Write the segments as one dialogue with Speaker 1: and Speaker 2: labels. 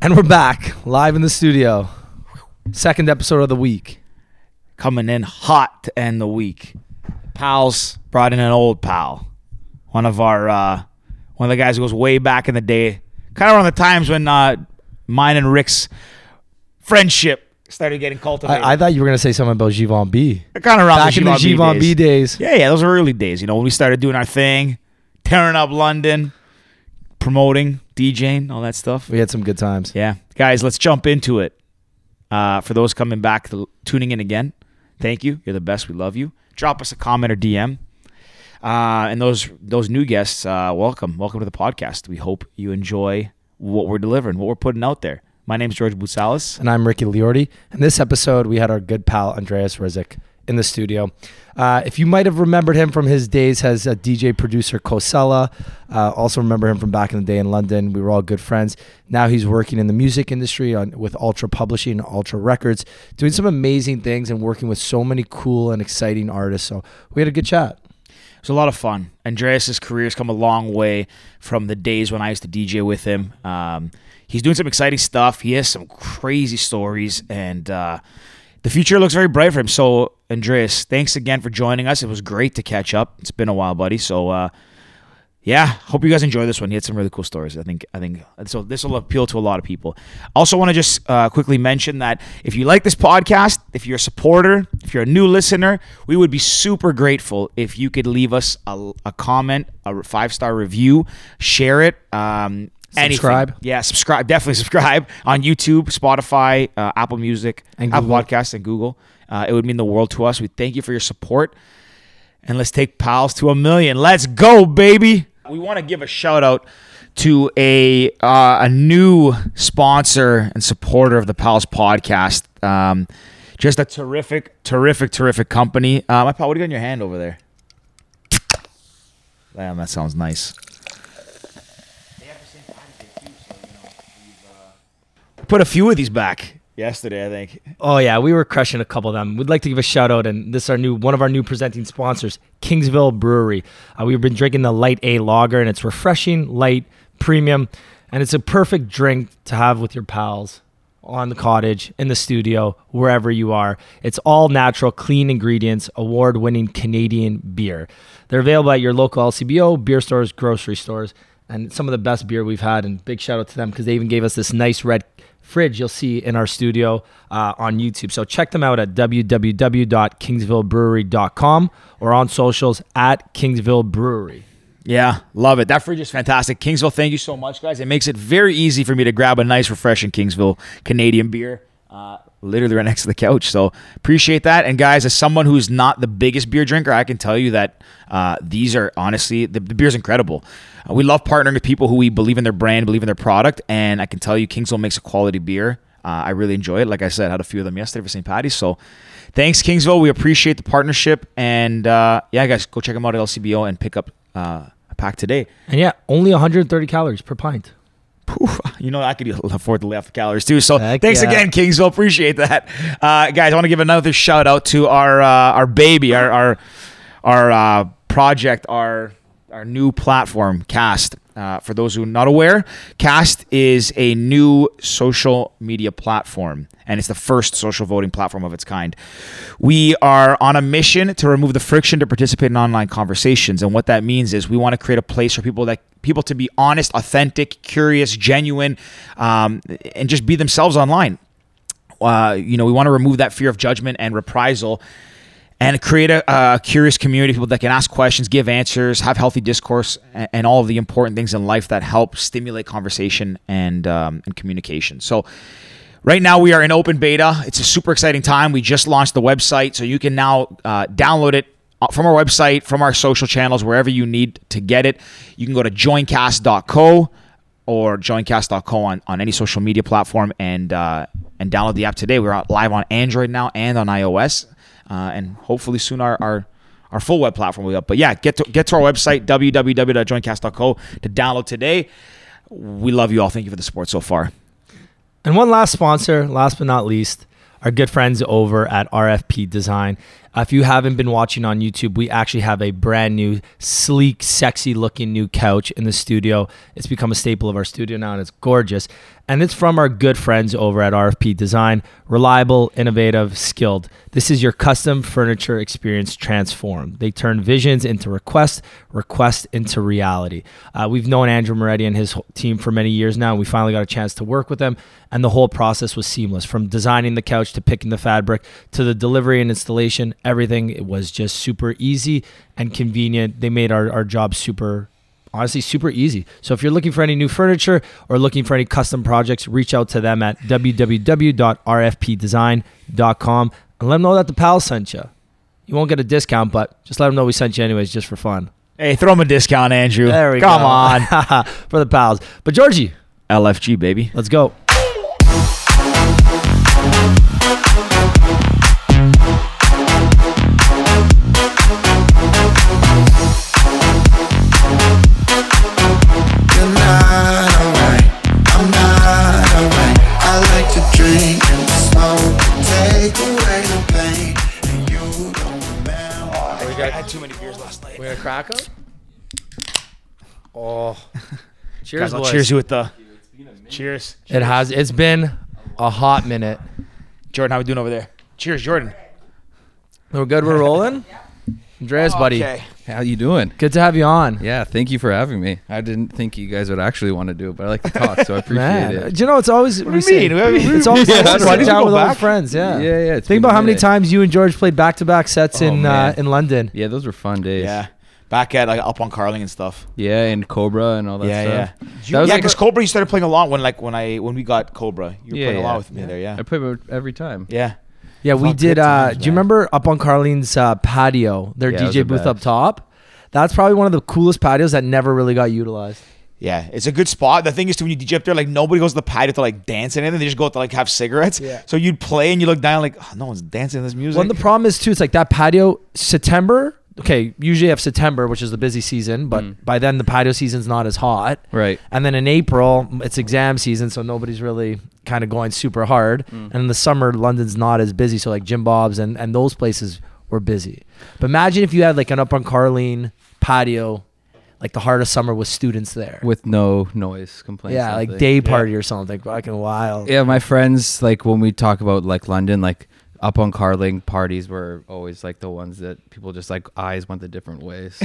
Speaker 1: And we're back live in the studio. Second episode of the week.
Speaker 2: Coming in hot to end the week. Pals brought in an old pal. One of our uh one of the guys who goes way back in the day. Kind of one of the times when uh mine and Rick's friendship started getting cultivated.
Speaker 1: I, I thought you were going to say something about Givon B.
Speaker 2: kind of around
Speaker 1: Back in the Givon B days.
Speaker 2: Yeah, yeah, those were early days. You know, when we started doing our thing, tearing up London, promoting, DJing, all that stuff.
Speaker 1: We had some good times.
Speaker 2: Yeah, guys, let's jump into it. Uh, for those coming back, th- tuning in again, thank you. You're the best. We love you. Drop us a comment or DM. Uh, and those those new guests, uh, welcome, welcome to the podcast. We hope you enjoy what we're delivering, what we're putting out there. My name's George Boutsalis.
Speaker 1: and I'm Ricky Liordi. In this episode, we had our good pal Andreas Rizik in the studio. Uh, if you might have remembered him from his days as a DJ producer Cosella, uh, also remember him from back in the day in London. We were all good friends. Now he's working in the music industry on, with Ultra Publishing, Ultra Records, doing some amazing things and working with so many cool and exciting artists. So we had a good chat.
Speaker 2: It was a lot of fun. Andreas's career has come a long way from the days when I used to DJ with him. Um, he's doing some exciting stuff. He has some crazy stories, and uh, the future looks very bright for him. So, Andreas, thanks again for joining us. It was great to catch up. It's been a while, buddy. So, uh, yeah, hope you guys enjoy this one. He had some really cool stories. I think I think so. This will appeal to a lot of people. Also, want to just uh, quickly mention that if you like this podcast, if you're a supporter, if you're a new listener, we would be super grateful if you could leave us a, a comment, a five star review, share it. Um, anything.
Speaker 1: Subscribe.
Speaker 2: Yeah, subscribe. Definitely subscribe on YouTube, Spotify, uh, Apple Music,
Speaker 1: And
Speaker 2: Apple
Speaker 1: Google.
Speaker 2: Podcasts, and Google. Uh, it would mean the world to us. We thank you for your support. And let's take pals to a million. Let's go, baby. We want to give a shout out to a uh, a new sponsor and supporter of the Pals podcast. Um, just a terrific, terrific, terrific company. Uh, my pal, what do you got in your hand over there? Damn, that sounds nice. Put a few of these back yesterday, I think.
Speaker 3: Oh yeah, we were crushing a couple of them. We'd like to give a shout out, and this is our new one of our new presenting sponsors, Kingsville Brewery. Uh, we've been drinking the Light A Lager, and it's refreshing, light, premium, and it's a perfect drink to have with your pals on the cottage, in the studio, wherever you are. It's all natural, clean ingredients, award-winning Canadian beer. They're available at your local LCBO, beer stores, grocery stores, and some of the best beer we've had. And big shout out to them because they even gave us this nice red fridge you'll see in our studio uh, on YouTube. So check them out at www.kingsvillebrewery.com or on socials at Kingsville Brewery.
Speaker 2: Yeah, love it. That fridge is fantastic. Kingsville, thank you so much, guys. It makes it very easy for me to grab a nice, refreshing Kingsville Canadian beer, uh, literally right next to the couch. So appreciate that. And guys, as someone who's not the biggest beer drinker, I can tell you that uh, these are honestly the, the beer's incredible. Uh, we love partnering with people who we believe in their brand, believe in their product, and I can tell you, Kingsville makes a quality beer. Uh, I really enjoy it. Like I said, I had a few of them yesterday for St. Patty's. So thanks, Kingsville. We appreciate the partnership. And uh, yeah, guys, go check them out at LCBO and pick up uh, a pack today.
Speaker 3: And yeah, only 130 calories per pint.
Speaker 2: Poof, you know, I could afford to lay off the calories too. So
Speaker 3: Heck
Speaker 2: thanks
Speaker 3: yeah.
Speaker 2: again, Kingsville. Appreciate that. Uh, guys, I want to give another shout out to our uh, our baby, our our, our uh, project, our our new platform, Cast. Uh, for those who are not aware, Cast is a new social media platform, and it's the first social voting platform of its kind. We are on a mission to remove the friction to participate in online conversations, and what that means is we want to create a place for people that people to be honest, authentic, curious, genuine, um, and just be themselves online. Uh, you know, we want to remove that fear of judgment and reprisal and create a, a curious community of people that can ask questions, give answers, have healthy discourse, and, and all of the important things in life that help stimulate conversation and, um, and communication. So, Right now, we are in open beta. It's a super exciting time. We just launched the website, so you can now uh, download it from our website, from our social channels, wherever you need to get it. You can go to joincast.co or joincast.co on, on any social media platform and uh, and download the app today. We're out live on Android now and on iOS, uh, and hopefully soon our, our our full web platform will be up. But yeah, get to get to our website www.joincast.co to download today. We love you all. Thank you for the support so far.
Speaker 3: And one last sponsor, last but not least, our good friends over at RFP Design. Uh, If you haven't been watching on YouTube, we actually have a brand new, sleek, sexy looking new couch in the studio. It's become a staple of our studio now and it's gorgeous.
Speaker 1: and it's from our good friends over at RFP Design. Reliable, innovative, skilled. This is your custom furniture experience transformed. They turn visions into requests, requests into reality. Uh, we've known Andrew Moretti and his whole team for many years now. We finally got a chance to work with them, and the whole process was seamless from designing the couch to picking the fabric to the delivery and installation. Everything it was just super easy and convenient. They made our, our job super honestly super easy. So if you're looking for any new furniture or looking for any custom projects, reach out to them at www.rfpdesign.com and let them know that the pal sent you. You won't get a discount, but just let them know we sent you anyways, just for fun.
Speaker 2: Hey, throw him a discount, Andrew.
Speaker 1: There we
Speaker 2: Come
Speaker 1: go.
Speaker 2: on.
Speaker 1: for the pals. But Georgie,
Speaker 2: LFG, baby.
Speaker 1: let's go.
Speaker 4: You're not alright. I'm not alright. I like to drink and to smoke, take away the pain, and you don't remember.
Speaker 2: I had Oh, too many beers last night.
Speaker 1: We're gonna crack them. Oh, cheers,
Speaker 2: Guys, I'll
Speaker 1: boys.
Speaker 2: cheers you with the. Cheers.
Speaker 1: It has. It's been a hot minute.
Speaker 2: Jordan, how we doing over there? Cheers, Jordan.
Speaker 1: We're good. We're rolling. Andreas, buddy,
Speaker 5: How you doing?
Speaker 1: good to have you on.
Speaker 5: Oh, Yeah, thank you for having me. I didn't think you guys would actually want to do it, but I like to talk, so I appreciate
Speaker 1: Man,
Speaker 5: it.
Speaker 1: do you know it's always
Speaker 2: do
Speaker 1: we
Speaker 2: you
Speaker 1: say-
Speaker 2: mean? We- we-
Speaker 1: it's always
Speaker 5: Yeah,
Speaker 1: nice to
Speaker 5: that's right.
Speaker 1: sit down
Speaker 2: Go
Speaker 1: with old
Speaker 2: back.
Speaker 1: friends. Yeah,
Speaker 5: Yeah, yeah. It's
Speaker 1: Think
Speaker 5: been
Speaker 1: about
Speaker 5: a
Speaker 1: how many
Speaker 5: minute.
Speaker 1: times you and George played back-to-back sets
Speaker 5: Oh,
Speaker 1: in uh,
Speaker 5: man.
Speaker 1: in London.
Speaker 5: Yeah, those were fun days.
Speaker 2: Yeah. Back at like up on Carling and stuff.
Speaker 5: Yeah, and Cobra and all
Speaker 1: uh,
Speaker 5: that
Speaker 2: yeah,
Speaker 5: stuff.
Speaker 2: yeah.
Speaker 5: That
Speaker 2: You,
Speaker 5: was
Speaker 2: yeah,
Speaker 5: like-
Speaker 2: because Cobra, you started playing a lot when like when I when we got Cobra, you were
Speaker 5: Yeah,
Speaker 2: playing a lot
Speaker 5: yeah.
Speaker 2: with me there. Yeah,
Speaker 5: I played with every time.
Speaker 2: yeah.
Speaker 1: Yeah, we
Speaker 2: Fuck,
Speaker 1: did.
Speaker 2: good
Speaker 1: Uh,
Speaker 2: times,
Speaker 1: do you
Speaker 2: man.
Speaker 1: remember up on Carlene's uh, patio, their
Speaker 5: Yeah, it was
Speaker 1: DJ
Speaker 5: the
Speaker 1: booth up
Speaker 5: best.
Speaker 1: top? That's probably one of the coolest patios that never really got utilized.
Speaker 2: Yeah, it's a good spot. The thing is, too, when you DJ up there, like nobody goes to the patio to like dance and anything. They just go out to like have cigarettes.
Speaker 1: Yeah.
Speaker 2: So you'd play and you look down like, oh, no one's dancing to this music.
Speaker 1: Well, and the problem is too. It's like that patio September. Okay, usually you have September, which is the busy season, but by then the patio season's not as hot.
Speaker 5: Right.
Speaker 1: And then in April, it's exam season, so nobody's really kind of going super hard. And in the summer, London's not as busy, so like Jim Bob's and and those places were busy. But imagine if you had like an up on Carline patio, like the heart of summer with students there.
Speaker 5: With no noise complaints.
Speaker 1: yeah, like
Speaker 5: nothing.
Speaker 1: day party or something, fucking wild.
Speaker 5: Yeah, my friends like when we talk about like London, like up on Carling parties were always like the ones that people just like eyes went the different ways.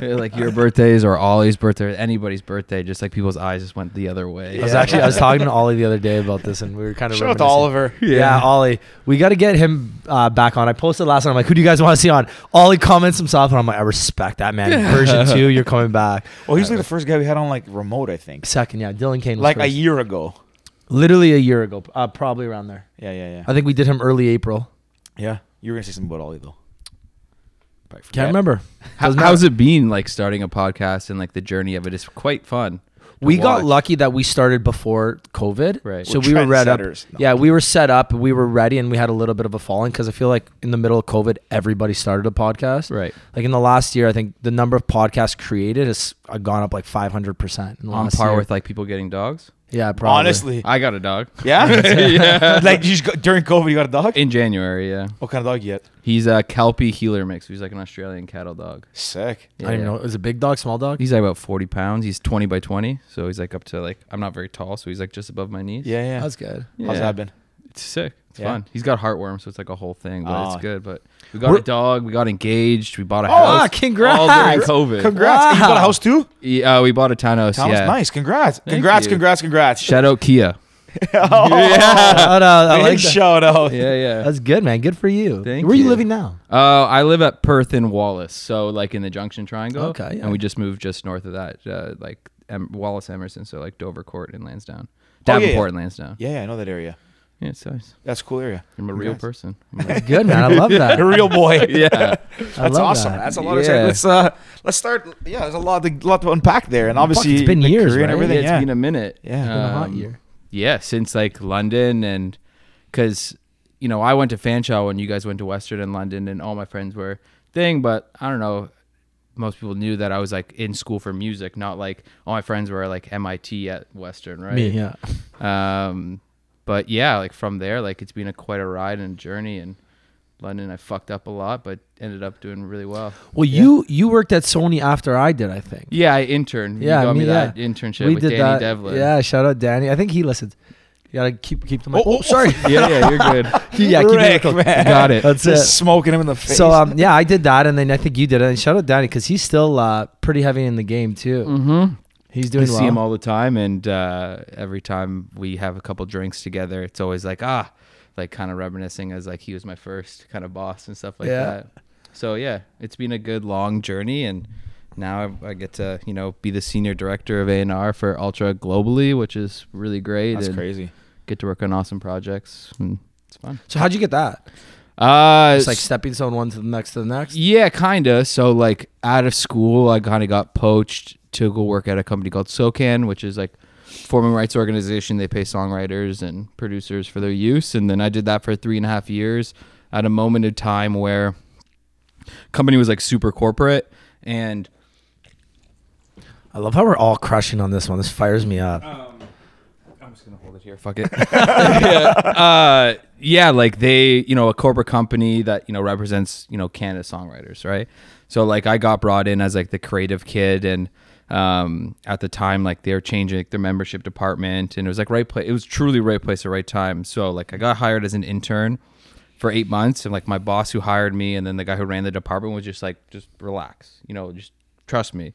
Speaker 5: like your birthdays or Ollie's birthday, anybody's birthday, just like people's eyes just went the other way.
Speaker 1: I was actually I was talking to Ollie the other day about this, and we were kind of
Speaker 2: shout out to
Speaker 1: reminiscing.
Speaker 2: Oliver.
Speaker 1: Yeah. Ollie. We got to get him uh, back on. I posted last night. I'm like, who do you guys want to see on? Ollie comments some stuff, and I'm like, I respect that, man. Version two, you're coming back.
Speaker 2: Well, he's like the first guy we had on like remote, I think,
Speaker 1: Second, yeah. Dylan Kane was
Speaker 2: like a
Speaker 1: first.
Speaker 2: year ago.
Speaker 1: Literally a year ago, uh, probably around there.
Speaker 2: Yeah, yeah,
Speaker 1: I think we did him early April.
Speaker 2: yeah, yeah. You were gonna say something about Ollie though. But I forget.
Speaker 1: Can't remember.
Speaker 5: How, how's it been like starting a podcast and like the journey of it is quite fun.
Speaker 1: We
Speaker 5: to
Speaker 1: got
Speaker 5: watch.
Speaker 1: lucky that we started before COVID.
Speaker 5: Right.
Speaker 1: So
Speaker 2: We're
Speaker 1: we were read up.
Speaker 2: trendsetters. No.
Speaker 1: Yeah, we were set up. We were ready and we had a little bit of a falling because I feel like in the middle of COVID, everybody started a podcast.
Speaker 5: Right.
Speaker 1: Like in the last year, I think the number of podcasts created has uh, gone up like 500% in the
Speaker 5: on
Speaker 1: last
Speaker 5: par
Speaker 1: year.
Speaker 5: with like people getting dogs.
Speaker 1: Yeah, probably.
Speaker 2: Honestly,
Speaker 5: I got a dog
Speaker 2: yeah, like you just got, during COVID, you got a dog.
Speaker 5: in January. Yeah,
Speaker 2: What kind of dog you get?
Speaker 5: he's a Kelpie Heeler mix. He's like an Australian cattle dog.
Speaker 2: Sick.
Speaker 1: I don't even know. It was a big dog, small dog.
Speaker 5: He's like about forty pounds. He's twenty by twenty, so he's like up to like I'm not very tall, so he's like just above my knees.
Speaker 2: Yeah, yeah.
Speaker 1: That's good.
Speaker 2: How's
Speaker 5: Yeah.
Speaker 2: that been?
Speaker 5: it's sick. It's
Speaker 2: Yeah.
Speaker 5: fun. He's got heartworm, so it's like a whole thing, but
Speaker 2: Oh.
Speaker 5: it's good. But we got
Speaker 1: Ah. We're-
Speaker 5: a dog. We got engaged. We bought a
Speaker 1: ah,
Speaker 5: house.
Speaker 1: congrats.
Speaker 5: All during COVID.
Speaker 2: Congrats. You got a
Speaker 1: Wow.
Speaker 2: house too?
Speaker 5: Yeah, we bought a townhouse.
Speaker 2: Sounds
Speaker 5: yeah.
Speaker 2: nice. Congrats. Congrats,
Speaker 5: you.
Speaker 2: congrats, congrats.
Speaker 5: Shout out Kia.
Speaker 1: Shout out. Oh, I
Speaker 2: Big
Speaker 1: like that.
Speaker 2: shout out.
Speaker 5: Yeah, yeah.
Speaker 1: That's good, man. Good for you.
Speaker 5: Thank
Speaker 1: Where are you
Speaker 5: you.
Speaker 1: living now?
Speaker 5: Uh, I live at Perth and Wallace, so like in the Junction Triangle.
Speaker 1: Okay, yeah.
Speaker 5: And we just moved just north of that, uh, like em- Wallace Emerson, so like Dover Court and Lansdowne,
Speaker 2: yeah, yeah.
Speaker 5: Davenport and Lansdowne.
Speaker 2: Yeah, yeah, I know that area.
Speaker 5: Yeah, it's nice.
Speaker 2: That's a cool area.
Speaker 5: I'm a real person. I'm a-
Speaker 1: That's good, man. I love that.
Speaker 2: A real boy.
Speaker 1: I
Speaker 5: yeah,
Speaker 2: That's
Speaker 1: love
Speaker 2: awesome.
Speaker 1: that.
Speaker 2: That's a lot of
Speaker 5: Yeah.
Speaker 2: Let's uh let's start yeah, there's a lot to, lot to unpack there. And obviously
Speaker 1: it's been
Speaker 2: the
Speaker 1: years,
Speaker 2: career and
Speaker 1: right?
Speaker 2: everything.
Speaker 5: it's
Speaker 2: Yeah.
Speaker 5: been a minute. Um,
Speaker 2: Yeah. It's been
Speaker 1: a hot year.
Speaker 5: Yeah, since like London and because you know I went to Fanshawe and you guys went to Western and London and all my friends were thing, but I don't know. Most people knew that I was like in school for music, not like all my friends were like MIT at Western, right?
Speaker 1: Me, yeah.
Speaker 5: um but yeah like from there like it's been a quite a ride and journey and London. I fucked up a lot, but ended up doing really well.
Speaker 1: Well, you you worked at Sony after I did, I think.
Speaker 5: Yeah, I interned.
Speaker 1: Yeah,
Speaker 5: you got me,
Speaker 1: me-
Speaker 5: that
Speaker 1: yeah.
Speaker 5: internship with Danny Devlin.
Speaker 1: Yeah, shout out Danny. I think he listens. You gotta keep keep the mic.
Speaker 2: Oh, oh,
Speaker 1: sorry.
Speaker 5: yeah, yeah, you're good.
Speaker 1: yeah, keep it
Speaker 2: Rick, man.
Speaker 1: man. Got it. That's
Speaker 2: Just
Speaker 1: it.
Speaker 2: smoking him in the face.
Speaker 1: So um, yeah, I did that, and then I think you did it. And shout out Danny because he's still uh, pretty heavy in the game too. Mm-hmm. He's
Speaker 5: I
Speaker 1: doing well.
Speaker 5: see him all the time, and uh, every time we have a couple drinks together, it's always like ah, like kind of reminiscing as like he was my first kind of boss and stuff like
Speaker 1: Yeah.
Speaker 5: that. So yeah, it's been a good long journey, and now I, I get to you know be the senior director of A and R for Ultra globally, which is really great.
Speaker 2: that's
Speaker 5: and
Speaker 2: crazy.
Speaker 5: Get to work on awesome projects, and it's fun.
Speaker 1: so how'd you get that?
Speaker 5: Uh,
Speaker 1: It's like stepping stone one to the next to the next.
Speaker 5: yeah, kind of. So like out of school, I kind of got poached to go work at a company called SOCAN, which is like performing rights organization. They pay songwriters and producers for their use, and then I did that for three and a half years. At a moment of time where company was like super corporate and
Speaker 1: I love how we're all crushing on this one. This fires me up.
Speaker 5: fuck it. yeah. Uh, yeah, like they, you know, a corporate company that, you know, represents, you know, Canada songwriters, right? So like I got brought in as like the creative kid and um at the time like they were changing like, their membership department and it was like right place it was truly right place at right time. So like I got hired as an intern for eight months and like my boss who hired me and then the guy who ran the department was just like just relax you know just trust me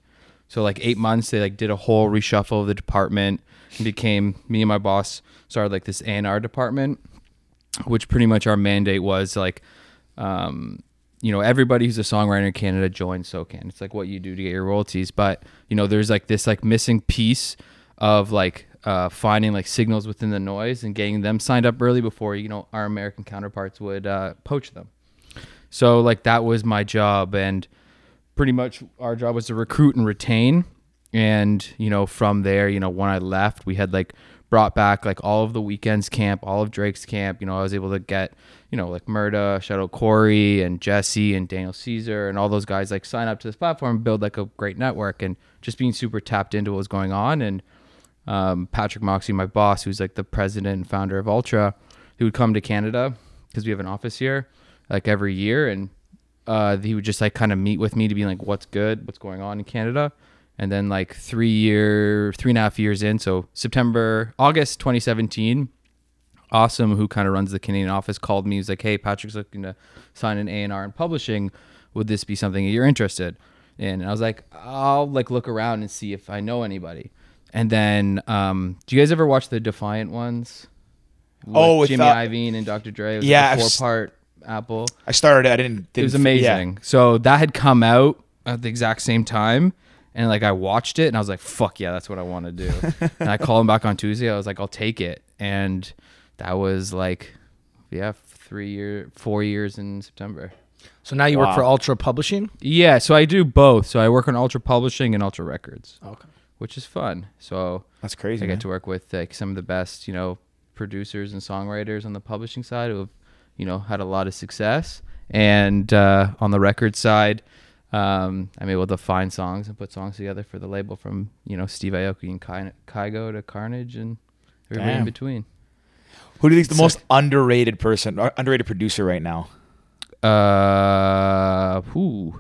Speaker 5: so like eight months they like did a whole reshuffle of the department and became me and my boss started like this A&R department which pretty much our mandate was like um you know everybody who's a songwriter in canada joins socan it's like what you do to get your royalties but you know there's like this like missing piece of like uh, finding like signals within the noise and getting them signed up early before you know our american counterparts would uh, poach them so like that was my job and pretty much our job was to recruit and retain. And, you know, from there, you know, when I left, we had like brought back like all of the weekends camp, all of Drake's camp. You know, I was able to get, you know, like Murda, Shadow Corey and Jesse and Daniel Caesar and all those guys like sign up to this platform, build like a great network and just being super tapped into what was going on. And um, Patrick Moxie, my boss, who's like the president and founder of Ultra, he would come to Canada because we have an office here, like every year, and uh, he would just like kind of meet with me to be like, "What's good? What's going on in Canada?" And then like three year, three and a half years in, so September, August, 2017. Awesome, who kind of runs the Canadian office, called me. He was like, "Hey, Patrick's looking to sign an A and R in publishing. Would this be something that you're interested in?" And I was like, "I'll like look around and see if I know anybody." And then, um, do you guys ever watch the Defiant ones?
Speaker 2: Oh, with,
Speaker 5: Jimmy
Speaker 2: uh,
Speaker 5: Iovine and Dr. Dre. It was
Speaker 2: Yeah,
Speaker 5: yeah,
Speaker 2: I've
Speaker 5: four
Speaker 2: s-
Speaker 5: part Apple.
Speaker 2: I started. I didn't.
Speaker 5: It
Speaker 2: didn't
Speaker 5: was amazing. So that had come out at the exact same time. And like I watched it and I was like, fuck yeah, that's what I want to do. and I called him back on Tuesday. I was like, I'll take it. And that was like, yeah, three year, four years in September.
Speaker 1: So now you work
Speaker 2: Wow.
Speaker 1: for Ultra Publishing.
Speaker 5: Yeah, so I do both. So I work on Ultra Publishing and Ultra Records,
Speaker 1: Okay.
Speaker 5: which is fun. So
Speaker 2: That's crazy.
Speaker 5: I
Speaker 2: man.
Speaker 5: get to work with like some of the best, you know, producers and songwriters on the publishing side who have, you know, had a lot of success. And uh, on the record side, um, I'm able to find songs and put songs together for the label from, you know, Steve Aoki and Ky- Kygo to Carnage and everybody
Speaker 2: Damn.
Speaker 5: in between.
Speaker 2: Who do you think's the most underrated person, or underrated producer right now?
Speaker 5: Uh, who?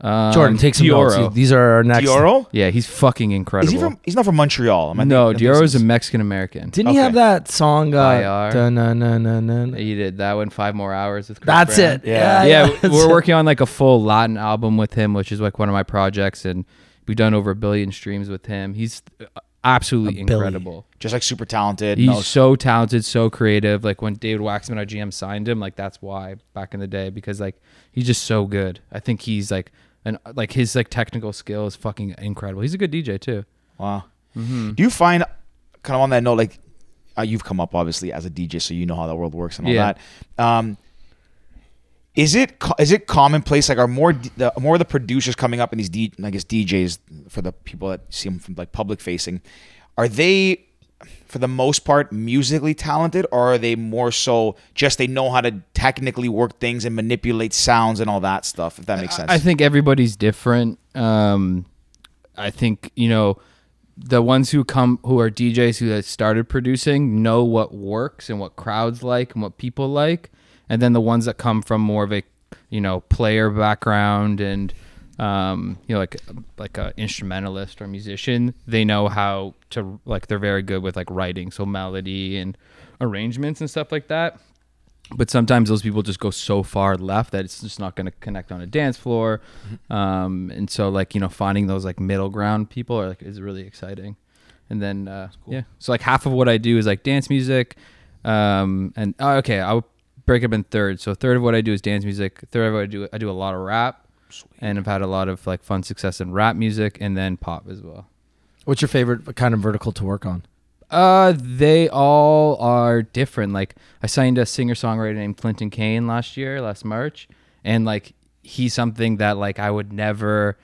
Speaker 5: Um,
Speaker 1: Jordan, take some notes.
Speaker 5: Dioro.
Speaker 1: These are our next.
Speaker 2: Dioro?
Speaker 5: Yeah, he's fucking incredible.
Speaker 2: Is he from? He's not from Montreal. Am I
Speaker 5: no,
Speaker 2: thinking- I
Speaker 5: Dioro's
Speaker 2: think
Speaker 5: a
Speaker 2: he's-
Speaker 5: Mexican American.
Speaker 1: Didn't he
Speaker 2: Okay.
Speaker 1: have that song? Uh,
Speaker 5: IR.
Speaker 1: dun-dun-dun-dun-dun?
Speaker 5: He did that one five more hours with Chris
Speaker 1: That's
Speaker 5: Brown.
Speaker 1: it.
Speaker 2: Yeah.
Speaker 5: yeah,
Speaker 1: that's
Speaker 5: we're
Speaker 1: it.
Speaker 5: working on like a full Latin album with him, which is like one of my projects, and we've done over a billion streams with him. He's uh, absolutely
Speaker 1: A billion.
Speaker 5: incredible.
Speaker 2: just like super talented.
Speaker 5: He's
Speaker 2: No,
Speaker 5: so talented, so creative. Like when David Waxman, our GM, signed him, like that's why back in the day because like he's just so good. I think he's like and like his like technical skill is fucking incredible. He's a good DJ too.
Speaker 2: Wow.
Speaker 5: Mm-hmm.
Speaker 2: Do you find, kind of on that note, like uh, you've come up obviously as a DJ, so you know how that world works and all
Speaker 5: Yeah.
Speaker 2: that. Um, is it co- is it commonplace? Like, are more d- the more of the producers coming up and these D, I guess DJs for the people that see them from like public facing, are they for the most part musically talented, or are they more so just they know how to technically work things and manipulate sounds and all that stuff? If that makes sense.
Speaker 5: I think everybody's different. Um, I think you know the ones who come who are DJs who have started producing know what works and what crowds like and what people like, and then the ones that come from more of a you know player background and um, you know like like a instrumentalist or musician, they know how to like they're very good with like writing, so melody and arrangements and stuff like that but sometimes those people just go so far left that it's just not going to connect on a dance floor um, and so like you know finding those like middle ground people are like is really exciting and then uh, yeah so like half of what i do is like dance music um, and oh, okay i'll break up in third so a third of what i do is dance music a third of what i do i do a lot of rap and i've had a lot of like fun success in rap music and then pop as well
Speaker 1: What's your favorite kind of vertical to work on?
Speaker 5: uh, they all are different. Like I signed a singer songwriter named Clinton Kane last year, last March, and like he's something that like I would never.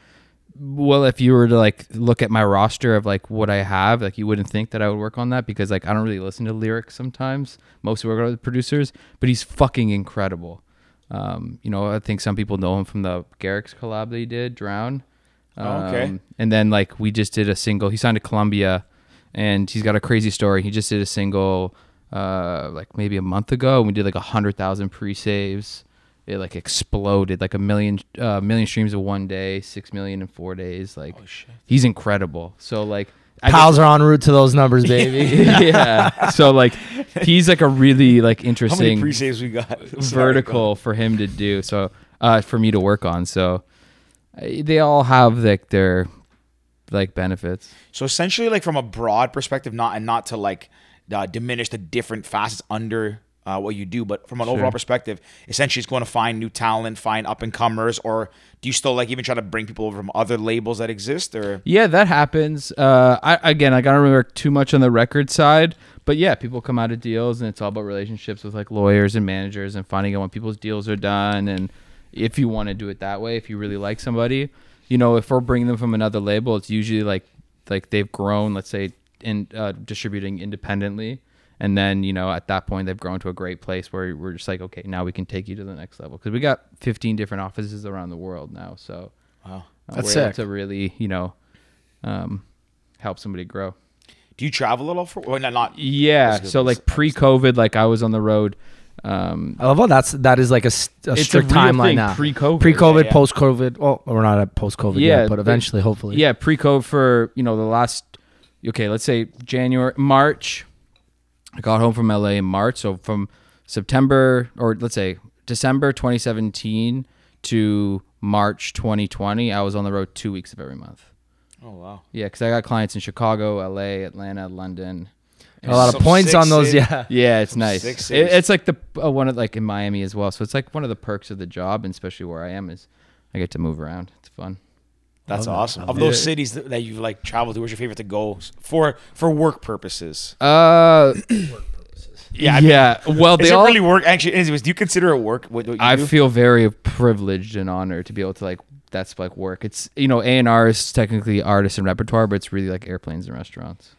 Speaker 5: Well, if you were to like look at my roster of like what I have, like you wouldn't think that I would work on that because like I don't really listen to lyrics sometimes. Mostly work with producers, but he's fucking incredible. Um, you know, I think some people know him from the Garrick's collab that he did, Drown.
Speaker 2: Okay.
Speaker 5: Um, and then like we just did a single. He signed to Columbia, and he's got a crazy story. He just did a single, uh, like maybe a month ago, and we did like a hundred thousand pre-saves. It like exploded, like a million, uh, million streams in one day, six million in four days. Like he's incredible. So like I get-
Speaker 1: Pals are en route to those numbers, baby.
Speaker 5: yeah. So like he's like a really like
Speaker 2: How many
Speaker 5: interesting
Speaker 2: pre saves we got? Sorry, bro.
Speaker 5: vertical for him to do. So uh, for me to work on. So uh, they all have like their like benefits.
Speaker 2: So essentially, like from a broad perspective, not and not to like uh, diminish the different facets under uh, what you do, but from an overall perspective, essentially, it's going to find new talent, find up and comers, or do you still like even try to bring people over from other labels that exist? Or
Speaker 5: Yeah, that happens. Uh, I again, like, I don't remember too much on the record side, but yeah, people come out of deals, and it's all about relationships with like lawyers and managers, and finding out when people's deals are done, and if you want to do it that way, if you really like somebody, you know, if we're bringing them from another label, it's usually like like they've grown, let's say, in uh, distributing independently, and then you know at that point they've grown to a great place where we're just like, okay, now we can take you to the next level because we got 15 different offices around the world now, so.
Speaker 2: Wow.
Speaker 5: uh,
Speaker 1: That's
Speaker 5: we're able
Speaker 1: sick.
Speaker 5: to really, you know, um, help somebody grow.
Speaker 2: do you travel at all for? Well, not, not
Speaker 5: Yeah.
Speaker 2: That's good.
Speaker 5: So like pre-COVID, like I was on the road. Um,
Speaker 1: I love how that's that is like a, s- a
Speaker 5: It's
Speaker 1: strict
Speaker 5: a real
Speaker 1: timeline
Speaker 5: thing,
Speaker 1: now.
Speaker 5: pre-COVID.
Speaker 1: pre-COVID,
Speaker 2: Yeah, yeah.
Speaker 1: post-COVID. Well, we're not at post-COVID
Speaker 5: Yeah,
Speaker 1: yet, but
Speaker 5: but-
Speaker 1: eventually, hopefully.
Speaker 5: yeah, pre-COVID for you know the last. Okay, let's say January, March. I got home from LA in March, so from September or let's say December 2017 to March 2020, I was on the road two weeks of every month.
Speaker 2: oh wow,
Speaker 5: Yeah, because I got clients in Chicago, LA, Atlanta, London.
Speaker 1: a lot
Speaker 2: Some
Speaker 1: of points
Speaker 2: sick
Speaker 1: on those.
Speaker 2: city.
Speaker 1: Yeah,
Speaker 5: Yeah, it's nice.
Speaker 2: six
Speaker 5: It-
Speaker 2: cities.
Speaker 5: it's like the uh, one of like in Miami as well. So it's like one of the perks of the job, and especially where I am is I get to move around. It's fun.
Speaker 2: that's awesome. Of those cities that, that you've like traveled to, where's your favorite to go s- for for work purposes?
Speaker 5: Uh,
Speaker 2: Yeah,
Speaker 5: yeah,
Speaker 2: I mean-
Speaker 5: yeah. Well,
Speaker 2: Is
Speaker 5: they
Speaker 2: it
Speaker 5: all.
Speaker 2: really work? Actually, anyways, do you consider it work? What, what you
Speaker 5: I
Speaker 2: do?
Speaker 5: feel very privileged and honored to be able to like that's like work. It's you know A and R is technically artist and repertoire, but it's really like airplanes and restaurants.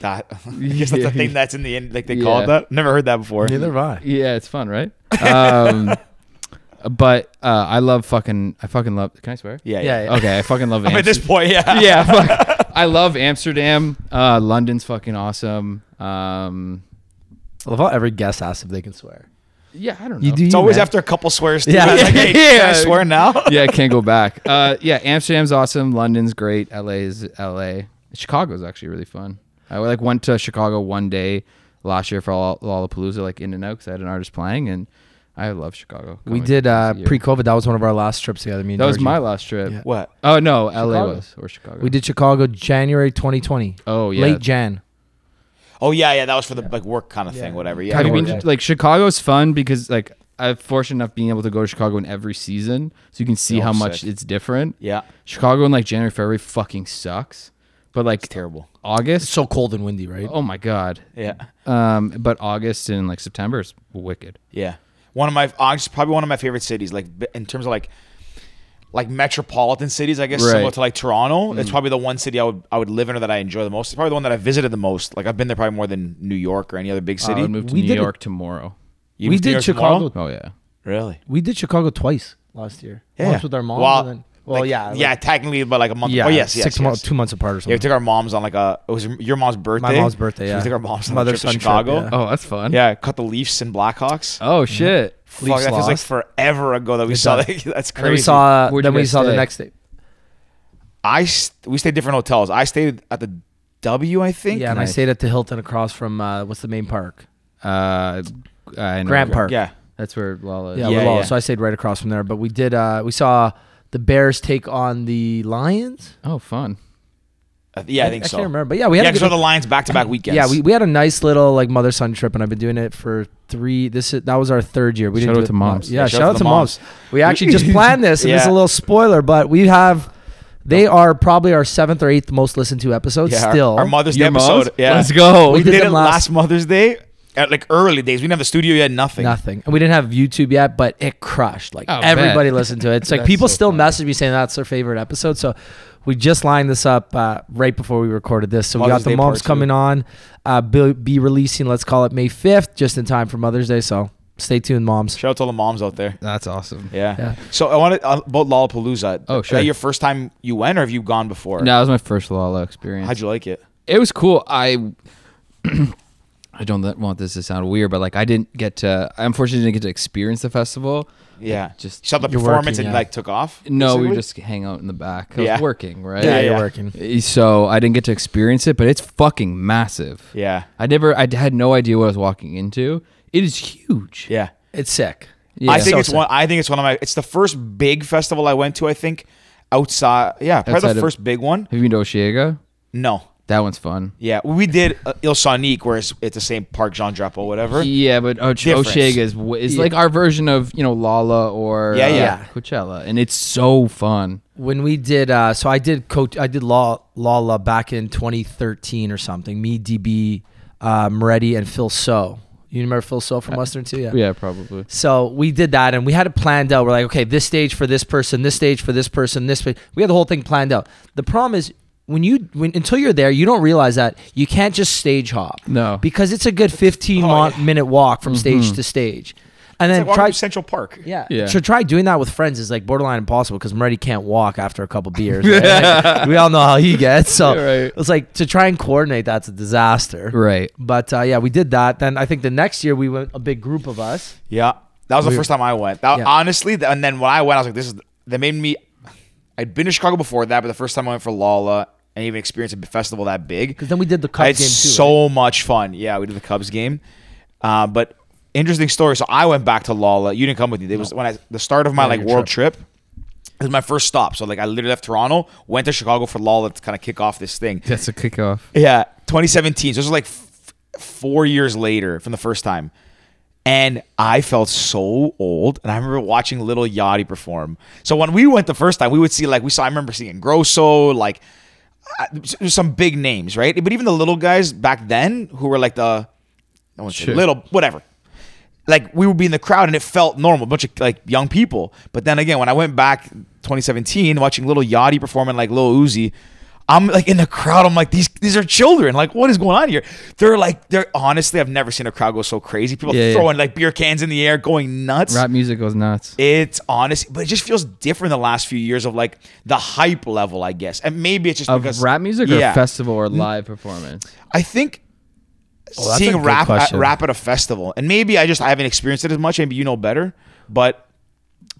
Speaker 2: that. I guess that's the
Speaker 5: Yeah.
Speaker 2: thing that's in the end. Like they call it
Speaker 5: Yeah.
Speaker 2: that. Never heard that before.
Speaker 1: neither have I.
Speaker 5: Yeah, it's fun, right? um, but uh, I love fucking. I fucking love. Can I swear?
Speaker 2: Yeah, yeah.
Speaker 1: Yeah, yeah.
Speaker 5: Okay, I fucking love.
Speaker 2: I'm at this
Speaker 5: Amsterdam.
Speaker 2: point, yeah.
Speaker 5: yeah, fuck. I love Amsterdam. Uh, London's fucking awesome. Um,
Speaker 1: I love how every guest asks if they can swear.
Speaker 5: yeah, I don't know.
Speaker 1: You do
Speaker 2: It's
Speaker 1: you,
Speaker 2: always
Speaker 1: man.
Speaker 2: after a couple swears. Too.
Speaker 1: Yeah.
Speaker 2: It's like, hey, can I
Speaker 5: Yeah.
Speaker 2: swear now.
Speaker 5: yeah, can't go back. Uh, yeah, Amsterdam's awesome. London's great. LA's LA. Chicago's actually really fun. I like went to Chicago one day last year for Loll- Lollapalooza, like in and out, because I had an artist playing, and I love Chicago.
Speaker 1: We
Speaker 5: Going
Speaker 1: did
Speaker 5: twice
Speaker 1: uh,
Speaker 5: a year.
Speaker 1: pre-COVID. That was one of our last trips together. Me and
Speaker 5: That was
Speaker 1: Georgie.
Speaker 5: my last trip.
Speaker 1: Yeah.
Speaker 2: What?
Speaker 5: Oh no, LA
Speaker 1: Chicago.
Speaker 5: was or Chicago.
Speaker 1: We did Chicago, January 2020.
Speaker 5: Oh yeah.
Speaker 1: Late Jan.
Speaker 2: Oh yeah, yeah. That was for the like work kind of thing, whatever. Yeah.
Speaker 5: Have you
Speaker 1: Kinda
Speaker 5: been
Speaker 1: works.
Speaker 5: to, like Chicago's fun because like I'm fortunate enough being able to go to Chicago in every season, so you can see
Speaker 2: Oh,
Speaker 5: how much
Speaker 2: sick.
Speaker 5: it's different.
Speaker 2: yeah.
Speaker 5: Chicago in like January, February fucking sucks, but like
Speaker 2: Terrible.
Speaker 5: August,
Speaker 1: It's so cold and windy, right?
Speaker 5: oh my god.
Speaker 2: Yeah.
Speaker 5: Um, but August and like September is wicked.
Speaker 2: Yeah. One of my, Ogden's probably one of my favorite cities. Like b- in terms of like, like metropolitan cities, I guess similar
Speaker 5: Right.
Speaker 2: to like Toronto. It's probably the one city I would I would live in or that I enjoy the most. It's probably the one that I visited the most. Like I've been there probably more than New York or any other big
Speaker 5: I
Speaker 2: city.
Speaker 5: would move to
Speaker 1: We
Speaker 5: Oh, New
Speaker 1: did a-
Speaker 5: York tomorrow.
Speaker 2: You
Speaker 1: we
Speaker 2: moved to New
Speaker 1: did
Speaker 2: York
Speaker 1: Chicago.
Speaker 2: tomorrow?
Speaker 5: Oh yeah,
Speaker 2: Really?
Speaker 1: We did Chicago twice last year.
Speaker 2: Yeah.
Speaker 1: Once with our moms.
Speaker 2: Well,
Speaker 1: and then, well
Speaker 2: like-
Speaker 1: yeah. like-
Speaker 2: yeah. Technically, but like a month.
Speaker 1: yeah.
Speaker 2: Oh yes, yes.
Speaker 1: Six
Speaker 2: yes.
Speaker 1: months, two months apart or
Speaker 2: Yeah, we
Speaker 1: something.
Speaker 2: took our moms on like a. It was your mom's birthday.
Speaker 1: mom's birthday,
Speaker 2: So we
Speaker 1: yeah.
Speaker 2: took our moms on a
Speaker 1: Mother
Speaker 2: trip to
Speaker 1: son trip,
Speaker 2: Chicago.
Speaker 1: yeah.
Speaker 5: oh that's fun.
Speaker 2: Yeah, cut the Leafs and Blackhawks.
Speaker 5: Oh shit.
Speaker 2: Fuck,
Speaker 1: Uh, Leafs
Speaker 2: that feels like
Speaker 1: lost.
Speaker 2: forever ago that we saw
Speaker 1: does.
Speaker 2: that. That's
Speaker 1: And then we
Speaker 2: crazy.
Speaker 1: saw.
Speaker 5: Where'd
Speaker 1: then
Speaker 5: you
Speaker 1: we
Speaker 5: guys
Speaker 1: saw the
Speaker 5: stay?
Speaker 1: next day.
Speaker 2: I st- we stayed different hotels. I stayed at the W, I think.
Speaker 1: Yeah, and I
Speaker 5: Nice.
Speaker 1: stayed at the Hilton across from uh, what's the main park?
Speaker 5: Uh, I know.
Speaker 1: Grant Park.
Speaker 2: Yeah.
Speaker 5: That's where Lala.
Speaker 1: Yeah,
Speaker 5: is.
Speaker 2: Yeah,
Speaker 1: Willow.
Speaker 2: yeah.
Speaker 1: So I stayed right across from there. But we did. Uh, we saw the Bears take on the Lions.
Speaker 5: Oh, fun.
Speaker 2: Uh, yeah, I think
Speaker 1: I
Speaker 2: so.
Speaker 1: can't remember. But yeah, we
Speaker 2: Yeah,
Speaker 1: had a
Speaker 2: because
Speaker 1: good,
Speaker 2: we're the Lions back to back weekends.
Speaker 1: yeah we, we had a nice little like mother son trip, and I've been doing it for three. This is that was our third year. We
Speaker 5: Shout
Speaker 1: didn't do
Speaker 5: out
Speaker 1: it
Speaker 5: to moms.
Speaker 1: Yeah, shout, out to moms. We actually just planned this, and this is a
Speaker 2: Yeah.
Speaker 1: little spoiler, but we have. They are probably our seventh or eighth most listened to episodes
Speaker 2: yeah, our-
Speaker 1: still.
Speaker 2: our, Mother's Day
Speaker 5: Your mom's?
Speaker 2: episode. Yeah.
Speaker 1: Let's go.
Speaker 2: We,
Speaker 1: We did
Speaker 2: did,
Speaker 1: them
Speaker 2: it
Speaker 1: last-
Speaker 2: last, Mother's Day at like early days. We didn't have the studio yet. Nothing.
Speaker 1: Nothing. And we didn't have YouTube yet, but it crushed. Like
Speaker 5: Oh,
Speaker 1: everybody
Speaker 5: bet.
Speaker 1: listened to it. It's like
Speaker 5: That's
Speaker 1: people
Speaker 5: so
Speaker 1: still
Speaker 5: funny.
Speaker 1: message me saying that's their favorite episode. So we just lined this up uh, right before we recorded this. So we
Speaker 2: Mother's
Speaker 1: got the
Speaker 2: Day
Speaker 1: moms
Speaker 2: part two.
Speaker 1: coming on, uh, be, be releasing, let's call it May 5th, just in time for Mother's Day. So stay tuned, moms.
Speaker 2: Shout out to all the moms out there.
Speaker 5: That's awesome.
Speaker 2: Yeah.
Speaker 1: Yeah.
Speaker 2: So I wanted uh, about Lollapalooza.
Speaker 5: Oh,
Speaker 2: Is
Speaker 5: sure.
Speaker 2: that your first time you went, or have you gone before?
Speaker 5: No, that was my first Lala experience.
Speaker 2: How'd you like it?
Speaker 5: it was cool. I I don't th- want this to sound weird, but like I didn't get to. I unfortunately didn't get to experience the festival.
Speaker 2: Yeah.
Speaker 5: just-
Speaker 2: you saw the
Speaker 1: You're
Speaker 2: performance
Speaker 1: working,
Speaker 2: and you,
Speaker 1: yeah.
Speaker 2: like took off.
Speaker 5: No, we
Speaker 2: basically?
Speaker 5: were just hang out in the back. I
Speaker 2: Yeah.
Speaker 5: was working, right? Eh,
Speaker 2: Yeah,
Speaker 1: you're
Speaker 2: yeah.
Speaker 1: working.
Speaker 5: So I didn't get to experience it, but it's fucking massive.
Speaker 2: Yeah.
Speaker 5: I never. I had no idea what I was walking into. It is huge.
Speaker 2: Yeah.
Speaker 1: It's sick.
Speaker 5: Yeah.
Speaker 2: I think
Speaker 1: So
Speaker 2: it's
Speaker 1: sick.
Speaker 2: one. I think it's one of my. It's the first big festival I went to. I think outside. Yeah, probably
Speaker 5: Outside
Speaker 2: the
Speaker 5: of-
Speaker 2: first big one.
Speaker 5: Have you been to Oshiega?
Speaker 2: No.
Speaker 5: That one's fun.
Speaker 2: Yeah, we did uh, Il Sonique, where it's, it's the same park, Jean Drapeau, whatever.
Speaker 5: Yeah, but Och-
Speaker 2: Difference.
Speaker 5: Oshiega is w- is like our version of you know Lala or
Speaker 2: Yeah,
Speaker 5: uh,
Speaker 2: yeah.
Speaker 5: Coachella, and it's so fun.
Speaker 1: when we did uh so i did coach i did law lala back in 2013 or something me db uh moretti and phil so you remember phil so
Speaker 2: Uh,
Speaker 1: from western too yeah
Speaker 5: Yeah, probably.
Speaker 1: so we did that and we had it planned out we're like okay this stage for this person this stage for this person this pa- we had the whole thing planned out the problem is when you when until you're there you don't realize that you can't just stage hop
Speaker 5: No. Mm-hmm.
Speaker 1: because it's a good 15 mon- minute walk from stage to stage and
Speaker 2: Oh, It's
Speaker 1: then
Speaker 2: like walking
Speaker 1: try
Speaker 2: through Central Park.
Speaker 1: yeah.
Speaker 5: Yeah.
Speaker 1: So try doing that with friends is like borderline impossible because Moretti can't walk after a couple beers. right? Like, we all know how he gets. So
Speaker 5: Yeah, right.
Speaker 1: it's like to try and coordinate that's a disaster.
Speaker 5: Right.
Speaker 1: But uh, yeah, we did that. Then I think the next year we went a big group of us.
Speaker 2: Yeah, that was the first time I went. That,
Speaker 1: Yeah.
Speaker 2: Honestly, th- and then when I went, I was like, "This is." That made me. I'd been to Chicago before that, but the first time I went for Lala and even experienced a festival that big.
Speaker 1: Because then we did the
Speaker 2: I
Speaker 1: Cubs
Speaker 2: had
Speaker 1: game too. right?
Speaker 2: so much fun. Yeah, we did the Cubs game. Uh, but interesting story. So I went back to Lala. You didn't come with me. It was when I the start of my like
Speaker 1: your
Speaker 2: world trip. It was my first stop. So like I literally left Toronto, went to Chicago for Lala to kind of kick off this thing.
Speaker 5: That's a kickoff.
Speaker 2: Yeah, 2017. So this was like f- four years later from the first time. And I felt so old. And I remember watching Little Yachty perform. So when we went the first time, we would see like, we saw, I remember seeing Grosso, like uh, s- some big names, right? But even the little guys back then who were like the, I won't say
Speaker 5: Sure.
Speaker 2: little, whatever. Like we would be in the crowd and it felt normal, a bunch of like young people. But then again, when I went back 2017, watching Little Yachty performing like Lil Uzi, I'm like in the crowd. I'm like these these are children. Like what is going on here? They're like they're honestly, I've never seen a crowd go so crazy. People
Speaker 5: Yeah, yeah.
Speaker 2: throwing like beer cans in the air, going nuts.
Speaker 5: Rap music goes nuts.
Speaker 2: It's honest, but it just feels different the last few years of like the hype level, I guess. And maybe it's just
Speaker 5: of
Speaker 2: because
Speaker 5: rap music
Speaker 2: Yeah.
Speaker 5: or festival
Speaker 1: Mm-hmm.
Speaker 5: or live performance?
Speaker 2: I think
Speaker 1: that's a
Speaker 2: seeing
Speaker 1: good
Speaker 2: rap at,
Speaker 1: question.
Speaker 2: rap at a festival, and maybe I just I haven't experienced it as much. Maybe you know better, but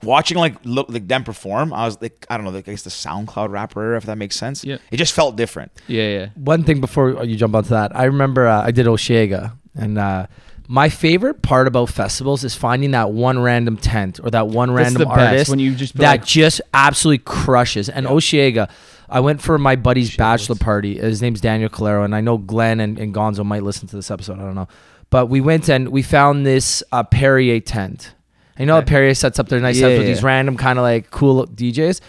Speaker 2: watching like look like them perform, I was like I don't know, like I guess the SoundCloud rapper, if that makes sense.
Speaker 5: Yeah.
Speaker 2: it just felt different.
Speaker 5: Yeah, yeah.
Speaker 1: one thing before you jump onto that, I remember uh, I did Oshiega, and uh, my favorite part about festivals is finding that one random tent or that one
Speaker 5: That's
Speaker 1: random
Speaker 5: the best,
Speaker 1: artist
Speaker 5: when you just be
Speaker 1: that
Speaker 5: like-
Speaker 1: just absolutely crushes. And Oshiega, I went for my buddy's bachelor party. Uh, His name's Daniel Calero, and I know Glenn and, and Gonzo might listen to this episode. I don't know, but we went and we found this uh, Perrier tent. You know, how Perrier sets up their nice
Speaker 5: Yeah,
Speaker 1: sets with
Speaker 5: yeah.
Speaker 1: these random kind of like cool DJs.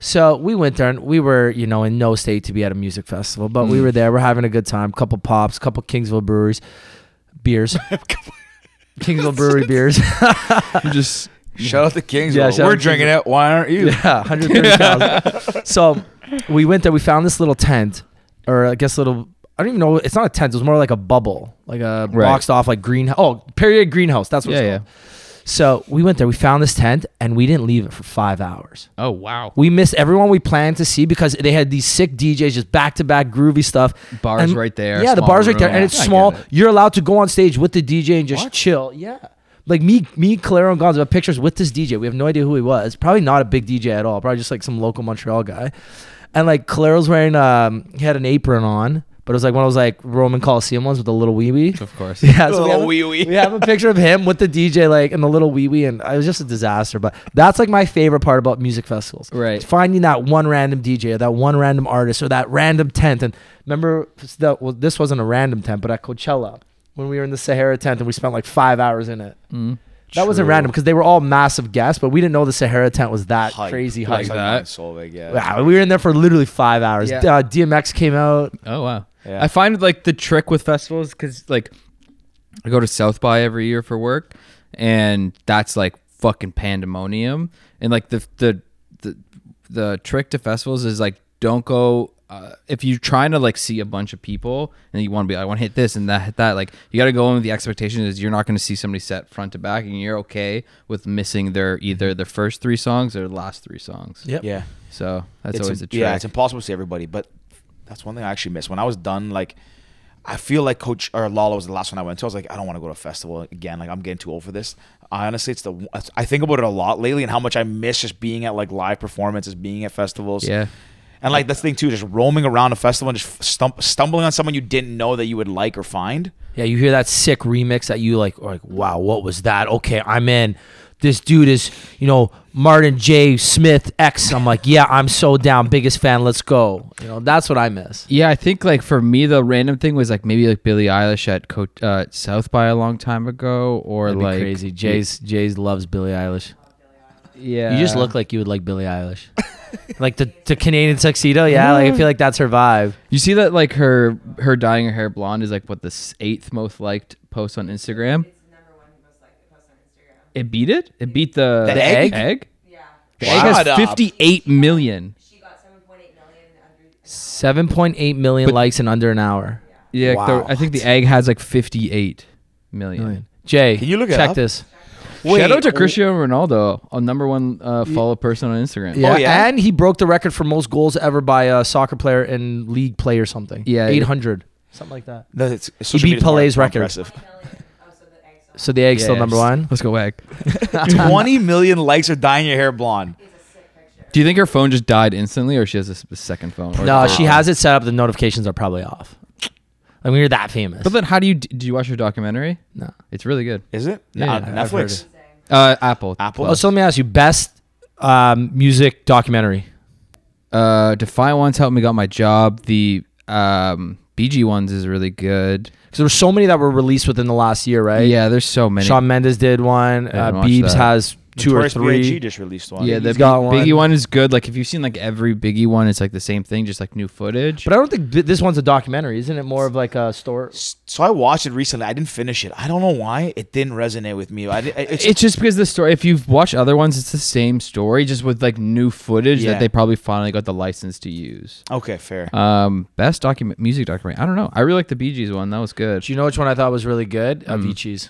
Speaker 1: So we went there and we were, you know, in no state to be at a music festival, but
Speaker 5: Mm.
Speaker 1: we were there. We're having a good time. Couple pops, couple Kingsville breweries, beers, Kingsville brewery beers. Uh,
Speaker 5: You just
Speaker 2: Shout out to Kings.
Speaker 1: Yeah, shout out
Speaker 2: we're
Speaker 1: to
Speaker 2: drinking it. Why aren't you?
Speaker 1: yeah, 130,000. so we went there. We found this little tent, or I guess little. I don't even know. It's not a tent. It was more like a bubble, like a
Speaker 5: Right.
Speaker 1: boxed off, like green. Oh, Perrier greenhouse. That's what
Speaker 5: yeah,
Speaker 1: it's
Speaker 5: yeah.
Speaker 1: called. So we went there. We found this tent, and we didn't leave it for five hours.
Speaker 5: Oh wow.
Speaker 1: We missed everyone we planned to see because they had these sick DJs, just back to back groovy stuff.
Speaker 5: Bars
Speaker 1: And-
Speaker 5: right there,
Speaker 1: Yeah, the
Speaker 5: small
Speaker 1: bars right there,
Speaker 5: room.
Speaker 1: and it's
Speaker 5: Yeah, I
Speaker 1: small.
Speaker 5: get it.
Speaker 1: You're allowed to go on stage with the DJ and just chill. Yeah, like me, me, Claro and Gonzo have pictures with this DJ. We have no idea who he was. Probably not a big DJ at all. Probably just like some local Montreal guy. And like Claro's wearing, um, he had an apron on, but it was like one of those like Roman Coliseum ones with a little wee wee.
Speaker 5: Of course.
Speaker 1: Yeah, so we, have
Speaker 2: Little
Speaker 1: a,
Speaker 2: wee-wee.
Speaker 1: we have a picture of him with the DJ like and the little wee wee, and it was just a disaster. But that's like my favorite part about music festivals.
Speaker 5: Right.
Speaker 1: It's finding that one random DJ, or that one random artist, or that random tent. And remember, s- that well, this wasn't a random tent, but at Coachella when we were in the Sahara tent and we spent like five hours in it.
Speaker 5: Mm-hmm.
Speaker 1: That wasn't
Speaker 2: True.
Speaker 1: random because they were all massive guests, but we didn't know the Sahara tent was that
Speaker 2: Hype.
Speaker 1: crazy
Speaker 5: Like
Speaker 1: hype.
Speaker 5: that.
Speaker 2: Solveig, yeah.
Speaker 1: Wow, we were in there for literally five hours.
Speaker 2: Yeah.
Speaker 1: Uh, DMX came out.
Speaker 5: Oh wow.
Speaker 2: Yeah.
Speaker 5: I find like the trick with festivals because like I go to South by every year for work, and that's like fucking pandemonium. And like the the the, the trick to festivals is like don't go. Uh, if you're trying to like see a bunch of people and you want to be, I want to hit this and that, hit that. Like you got to go in with the expectation is you're not going to see somebody set front to back, and you're okay with missing their either their first three songs or last three songs.
Speaker 1: Yep.
Speaker 2: Yeah.
Speaker 5: So that's
Speaker 2: it's
Speaker 5: always
Speaker 2: im-
Speaker 5: a trick.
Speaker 2: Yeah, it's impossible to see everybody, but that's one thing I actually missed. When I was done, like I feel like Coach or Lala was the last one I went to. I was like, I don't want to go to a festival again. Like I'm getting too old for this. I honestly, it's the one- I think about it a lot lately and how much I miss just being at like live performances, being at festivals.
Speaker 5: Yeah.
Speaker 2: And like that's the thing too, just roaming around a festival and just stump, stumbling on someone you didn't know that you would like or find.
Speaker 1: Yeah, you hear that sick remix that you like, are like, wow, what was that? Okay, I'm in. This dude is, you know, Martin J. Smith X. I'm like, yeah, I'm so down. Biggest fan. Let's go. You know, that's what I miss.
Speaker 5: Yeah, I think like for me the random thing was like maybe like Billie Eilish at Co- uh, at South by a long time ago, or
Speaker 1: That'd be
Speaker 5: like
Speaker 1: crazy. Jay's Jay's loves Billie Eilish.
Speaker 5: Yeah,
Speaker 1: You just look like you would like Billie Eilish, like the, the Canadian tuxedo. Yeah, like I feel like that's her vibe.
Speaker 5: You see that like her her dyeing her hair blonde is like what the s- eighth most liked post on Instagram.
Speaker 6: It's the number one most liked post on Instagram.
Speaker 5: It beat it. It beat the
Speaker 2: The egg?
Speaker 5: Egg.
Speaker 6: Yeah.
Speaker 5: The egg
Speaker 2: Shut
Speaker 5: has
Speaker 2: up.
Speaker 5: fifty eight million.
Speaker 6: She got 7.8 million under
Speaker 1: Seven point eight million likes in under an hour.
Speaker 5: Yeah, like, the-
Speaker 2: Wow.
Speaker 5: I think the egg has like fifty eight million.
Speaker 1: Jay,
Speaker 2: Can you look it
Speaker 1: check
Speaker 2: up?
Speaker 1: this?
Speaker 5: Shout
Speaker 2: oh,
Speaker 5: out to Cristiano Ronaldo, a number one uh, follow person on Instagram.
Speaker 1: Oh, Yeah.
Speaker 2: yeah?
Speaker 1: and he broke the record for most goals ever by a soccer player in league play or something.
Speaker 5: Yeah.
Speaker 1: eight hundred, something like that.
Speaker 2: No,
Speaker 5: E
Speaker 2: it's, social
Speaker 1: beat
Speaker 2: media's more
Speaker 1: Pelé's record.
Speaker 2: impressive.
Speaker 6: 20 million. Oh, so the egg's on.
Speaker 1: So the egg's still
Speaker 5: Yeah,
Speaker 1: number
Speaker 5: just-
Speaker 1: one.
Speaker 5: Let's go egg.
Speaker 2: Twenty million likes are dyeing your hair blonde.
Speaker 6: It's a sick picture.
Speaker 5: Do you think her phone just died instantly, or she has a s- second phone? Or
Speaker 1: No,
Speaker 5: the
Speaker 1: she
Speaker 5: third phone?
Speaker 1: has it set up. The notifications are probably off. I mean, you're that famous.
Speaker 5: But then, how do you do? You watch her documentary?
Speaker 1: No.
Speaker 5: It's really good.
Speaker 2: Is it?
Speaker 5: Yeah,
Speaker 2: Nah,
Speaker 5: I've
Speaker 1: heard
Speaker 2: Netflix.
Speaker 1: it.
Speaker 5: Uh, Apple.
Speaker 2: Apple?
Speaker 1: oh, so let me ask you: best um, music documentary.
Speaker 5: Uh, Defy ones helped me got my job. The um, BG ones is really good.
Speaker 1: Because there were so many that were released within the last year, right?
Speaker 5: Yeah, there's so many.
Speaker 1: Sean Mendes did one. Uh,
Speaker 5: watch
Speaker 1: Biebs
Speaker 5: that.
Speaker 1: has two
Speaker 2: Notorious
Speaker 1: or three.
Speaker 2: B.I.G. just released one.
Speaker 5: yeah, the
Speaker 1: He's got
Speaker 5: Biggie
Speaker 1: one.
Speaker 5: one is good. Like if you've seen like every Biggie one, it's like the same thing, just like new footage.
Speaker 1: But I don't think th- this one's a documentary. Isn't it more of like a story?
Speaker 2: So I watched it recently. I didn't finish it. I don't know why it didn't resonate with me. I di- it's,
Speaker 5: it's just because the story. If you've watched other ones, it's the same story, just with like new footage
Speaker 2: Yeah.
Speaker 5: that they probably finally got the license to use.
Speaker 2: okay, fair.
Speaker 5: Um, best document music documentary. I don't know. I really like the Bee Gees one. That was good.
Speaker 1: Do you know which one I thought was really good? Avicii's.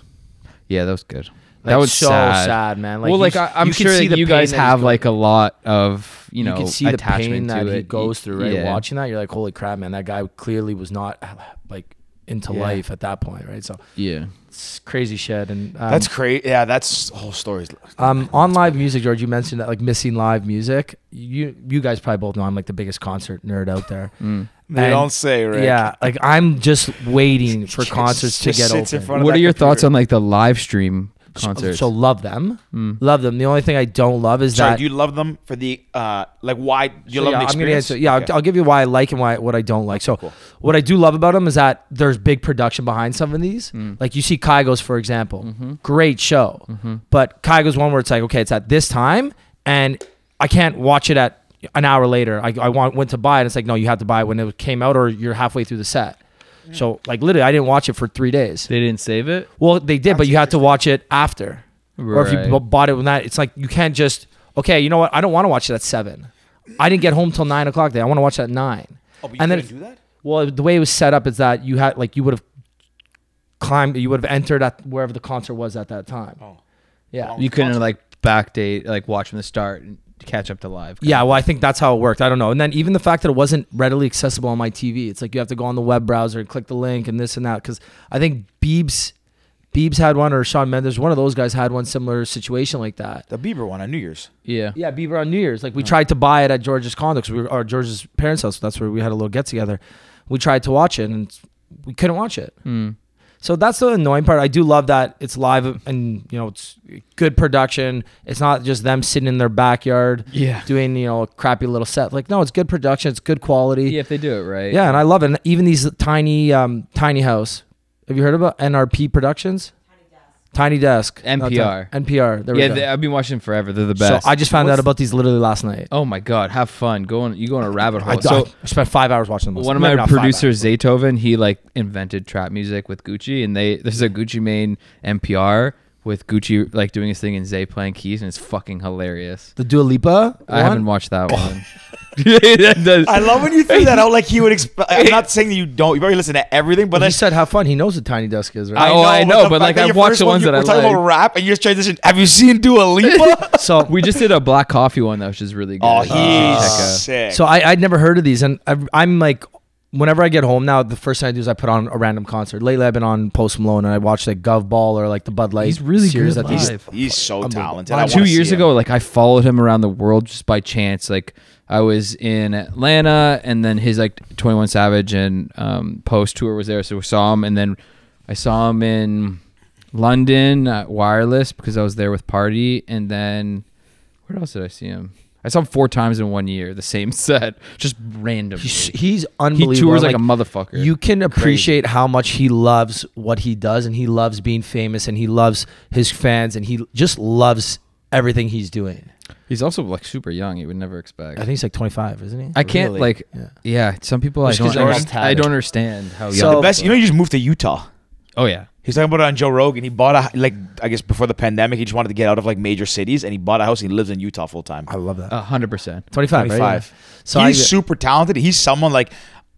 Speaker 5: Yeah, that was good.
Speaker 1: Like,
Speaker 5: that was
Speaker 1: so
Speaker 5: sad.
Speaker 1: sad, man. Like,
Speaker 5: well,
Speaker 1: you
Speaker 5: like
Speaker 1: s-
Speaker 5: I, I'm
Speaker 1: you can
Speaker 5: sure
Speaker 1: see
Speaker 5: that
Speaker 1: the
Speaker 5: you
Speaker 1: pain
Speaker 5: guys
Speaker 1: that he's
Speaker 5: have
Speaker 1: going
Speaker 5: like a lot of you know
Speaker 1: you can see the pain
Speaker 5: attachment
Speaker 1: that
Speaker 5: to
Speaker 1: he
Speaker 5: it.
Speaker 1: goes through, right?
Speaker 5: Yeah.
Speaker 1: Watching that, you're like, holy crap, man, that guy clearly was not like into
Speaker 5: Yeah.
Speaker 1: life at that point, right? So
Speaker 5: Yeah.
Speaker 1: it's crazy shit. And um,
Speaker 2: that's crazy. Yeah, that's the whole story.
Speaker 1: um, on live music, George. You mentioned that like missing live music. You you guys probably both know I'm like the biggest concert nerd out there.
Speaker 2: They
Speaker 1: And-
Speaker 2: don't say, right?
Speaker 1: Yeah, like I'm just waiting for
Speaker 2: Just-
Speaker 1: concerts to
Speaker 2: just
Speaker 1: get
Speaker 2: sits in
Speaker 1: open.
Speaker 2: front of
Speaker 5: What
Speaker 2: that
Speaker 5: are your
Speaker 2: computer.
Speaker 5: thoughts on like the live stream concerts?
Speaker 1: So love them, love them. The only thing I don't love is
Speaker 2: Sorry,
Speaker 1: that
Speaker 2: do you love them for the uh, like why do you
Speaker 1: So,
Speaker 2: love
Speaker 1: yeah,
Speaker 2: the
Speaker 1: I'm gonna
Speaker 2: experience?
Speaker 1: answer, yeah, I'll-
Speaker 2: Okay.
Speaker 1: I'll, give you why I like and why what I don't like. So, what I do love about them is that there's big production behind some of these.
Speaker 2: Mm.
Speaker 1: Like you see Kygo's, for example,
Speaker 2: Mm-hmm.
Speaker 1: great show, but Kygo's one where it's like, okay, it's at this time, and I can't watch it at an hour later. I, I want went to buy it. It's like, no, you have to buy it when it came out, or you're halfway through the set. So, like literally, I didn't watch it for three days.
Speaker 5: they didn't save it.
Speaker 1: Well, they did, but you had to watch it after, or if you
Speaker 5: Right.
Speaker 1: b- bought it when that. It's like you can't just okay. You know what? I don't want to watch it at seven. I didn't get home till nine o'clock. Today. I want to watch it at nine.
Speaker 2: Oh, but you
Speaker 1: and then
Speaker 2: couldn't do that?
Speaker 1: well, the way it was set up is that you had like you would have climbed, you would have entered at wherever the concert was at that time.
Speaker 2: Oh.
Speaker 1: Yeah.
Speaker 2: Wow.
Speaker 5: You couldn't like backdate, like watch from the start and catch up to live.
Speaker 1: Yeah, well, I think that's how it worked. I don't know. And then even the fact that it wasn't readily accessible on my TV, it's like you have to go on the web browser and click the link and this and that. Because I think Biebs Biebs had one, or Sean Mendes, one of those guys had one similar situation like that.
Speaker 2: The Bieber one on New Year's.
Speaker 5: Yeah.
Speaker 1: Yeah, Beaver on New Year's. Like we tried to buy it at George's condo 'cause we were, or George's parents' house. That's where we had a little get together. We tried to watch it and we couldn't watch it.
Speaker 5: Mm.
Speaker 1: So that's the annoying part. I do love that it's live and you know it's good production. It's not just them sitting in their backyard
Speaker 5: Yeah.
Speaker 1: doing you know a crappy little set. Like no, it's good production. It's good quality.
Speaker 5: Yeah, if they do it right.
Speaker 1: Yeah, and I love it. And even these tiny um, tiny house. Have you heard about NRP Productions?
Speaker 6: Tiny desk.
Speaker 1: Tiny Desk.
Speaker 5: NPR.
Speaker 1: Not ti- NPR. There
Speaker 5: Yeah,
Speaker 1: we go.
Speaker 5: they, I've been watching them forever. They're the best.
Speaker 1: So I just found out about these literally last night.
Speaker 5: Oh my god, have fun. Go on you go on a rabbit
Speaker 1: I,
Speaker 5: hole. Oh, So
Speaker 1: I spent five hours watching them. last
Speaker 5: one of
Speaker 1: night. Maybe
Speaker 5: my
Speaker 1: not five
Speaker 5: producers, Zaytoven, he like invented trap music with Gucci, and they there's a Gucci main NPR with Gucci like doing his thing and Zay playing keys, and it's fucking hilarious.
Speaker 1: The Dua Lipa.
Speaker 5: I haven't
Speaker 1: one?
Speaker 5: watched that one. That does-
Speaker 2: I love when you threw that out like he would. Exp- I'm not saying that you don't. You probably listen to everything, but
Speaker 1: He
Speaker 2: that's.
Speaker 1: said how fun. He knows what Tiny Desk is,
Speaker 5: I-
Speaker 1: right?
Speaker 5: Oh, know,
Speaker 2: the
Speaker 5: but,
Speaker 2: fact
Speaker 5: like,
Speaker 2: that
Speaker 5: I've
Speaker 2: your
Speaker 5: watched
Speaker 2: first
Speaker 5: the
Speaker 2: one,
Speaker 5: ones
Speaker 2: you-
Speaker 5: that I
Speaker 2: We're talking about
Speaker 5: like.
Speaker 2: rap, and you just transitioned. Have you seen Dua Lipa?
Speaker 1: so
Speaker 5: we just did a black coffee one that was just really good.
Speaker 2: oh,
Speaker 5: You
Speaker 2: he's
Speaker 5: should check out.
Speaker 2: sick.
Speaker 1: So I, I'd never heard of these, and I've, I'm like, whenever I get home now, the first thing I do is I put on a random concert. Lately, I've been on Post Malone, and I watch like Gov Ball or like the Bud Light.
Speaker 5: He's really
Speaker 1: series
Speaker 5: good
Speaker 1: that these-
Speaker 5: live.
Speaker 2: he's so talented.
Speaker 1: Wow.
Speaker 2: I
Speaker 5: Uh, two
Speaker 2: wanna see
Speaker 5: years
Speaker 2: him.
Speaker 5: ago, like I followed him around the world just by chance. Like I was in Atlanta, and then his like Twenty One Savage and um, Post tour was there, so we saw him, and then I saw him in London at Wireless because I was there with Party, and then where else did I see him? I saw him four times in one year, the same set, just randomly.
Speaker 1: He's, he's unbelievable.
Speaker 5: tours like a motherfucker.
Speaker 1: You can appreciate how much he loves what he does, and he loves being famous, and he loves his fans, and he just loves everything he's doing.
Speaker 5: He's also like super young. You would never expect.
Speaker 1: I think he's like 25, isn't he?
Speaker 5: I can't
Speaker 2: Really?
Speaker 5: like
Speaker 1: Yeah.
Speaker 5: yeah. Some people I
Speaker 1: Just 'cause
Speaker 5: don't,
Speaker 1: they're all
Speaker 5: understand, I
Speaker 1: tatted.
Speaker 5: don't understand how
Speaker 1: So-
Speaker 5: young.
Speaker 2: the best. You know, you just moved to Utah.
Speaker 5: oh yeah.
Speaker 2: He's talking about it on Joe Rogan. He bought a like I guess before the pandemic, he just wanted to get out of like major cities, and he bought a house. He lives in Utah full time.
Speaker 1: I love that.
Speaker 5: A hundred percent.
Speaker 1: 25,
Speaker 2: 25.
Speaker 1: Right? Yeah. So I,
Speaker 2: he's super talented. He's someone like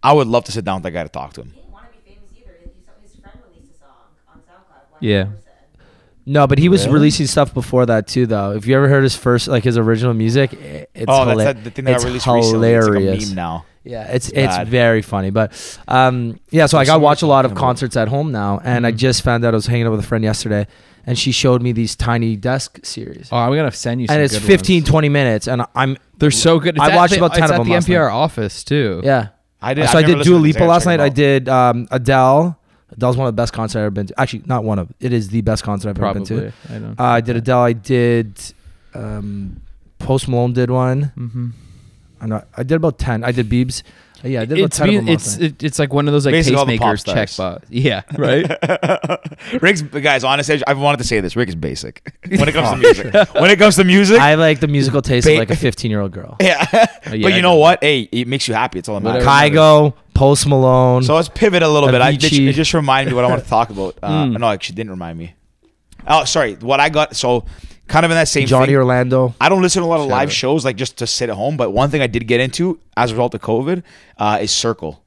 Speaker 2: I would love to sit down with that guy to talk to him.
Speaker 6: He didn't want to be famous either. He saw his friend released a song on SoundCloud. Why
Speaker 5: Yeah.
Speaker 6: not Said.
Speaker 1: no, but he was
Speaker 2: Really?
Speaker 1: releasing stuff before that too, though. If you ever heard his first, like his original music, i- it's
Speaker 2: oh,
Speaker 1: hila-
Speaker 2: that's that, the thing that
Speaker 1: it's
Speaker 2: I released recently. It's like a
Speaker 1: hilarious.
Speaker 2: meme now.
Speaker 1: Yeah, it's it's,
Speaker 2: It's bad.
Speaker 1: very funny, but um, yeah. So like I
Speaker 2: someone
Speaker 1: watch a lot of
Speaker 2: talking about-
Speaker 1: concerts at home now, and
Speaker 2: Mm-hmm.
Speaker 1: I just found out I was hanging out with a friend yesterday, and she showed me these tiny desk series,
Speaker 5: Oh, I'm gonna send you. Some
Speaker 1: and it's
Speaker 5: good
Speaker 1: 15,
Speaker 5: ones.
Speaker 1: 20 minutes, and I'm
Speaker 5: They're so good. It's
Speaker 1: I
Speaker 5: at
Speaker 1: watched
Speaker 5: the-
Speaker 1: about 10
Speaker 5: it's
Speaker 1: of
Speaker 5: at
Speaker 1: them
Speaker 5: the
Speaker 1: last
Speaker 5: NPR office too.
Speaker 1: yeah.
Speaker 2: I did.
Speaker 1: so I
Speaker 2: I've never
Speaker 1: did Dua
Speaker 2: listened to
Speaker 1: Lipa
Speaker 2: these guys
Speaker 1: last night.
Speaker 2: talking
Speaker 1: I
Speaker 2: about-
Speaker 1: did um, Adele. Adele's one of the best concerts I've ever been to. Actually, not one of. It is the best concert I've
Speaker 5: probably.
Speaker 1: ever been to.
Speaker 5: I don't.
Speaker 1: Uh, I did Adele. I did um, Post Malone. Did one.
Speaker 5: mm-hmm.
Speaker 1: I know. I did about ten. I did Biebs. Uh, yeah, I did about
Speaker 5: It's
Speaker 1: ten of
Speaker 5: be,
Speaker 1: them last
Speaker 5: it's
Speaker 1: night.
Speaker 5: it, it's like one of those like
Speaker 2: Basically all the pop
Speaker 5: tastemakers check
Speaker 2: stars.
Speaker 5: box. Yeah. Right.
Speaker 2: Rick's guys. Honestly, I've wanted to say this. Rick is basic when it comes to music. When it comes to music,
Speaker 1: Oh, I like the musical taste
Speaker 2: Ba-
Speaker 1: of like a fifteen-year-old girl.
Speaker 2: yeah.
Speaker 5: yeah,
Speaker 2: But
Speaker 5: I
Speaker 2: you know
Speaker 5: know.
Speaker 2: what? Hey, it makes you happy. It's all that matters.
Speaker 5: Whatever.
Speaker 1: Kygo, Post Malone.
Speaker 2: So let's pivot a little bit. I, it, just-
Speaker 1: Avicii. Hmm.
Speaker 2: it just reminded me what I want to talk about. Uh, No, actually, it didn't remind me. Oh, sorry. What I got. So, kind of in that same
Speaker 1: Johnny
Speaker 2: thing.
Speaker 1: Orlando.
Speaker 2: I don't listen to a lot of live
Speaker 5: out.
Speaker 2: shows, like just to sit at home. But one thing I did get into as a result of COVID uh, is Circle.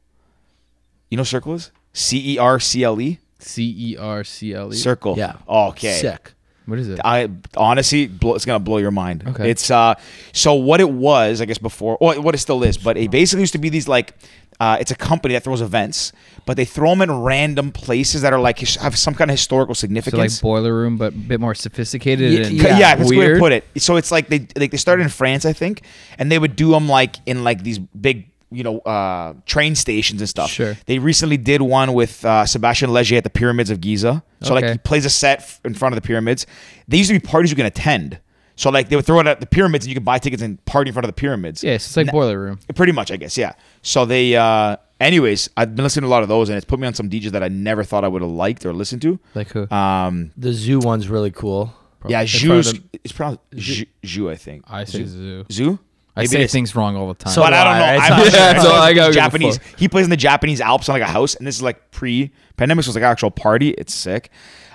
Speaker 2: You know, what Circle is C E R C L E.
Speaker 5: C E R C L E.
Speaker 2: Circle.
Speaker 1: Yeah.
Speaker 2: oh, Okay.
Speaker 1: Sick.
Speaker 5: What is it?
Speaker 2: I honestly, blow, it's gonna blow your mind.
Speaker 5: Okay.
Speaker 2: It's uh, so what it was, I guess before, or what it still is, but it basically used to be these like, uh, it's a company that throws events, but they throw them in random places that are like his- have some kind of historical
Speaker 5: So like
Speaker 2: significance.
Speaker 5: boiler room, but a bit more sophisticated
Speaker 1: Yeah,
Speaker 5: and
Speaker 1: yeah.
Speaker 2: yeah,
Speaker 1: Yeah,
Speaker 2: that's the way
Speaker 5: weird.
Speaker 2: to put it. So it's like they like they started in France, I think, and they would do them like in like these big you know uh train stations and stuff
Speaker 5: Sure.
Speaker 2: they recently did one with uh sebastian leger at the pyramids of giza so like
Speaker 5: Okay.
Speaker 2: he plays a set f- in front of the pyramids they used to be parties you can attend so like they would throw it at the pyramids and you could buy tickets and party in front of the pyramids
Speaker 5: Yeah, so it's like boiler room.
Speaker 2: pretty much i guess yeah so they uh anyways i've been listening to a lot of those and it's put me on some djs that i never thought i would have liked or listened to
Speaker 5: Like who?
Speaker 2: um
Speaker 1: The zoo one's really cool.
Speaker 2: yeah,
Speaker 5: front
Speaker 2: Zhu's,
Speaker 5: of
Speaker 2: it's pronounced Zhu, Zhu, I think.
Speaker 5: I say Zhu.
Speaker 2: Zoo?
Speaker 5: I say things wrong all the time.
Speaker 1: So-
Speaker 2: But I don't know.
Speaker 1: Why, right?
Speaker 2: I'm not
Speaker 5: Yeah,
Speaker 2: sure.
Speaker 5: that's all I gotta give a
Speaker 2: Japanese.
Speaker 5: fuck.
Speaker 2: He plays in the Japanese Alps on like a house, and this is like pre pandemic, so it's like an actual party. It's sick.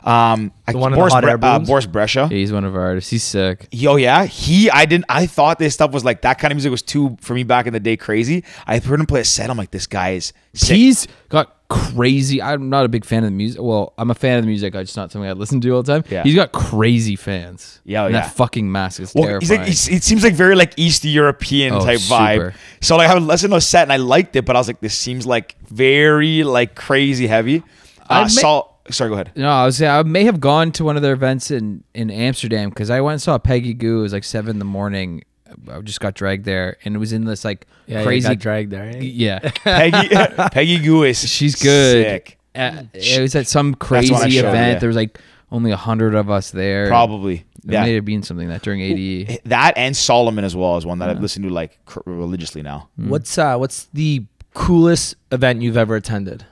Speaker 2: Um, I,
Speaker 1: one in the
Speaker 2: Boris,
Speaker 1: hot air
Speaker 2: uh,
Speaker 1: balloons?
Speaker 2: Boris Brescia.
Speaker 5: Yeah, he's one of our artists. He's sick.
Speaker 2: Yo, yeah, he. I didn't. I thought this stuff was like that kind of music was too for me back in the day crazy. I heard him play a set. I'm like, this guy is sick.
Speaker 5: He's got crazy. I'm not a big fan of the music. Well, I'm a fan of the music. I just not something I listen to all the time.
Speaker 2: Yeah.
Speaker 5: He's got crazy fans.
Speaker 2: Yeah, oh
Speaker 5: and
Speaker 2: yeah.
Speaker 5: That fucking mask is
Speaker 2: Well, he's
Speaker 5: terrifying.
Speaker 2: like, he's, it seems like very like East European
Speaker 5: Oh,
Speaker 2: type
Speaker 5: super.
Speaker 2: vibe. So like I would listen to a set and I liked it, but I was like, this seems like very like crazy heavy.
Speaker 5: I
Speaker 2: Uh,
Speaker 5: may-
Speaker 2: Saul Sorry, go ahead.
Speaker 5: No, I was. I may have gone to one of their events in in Amsterdam because I went and saw Peggy Goo. It was like seven in the morning. I just got dragged there, and it was in this like
Speaker 1: Yeah, you
Speaker 5: crazy.
Speaker 1: got dragged there. eh?
Speaker 5: yeah,
Speaker 2: Peggy Peggy Goo is
Speaker 5: she's good.
Speaker 2: sick.
Speaker 5: Uh, it was at some crazy
Speaker 2: what I
Speaker 5: event.
Speaker 2: showed, yeah.
Speaker 5: There was like only a hundred of us there.
Speaker 2: Probably.
Speaker 5: It
Speaker 2: Yeah.
Speaker 5: may have been something that during E. ADE.
Speaker 2: That and Solomon as well is one that I've listened to like cr- religiously now.
Speaker 1: What's uh what's the coolest event you've ever attended?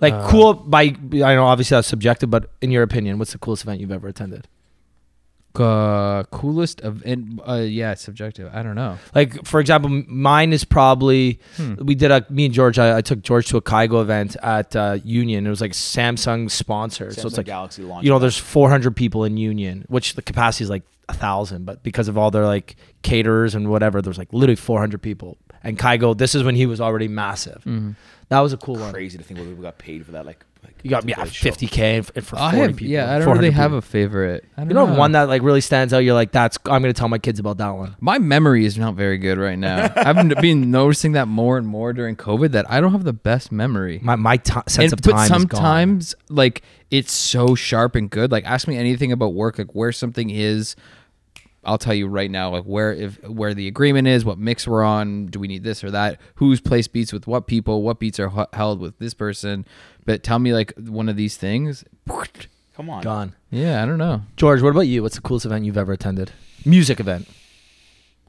Speaker 1: Like
Speaker 2: Uh,
Speaker 1: cool by I know obviously that's subjective, but in your opinion, what's the coolest event you've ever attended?
Speaker 5: Uh, coolest of and uh, yeah, it's subjective. I don't know.
Speaker 1: Like for example, m- mine is probably
Speaker 2: Hmm.
Speaker 1: we did a me and George. I, I took George to a Kaigo event at uh, Union. It was like Samsung sponsored, so
Speaker 2: Samsung
Speaker 1: it's like
Speaker 2: Galaxy launch
Speaker 1: You know,
Speaker 2: event.
Speaker 1: there's 400 people in Union, which the capacity is like a thousand, but because of all their like caterers and whatever, there's like literally 400 people. And Kaigo, this is when he was already massive.
Speaker 2: Mm-hmm.
Speaker 1: That was a cool one.
Speaker 2: Crazy to think what people got paid for that. Like, like
Speaker 1: You got
Speaker 2: to
Speaker 1: yeah,
Speaker 2: play a show.
Speaker 1: 50k and, and for 40
Speaker 5: I have
Speaker 1: people.
Speaker 5: yeah. I don't
Speaker 1: 400
Speaker 5: really have
Speaker 1: people.
Speaker 5: a favorite. I don't
Speaker 1: You know,
Speaker 5: know
Speaker 1: one that like really stands out. You're like, that's I'm gonna tell my kids about that one.
Speaker 5: My memory is not very good right now. I've been- been noticing that more and more during COVID that I don't have the best memory.
Speaker 1: My my ti sense
Speaker 5: And,
Speaker 1: of time.
Speaker 5: but
Speaker 1: is gone.
Speaker 5: sometimes, like, it's so sharp and good. Like, ask me anything about work, like where something is. I'll tell you right now, like where if where the agreement is, what mix we're on, do we need this or that, who's place beats with what people, what beats are h- held with this person. But tell me like one of these things.
Speaker 2: Come on.
Speaker 1: gone.
Speaker 5: Yeah, I don't know.
Speaker 1: George, what about you? What's the coolest event you've ever attended? Music event.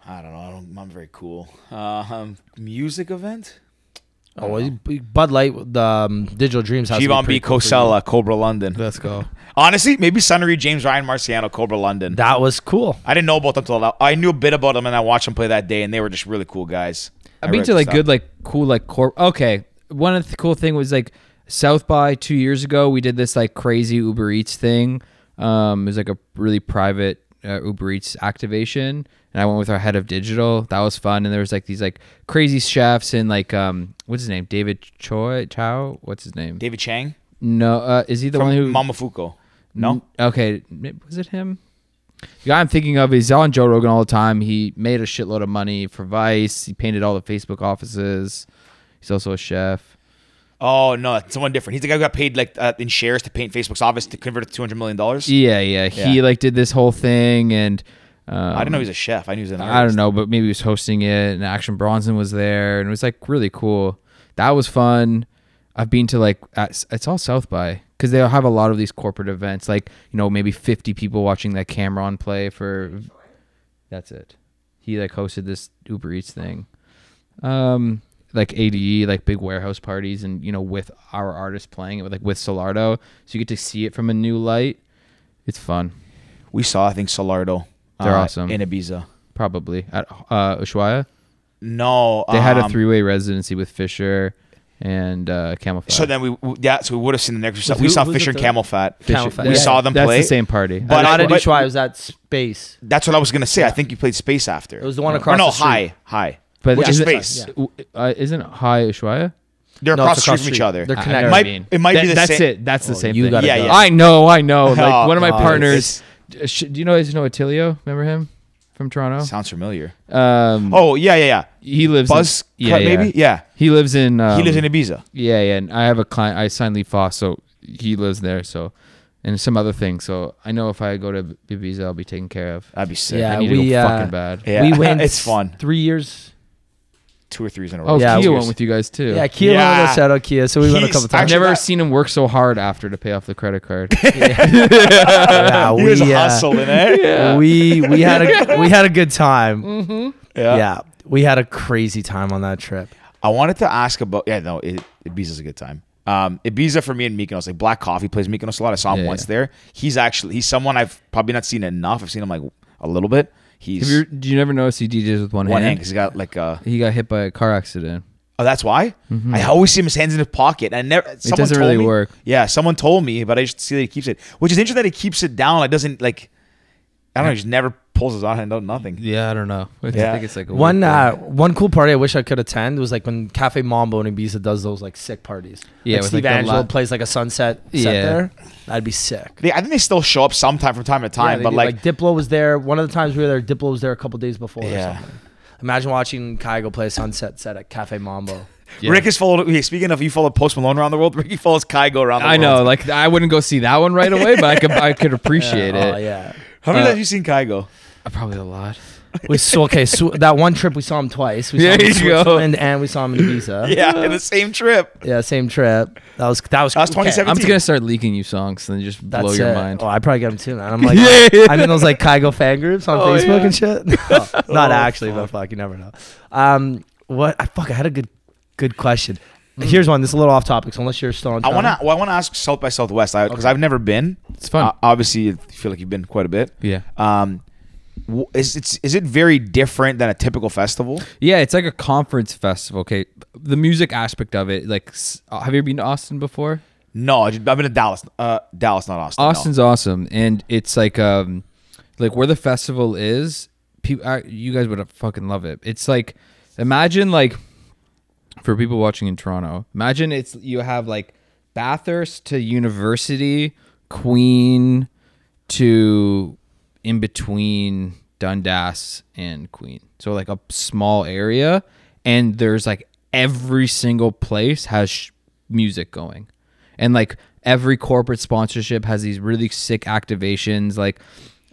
Speaker 2: I don't know. I don't, I'm very cool. Uh, um, music event.
Speaker 1: Oh, Bud Light, the um, Digital Dreams has to
Speaker 2: Jevon B.
Speaker 1: pretty cool for you.
Speaker 2: Cosella, Cobra London.
Speaker 1: Let's go.
Speaker 2: Honestly, maybe Sunnery James Ryan Marciano, Cobra London.
Speaker 1: That was cool.
Speaker 2: I didn't know about them till I knew a bit about them and I watched them play that day and they were just really cool guys.
Speaker 5: I've been
Speaker 2: wrote
Speaker 5: to like
Speaker 2: this
Speaker 5: good,
Speaker 2: up.
Speaker 5: like cool, like corp. Okay, one of the cool thing was like South by two years ago. We did this like crazy Uber Eats thing. Um, it was like a really private uh, Uber Eats activation, and I went with our head of digital. That was fun, and there was like these like crazy chefs and like um, what's his name, David Choi Chow. What's his name?
Speaker 2: David Chang
Speaker 5: no, uh, is he the one who? Mm.
Speaker 2: from Mamafuko. No?
Speaker 5: Okay, m- was it him? The guy I'm thinking of is on Joe Rogan all the time. He made a shitload of money for Vice. He painted all the Facebook offices. He's also a chef.
Speaker 2: Oh, no. It's someone different. He's the guy who got paid like uh, in shares to paint Facebook's office to convert it to $200 million.
Speaker 5: Yeah, yeah. He
Speaker 2: Yeah.
Speaker 5: like did this whole thing, and um,
Speaker 2: I didn't know he was a chef. I knew he was an artist.
Speaker 5: I don't know, but maybe he was hosting it, and Action Bronson was there, and it was like really cool. That was fun. I've been to like at, it's all South by because they'll have a lot of these corporate events, like you know maybe fifty people watching that Cameron play for. That's it. He like hosted this Uber Eats thing, um, like ADE, like big warehouse parties, and you know with our artist playing it, with like with Solardo, so you get to see it from a new light. It's fun,
Speaker 2: We saw, I think, Solardo.
Speaker 5: They're
Speaker 2: uh,
Speaker 5: awesome.
Speaker 2: In Ibiza.
Speaker 5: probably at uh, Ushuaia.
Speaker 2: No.
Speaker 5: They had a
Speaker 2: um,
Speaker 5: three-way residency with Fisher and uh, Camouflage.
Speaker 2: So then we, we- yeah, so we would have seen the next.
Speaker 1: With
Speaker 2: we
Speaker 1: who-
Speaker 2: saw
Speaker 1: who's the
Speaker 2: Fisher and
Speaker 1: third?
Speaker 2: Camel Fat.
Speaker 5: Fisher-
Speaker 1: Camouflage.
Speaker 2: We
Speaker 1: Yeah,
Speaker 2: saw them
Speaker 5: that's
Speaker 2: play.
Speaker 5: the same party.
Speaker 2: But
Speaker 1: But
Speaker 2: I-
Speaker 1: out of
Speaker 2: but-
Speaker 1: Detroit was that space.
Speaker 2: That's what I was gonna say. I think you played Space after. It
Speaker 1: was the one across
Speaker 2: no,
Speaker 1: the street.
Speaker 2: High, High.
Speaker 5: but
Speaker 2: Which is
Speaker 5: isn't-
Speaker 2: space.
Speaker 1: yeah.
Speaker 5: Uh, isn't High Ushuaia?
Speaker 2: They're
Speaker 1: No,
Speaker 2: across the
Speaker 1: it's
Speaker 2: street
Speaker 1: across
Speaker 2: from
Speaker 1: street.
Speaker 2: each other. Ah.
Speaker 1: They're
Speaker 5: I- I
Speaker 1: connected.
Speaker 5: know what
Speaker 2: Might-
Speaker 5: I mean.
Speaker 2: it might
Speaker 5: That-
Speaker 2: be the
Speaker 5: that's
Speaker 2: same-
Speaker 5: it. That's the
Speaker 1: Oh,
Speaker 5: same
Speaker 1: you
Speaker 5: thing.
Speaker 1: gotta
Speaker 2: Yeah, go. yeah.
Speaker 5: I know. I know. Like
Speaker 2: Oh,
Speaker 5: one of my
Speaker 2: God.
Speaker 5: partners. uh, sh- Do you know? Do you know Attilio? Remember him from Toronto?
Speaker 2: Sounds familiar.
Speaker 5: Um,
Speaker 2: Oh yeah, yeah, yeah.
Speaker 5: he lives.
Speaker 2: Buzz
Speaker 5: in,
Speaker 2: cut, maybe. Yeah.
Speaker 5: He lives in. Um,
Speaker 2: He lives in Ibiza.
Speaker 5: Yeah, yeah. And I have a client. I signed Lee Foss, so he lives there. So, and some other things. So I know if I go to Ibiza, I'll be taken care of.
Speaker 2: That'd be sick.
Speaker 5: I
Speaker 1: Yeah.
Speaker 5: need to
Speaker 1: we,
Speaker 5: go
Speaker 1: uh,
Speaker 5: fucking bad.
Speaker 2: Yeah.
Speaker 1: We went
Speaker 2: it's fun.
Speaker 1: Three years.
Speaker 2: Two or threes in a row.
Speaker 5: Oh,
Speaker 1: Yeah,
Speaker 5: Kia
Speaker 1: we-
Speaker 5: went with you guys too.
Speaker 1: Yeah, Kia yeah.
Speaker 2: Yeah.
Speaker 1: wanted us out of Kia, so we went a
Speaker 2: He's
Speaker 1: couple
Speaker 5: I've
Speaker 1: times.
Speaker 2: actually-
Speaker 5: never
Speaker 2: that-
Speaker 5: seen him work so hard after to pay off the credit card.
Speaker 1: yeah,
Speaker 2: He was
Speaker 1: we, uh,
Speaker 2: hustling, eh? yeah.
Speaker 1: we we had a we had a good time. Yeah, we had a crazy time on that trip.
Speaker 2: I wanted to ask about. Yeah, no, it, Ibiza's a good time. Um, Ibiza for me and Mykonos, like Black Coffee plays Mykonos a lot. I saw him
Speaker 5: Yeah,
Speaker 2: once
Speaker 5: yeah.
Speaker 2: there. He's actually he's someone I've probably not seen enough. I've seen him like a little bit.
Speaker 5: Have
Speaker 2: He's
Speaker 5: you, do you never notice he DJs with one,
Speaker 2: one hand
Speaker 5: hand?
Speaker 2: because he got like uh, a.
Speaker 5: He got hit by a car accident.
Speaker 2: Oh, that's why. I always see him his hands in his pocket. I never. Someone
Speaker 5: Mm-hmm. doesn't
Speaker 2: told
Speaker 5: really
Speaker 2: me-
Speaker 5: work.
Speaker 2: Yeah, someone told me, but I just see that he keeps it, which is interesting that he keeps it down. Like doesn't like. I don't know. He just never pulls his on hand out. Nothing.
Speaker 5: Yeah, I don't know. I
Speaker 2: Yeah.
Speaker 5: think it's like a
Speaker 1: One
Speaker 5: weird
Speaker 1: uh, one cool party I wish I could attend was like when Cafe Mambo in Ibiza does those like sick parties.
Speaker 5: Yeah,
Speaker 1: like
Speaker 5: with,
Speaker 1: Steve
Speaker 5: like, the
Speaker 1: Angelo
Speaker 5: lot-
Speaker 1: plays like a sunset set
Speaker 5: Yeah.
Speaker 1: there. That'd be sick.
Speaker 2: They, I think they still show up sometime from time to
Speaker 1: Yeah,
Speaker 2: time,
Speaker 1: they
Speaker 2: but
Speaker 1: do.
Speaker 2: like,
Speaker 1: Diplo was there. One of the times we were there, Diplo was there a couple days before. Or
Speaker 2: yeah,
Speaker 1: something. Imagine watching Kygo play a sunset set at Cafe Mambo.
Speaker 5: Yeah.
Speaker 2: Rick is followed. Hey, speaking of, you follow Post Malone around the world. Ricky follows Kygo around the
Speaker 5: I
Speaker 2: world.
Speaker 5: know, like I wouldn't go see that one right away, but I could I could appreciate
Speaker 1: Oh
Speaker 5: it.
Speaker 1: yeah.
Speaker 2: How many
Speaker 5: Uh,
Speaker 2: times have you seen Kygo?
Speaker 5: Uh, Probably a lot.
Speaker 1: We so okay. So that one trip we saw him twice. We saw
Speaker 5: Yeah,
Speaker 1: him in
Speaker 5: there you go.
Speaker 1: Switzerland and we saw him in Ibiza.
Speaker 2: Yeah, in the same trip.
Speaker 1: Yeah, same trip. That was that was.
Speaker 2: That was 2017.
Speaker 5: I'm just gonna start leaking you songs and just
Speaker 1: That's
Speaker 5: blow your
Speaker 1: it.
Speaker 5: mind.
Speaker 1: Oh, I probably got him too, man. I'm like,
Speaker 5: Yeah.
Speaker 1: I'm in those like Kygo fan groups on
Speaker 5: Oh,
Speaker 1: Facebook
Speaker 5: yeah. Oh,
Speaker 1: and shit. No, not actually, but fuck, you never know. Um, what? I fuck. I had a good, good question.
Speaker 5: Mm.
Speaker 1: Here's one. This is a little off topic, so unless you're still on,
Speaker 2: I
Speaker 1: time.
Speaker 2: want to. Well, I want to ask South by Southwest because I've never been.
Speaker 5: Uh-huh. It's fun.
Speaker 2: Uh, obviously, you feel like you've been quite a bit.
Speaker 5: Yeah.
Speaker 2: Um, w- is it's is it very different than a typical festival?
Speaker 5: Yeah, it's like a conference festival. Okay, the music aspect of it, like, s- uh, have you ever been to Austin before?
Speaker 2: No, I just- I've been to Dallas. Uh, Dallas, not Austin. no.
Speaker 5: Austin's awesome, and it's like, um, like where the festival is, people, uh, you guys would fucking love it. It's like, imagine like, for people watching in Toronto, imagine it's you have like Bathurst to University, Queen to in between Dundas and Queen. So like a small area and there's like every single place has sh- music going. And like every corporate sponsorship has these really sick activations like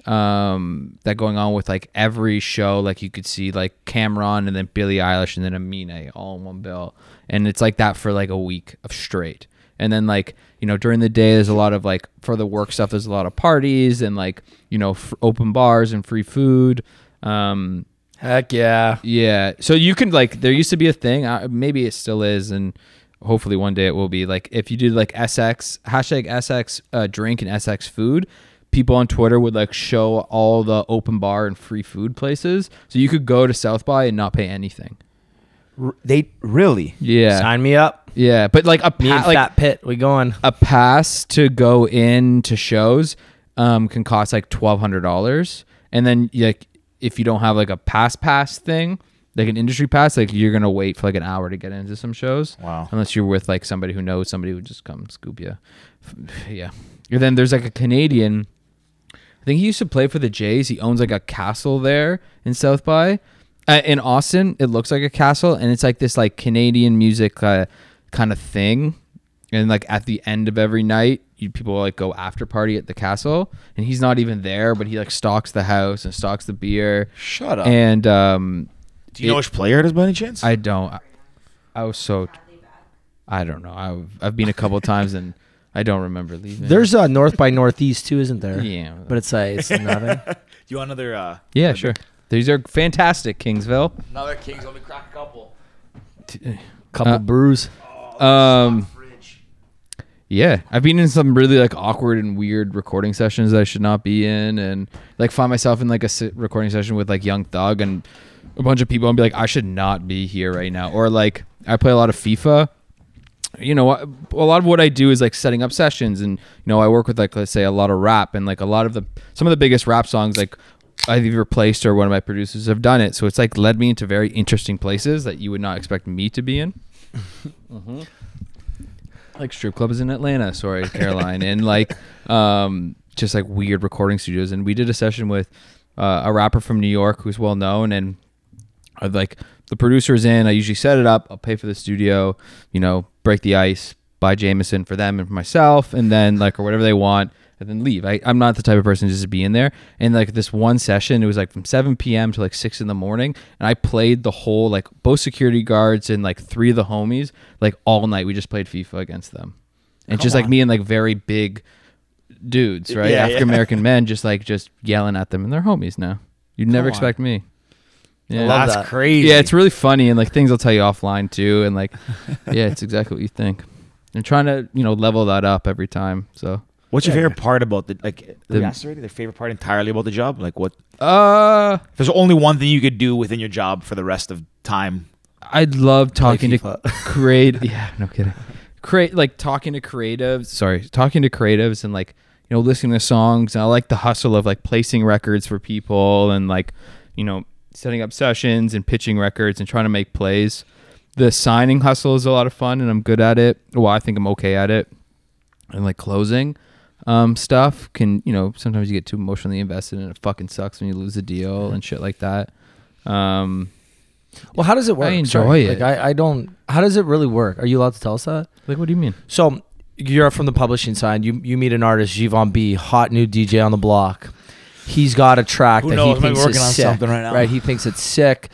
Speaker 5: um that going on with like every show like you could see like Cameron and then Billie Eilish and then Amine all in one bill and it's like that for like a week of straight and then like you know during the day there's a lot of like for the work stuff there's a lot of parties and like you know f- open bars and free food um
Speaker 1: Heck yeah.
Speaker 5: yeah. So you can like there used to be a thing. Uh, maybe it still is, and hopefully one day it will be. Like if you did like SX hashtag SX uh, drink and SX food, people on Twitter would like show all the open bar and free food places. So you could go to South by and not pay anything.
Speaker 2: R- they really.
Speaker 5: Yeah.
Speaker 1: Sign me up.
Speaker 5: Yeah. But like a
Speaker 1: Me and
Speaker 5: pa- like
Speaker 1: Fat Pit, we going.
Speaker 5: a pass to go in to shows um, can cost like twelve hundred dollars, and then like if you don't have like a pass pass thing, like an industry pass, like you're gonna wait for like an hour to get into some shows.
Speaker 2: Wow.
Speaker 5: Unless you're with like somebody who knows somebody who just come scoop you. yeah. And then there's like a Canadian. I think he used to play for the Jays. He owns like a castle there in South by, uh, in Austin. It looks like a castle, and it's like this like Canadian music uh, kind of thing. And like at the end of every night, you, people like go after party at the castle, and he's not even there, but he like stocks the house and stocks the beer.
Speaker 2: Shut up.
Speaker 5: And um,
Speaker 2: Do you know which player it is by any chance?
Speaker 5: I don't. I, I was so. I don't know. I've I've been a couple times and I don't remember leaving.
Speaker 1: There's uh, North by Northeast too, isn't there?
Speaker 5: Yeah.
Speaker 1: But it's like it's nothing.
Speaker 2: you want another? Uh,
Speaker 5: yeah, sure. These are fantastic, Kingsville.
Speaker 2: another Kings. Let me crack a couple.
Speaker 1: Couple
Speaker 5: Uh,
Speaker 1: brews.
Speaker 5: Um, yeah, I've been in some really like awkward and weird recording sessions that I should not be in, and like find myself in like a si- recording session with like Young Thug and a bunch of people, and be like, I should not be here right now. Or like, I play a lot of FIFA. You know, I- a lot of what I do is like setting up sessions, and you know, I work with like let's say a lot of rap, and like a lot of the some of the biggest rap songs like I've either placed or one of my producers have done it. So it's like led me into very interesting places that you would not expect me to be in like strip clubs in Atlanta, sorry, Caroline, and like um, just like weird recording studios. And we did a session with uh, a rapper from New York who's well known, and I'd like the producer's in. I usually set it up. I'll pay for the studio, you know, break the ice, buy Jameson for them and for myself, and then like or whatever they want, and then leave. I, I'm not the type of person to just be in there. And like this one session, it was like from 7 p.m. to like six in the morning, and I played the whole like both security guards and like three of the homies like all night. We just played FIFA against them, and just like me and like very big dudes, right?
Speaker 2: Yeah, yeah.
Speaker 5: African American men, just like just yelling at them, and they're homies now. You'd never
Speaker 2: on.
Speaker 5: expect me. Yeah.
Speaker 1: Love
Speaker 2: That's
Speaker 1: that.
Speaker 2: crazy.
Speaker 5: Yeah, it's really funny and like things I'll tell you offline too, and like, yeah, it's exactly what you think. I'm trying to you know level that up every time. So,
Speaker 2: What's your favorite part about the like?
Speaker 5: The-
Speaker 2: The, already their favorite part entirely about the job. Like what?
Speaker 5: uh,
Speaker 2: If there's only one thing you could do within your job for the rest of time,
Speaker 5: I love talking to
Speaker 1: FIFA.
Speaker 5: create. Yeah, no kidding. Create like talking to creatives. Sorry, talking to creatives and like you know listening to songs. And I like the hustle of like placing records for people and like you know setting up sessions and pitching records and trying to make plays. The signing hustle is a lot of fun and I'm good at it. Well, I think I'm okay at it. And like closing um, stuff can you know sometimes you get too emotionally invested and it fucking sucks when you lose a deal and shit like that. Um,
Speaker 1: Well, how does it work?
Speaker 5: I enjoy
Speaker 1: Sorry.
Speaker 5: it.
Speaker 1: Like I, I don't. How does it really work? Are you allowed to tell us that?
Speaker 5: Like, what do you mean?
Speaker 1: So you're from the publishing side. You you meet an artist, Givon B, hot new DJ on the block. He's got a track
Speaker 2: Who
Speaker 1: that
Speaker 2: knows?
Speaker 1: he
Speaker 2: Maybe
Speaker 1: thinks
Speaker 2: working
Speaker 1: is
Speaker 2: on
Speaker 1: sick.
Speaker 2: something right now.
Speaker 1: Right, he thinks it's sick.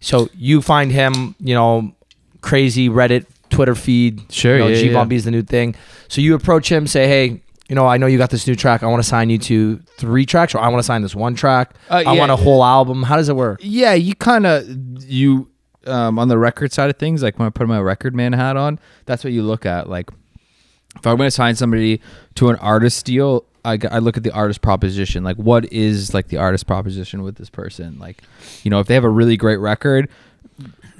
Speaker 1: So you find him, you know, crazy Reddit, Twitter feed.
Speaker 5: Sure,
Speaker 1: you know,
Speaker 5: yeah,
Speaker 1: Givon
Speaker 5: yeah.
Speaker 1: B is the new thing. So you approach him, say, hey. You know, I know you got this new track. I want to sign you to three tracks, or I want to sign this one track.
Speaker 5: Uh,
Speaker 1: I
Speaker 5: yeah.
Speaker 1: want a whole album. How does it work?
Speaker 5: yeah, you kind of you um, on the record side of things. Like when I put my record man hat on, that's what you look at. Like if I'm going to sign somebody to an artist deal, I, g- I look at the artist proposition. Like what is like the artist proposition with this person? Like you know if they have a really great record.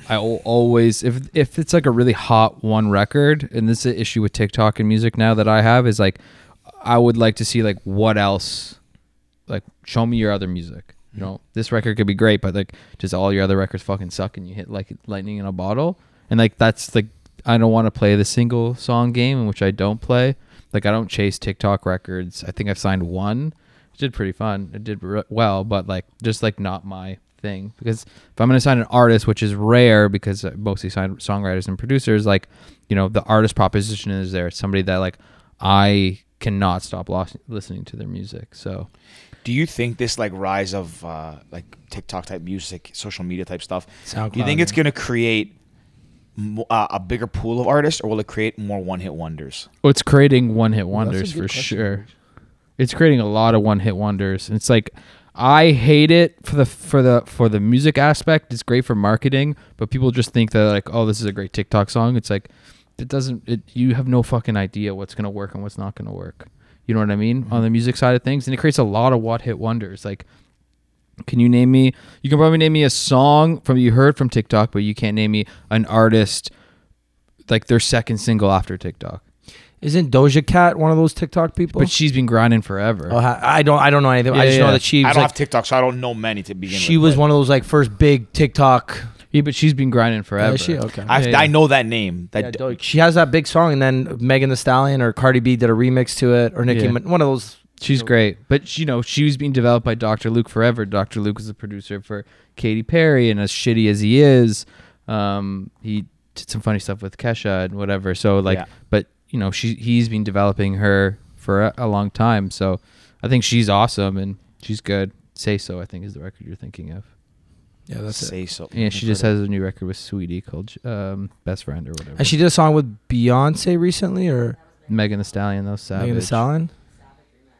Speaker 5: I al- always if if it's like a really hot one record, and this is an issue with TikTok and music now that I have is like, I would like to see like what else like show me your other music you know this record could be great but like just all your other records fucking suck and you hit like lightning in a bottle and like that's like i don't want to play the single song game in which i don't play like i don't chase tiktok records i think i've signed one it did pretty fun it did re- well but like just like not my thing because if i'm going to sign an artist which is rare because i mostly sign songwriters and producers like you know the artist proposition is there somebody that like i cannot stop los- listening to their music so
Speaker 2: Do you think this like rise of uh, like TikTok type music, social media type stuff? do you
Speaker 1: SoundCloud,
Speaker 2: think it's
Speaker 1: yeah.
Speaker 2: going to create mo- uh, a bigger pool of artists, or will it create more one hit wonders?
Speaker 5: Well, it's creating one hit wonders for sure. It's creating a lot of one hit wonders. And it's like I hate it for the for the for the music aspect. It's great for marketing, but people just think that like, oh, this is a great TikTok song. It's like it doesn't. It, you have no fucking idea what's gonna work and what's not gonna work. You know what I mean on the music side of things, and it creates a lot of what hit wonders. Like, can you name me? You can probably name me a song from you heard from TikTok, but you can't name me an artist like their second single after TikTok.
Speaker 1: Isn't Doja Cat one of those TikTok people?
Speaker 5: But she's been grinding forever.
Speaker 1: Oh, ha- I don't. I don't know anything. I
Speaker 5: Yeah,
Speaker 1: just know
Speaker 5: yeah.
Speaker 1: that she.
Speaker 2: I
Speaker 1: Was
Speaker 2: don't
Speaker 1: like,
Speaker 2: have TikTok, so I don't know many to begin
Speaker 1: she
Speaker 2: with.
Speaker 1: was
Speaker 2: but
Speaker 1: one of those like first big TikTok.
Speaker 5: yeah, but she's been grinding forever.
Speaker 1: Oh, she? Okay.
Speaker 2: I,
Speaker 5: Yeah,
Speaker 2: I
Speaker 5: yeah.
Speaker 2: know that name. That
Speaker 1: Yeah, Doja- she has that big song, and then Megan the Stallion or Cardi B did a remix to it, or Nicki.
Speaker 5: Yeah.
Speaker 1: Min- one of those.
Speaker 5: She's great. But you know, she was being developed by Dr. Luke forever. Dr. Luke is the producer for Katy Perry, and as shitty as he is, um, he did some funny stuff with Kesha and whatever. So like,
Speaker 2: Yeah.
Speaker 5: but you know, she he's been developing her for a, a long time. So I think she's awesome and she's good. Say so, I think, is the record you're thinking of.
Speaker 1: Yeah,
Speaker 2: say so.
Speaker 5: Yeah, she just has a new record with Sweetie called um, Best Friend or whatever.
Speaker 1: And she did a song with Beyonce recently, or
Speaker 5: Megan the Stallion, though, Savage.
Speaker 1: Megan the Stallion.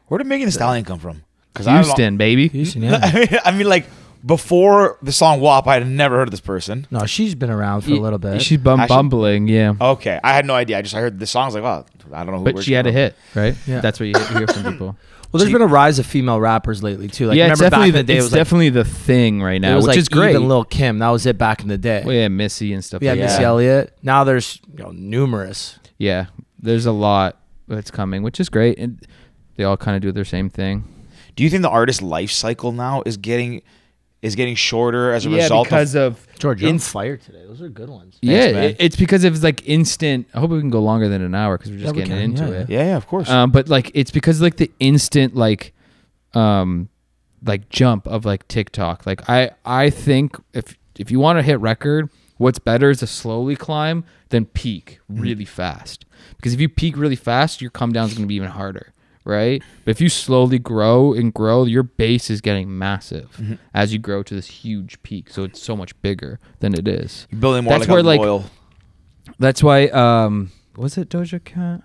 Speaker 2: Where did Megan Thee Stallion come from? Because
Speaker 5: Houston, baby.
Speaker 1: Houston, yeah.
Speaker 2: I, mean, I mean, like before the song WAP, I had never heard of this person.
Speaker 1: no, she's been around for a
Speaker 5: Y-
Speaker 1: little bit.
Speaker 5: She's bum-
Speaker 2: Actually-
Speaker 5: bumbling, yeah.
Speaker 2: Okay, I had no idea. I just I heard the songs like, wow, I don't know. who
Speaker 5: but
Speaker 2: where'd
Speaker 5: she had a
Speaker 2: come
Speaker 5: hit, right?
Speaker 1: Yeah.
Speaker 5: That's what you hear from people.
Speaker 1: well, there's been a rise of female rappers lately too. Like,
Speaker 5: yeah, it's
Speaker 1: remember
Speaker 5: definitely
Speaker 1: back
Speaker 5: the,
Speaker 1: in the day, it
Speaker 5: it's
Speaker 1: was like,
Speaker 5: definitely the thing right
Speaker 1: it
Speaker 5: now,
Speaker 1: was
Speaker 5: which
Speaker 1: like
Speaker 5: is great.
Speaker 1: Even Lil Kim, that was it back in the day.
Speaker 5: well, yeah, Missy and stuff.
Speaker 1: yeah,
Speaker 5: like
Speaker 1: Missy
Speaker 5: that.
Speaker 1: Elliott. Now there's you know, numerous.
Speaker 5: Yeah, there's a lot that's coming, which is great, and they all kind of do their same thing.
Speaker 2: from. Do you think the artist life cycle now is getting is getting shorter as a
Speaker 5: yeah,
Speaker 2: result
Speaker 5: because
Speaker 2: of?
Speaker 5: of,
Speaker 1: George, you're on
Speaker 5: Ins-
Speaker 1: fire today. Those are good ones.
Speaker 5: yeah,
Speaker 2: man.
Speaker 5: it- it's because of like instant. I hope we can go longer than an hour because we're
Speaker 1: Yeah,
Speaker 5: just
Speaker 1: we
Speaker 5: getting
Speaker 1: can,
Speaker 5: into
Speaker 1: yeah,
Speaker 5: it.
Speaker 2: yeah, yeah, of course.
Speaker 1: uh,
Speaker 5: Um, but like it's because like the instant like um like jump of like TikTok. Like I I think if if you want to hit record, what's better is to slowly climb than peak really fast. Because if you peak really fast, your come down is going to be even harder, right? But if you slowly grow and grow, your base is getting massive as you grow to this huge peak. So it's so much bigger than it is.
Speaker 2: You're building more
Speaker 5: that's
Speaker 2: like
Speaker 5: where,
Speaker 2: a
Speaker 5: like-
Speaker 2: loyal.
Speaker 5: That's why um was it Doja Cat?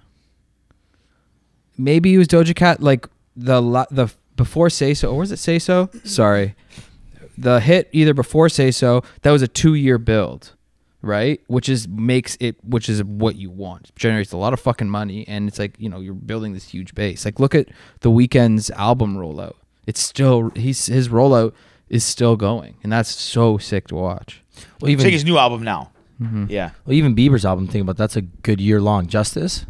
Speaker 5: Maybe it was Doja Cat like the la- the before Say So or was it Say So? Sorry. The hit either before Say So, that was a 2-year build, right? Which is makes it which is what you want. Generates a lot of fucking money and it's like, you know, you're building this huge base. Like look at The Weeknd's album rollout. It's still he's his rollout is still going and that's so sick to watch.
Speaker 1: Well, even Mm-hmm.
Speaker 2: Take his new album now. Yeah.
Speaker 1: Well, even Bieber's album, think about that's a good year long. Justice.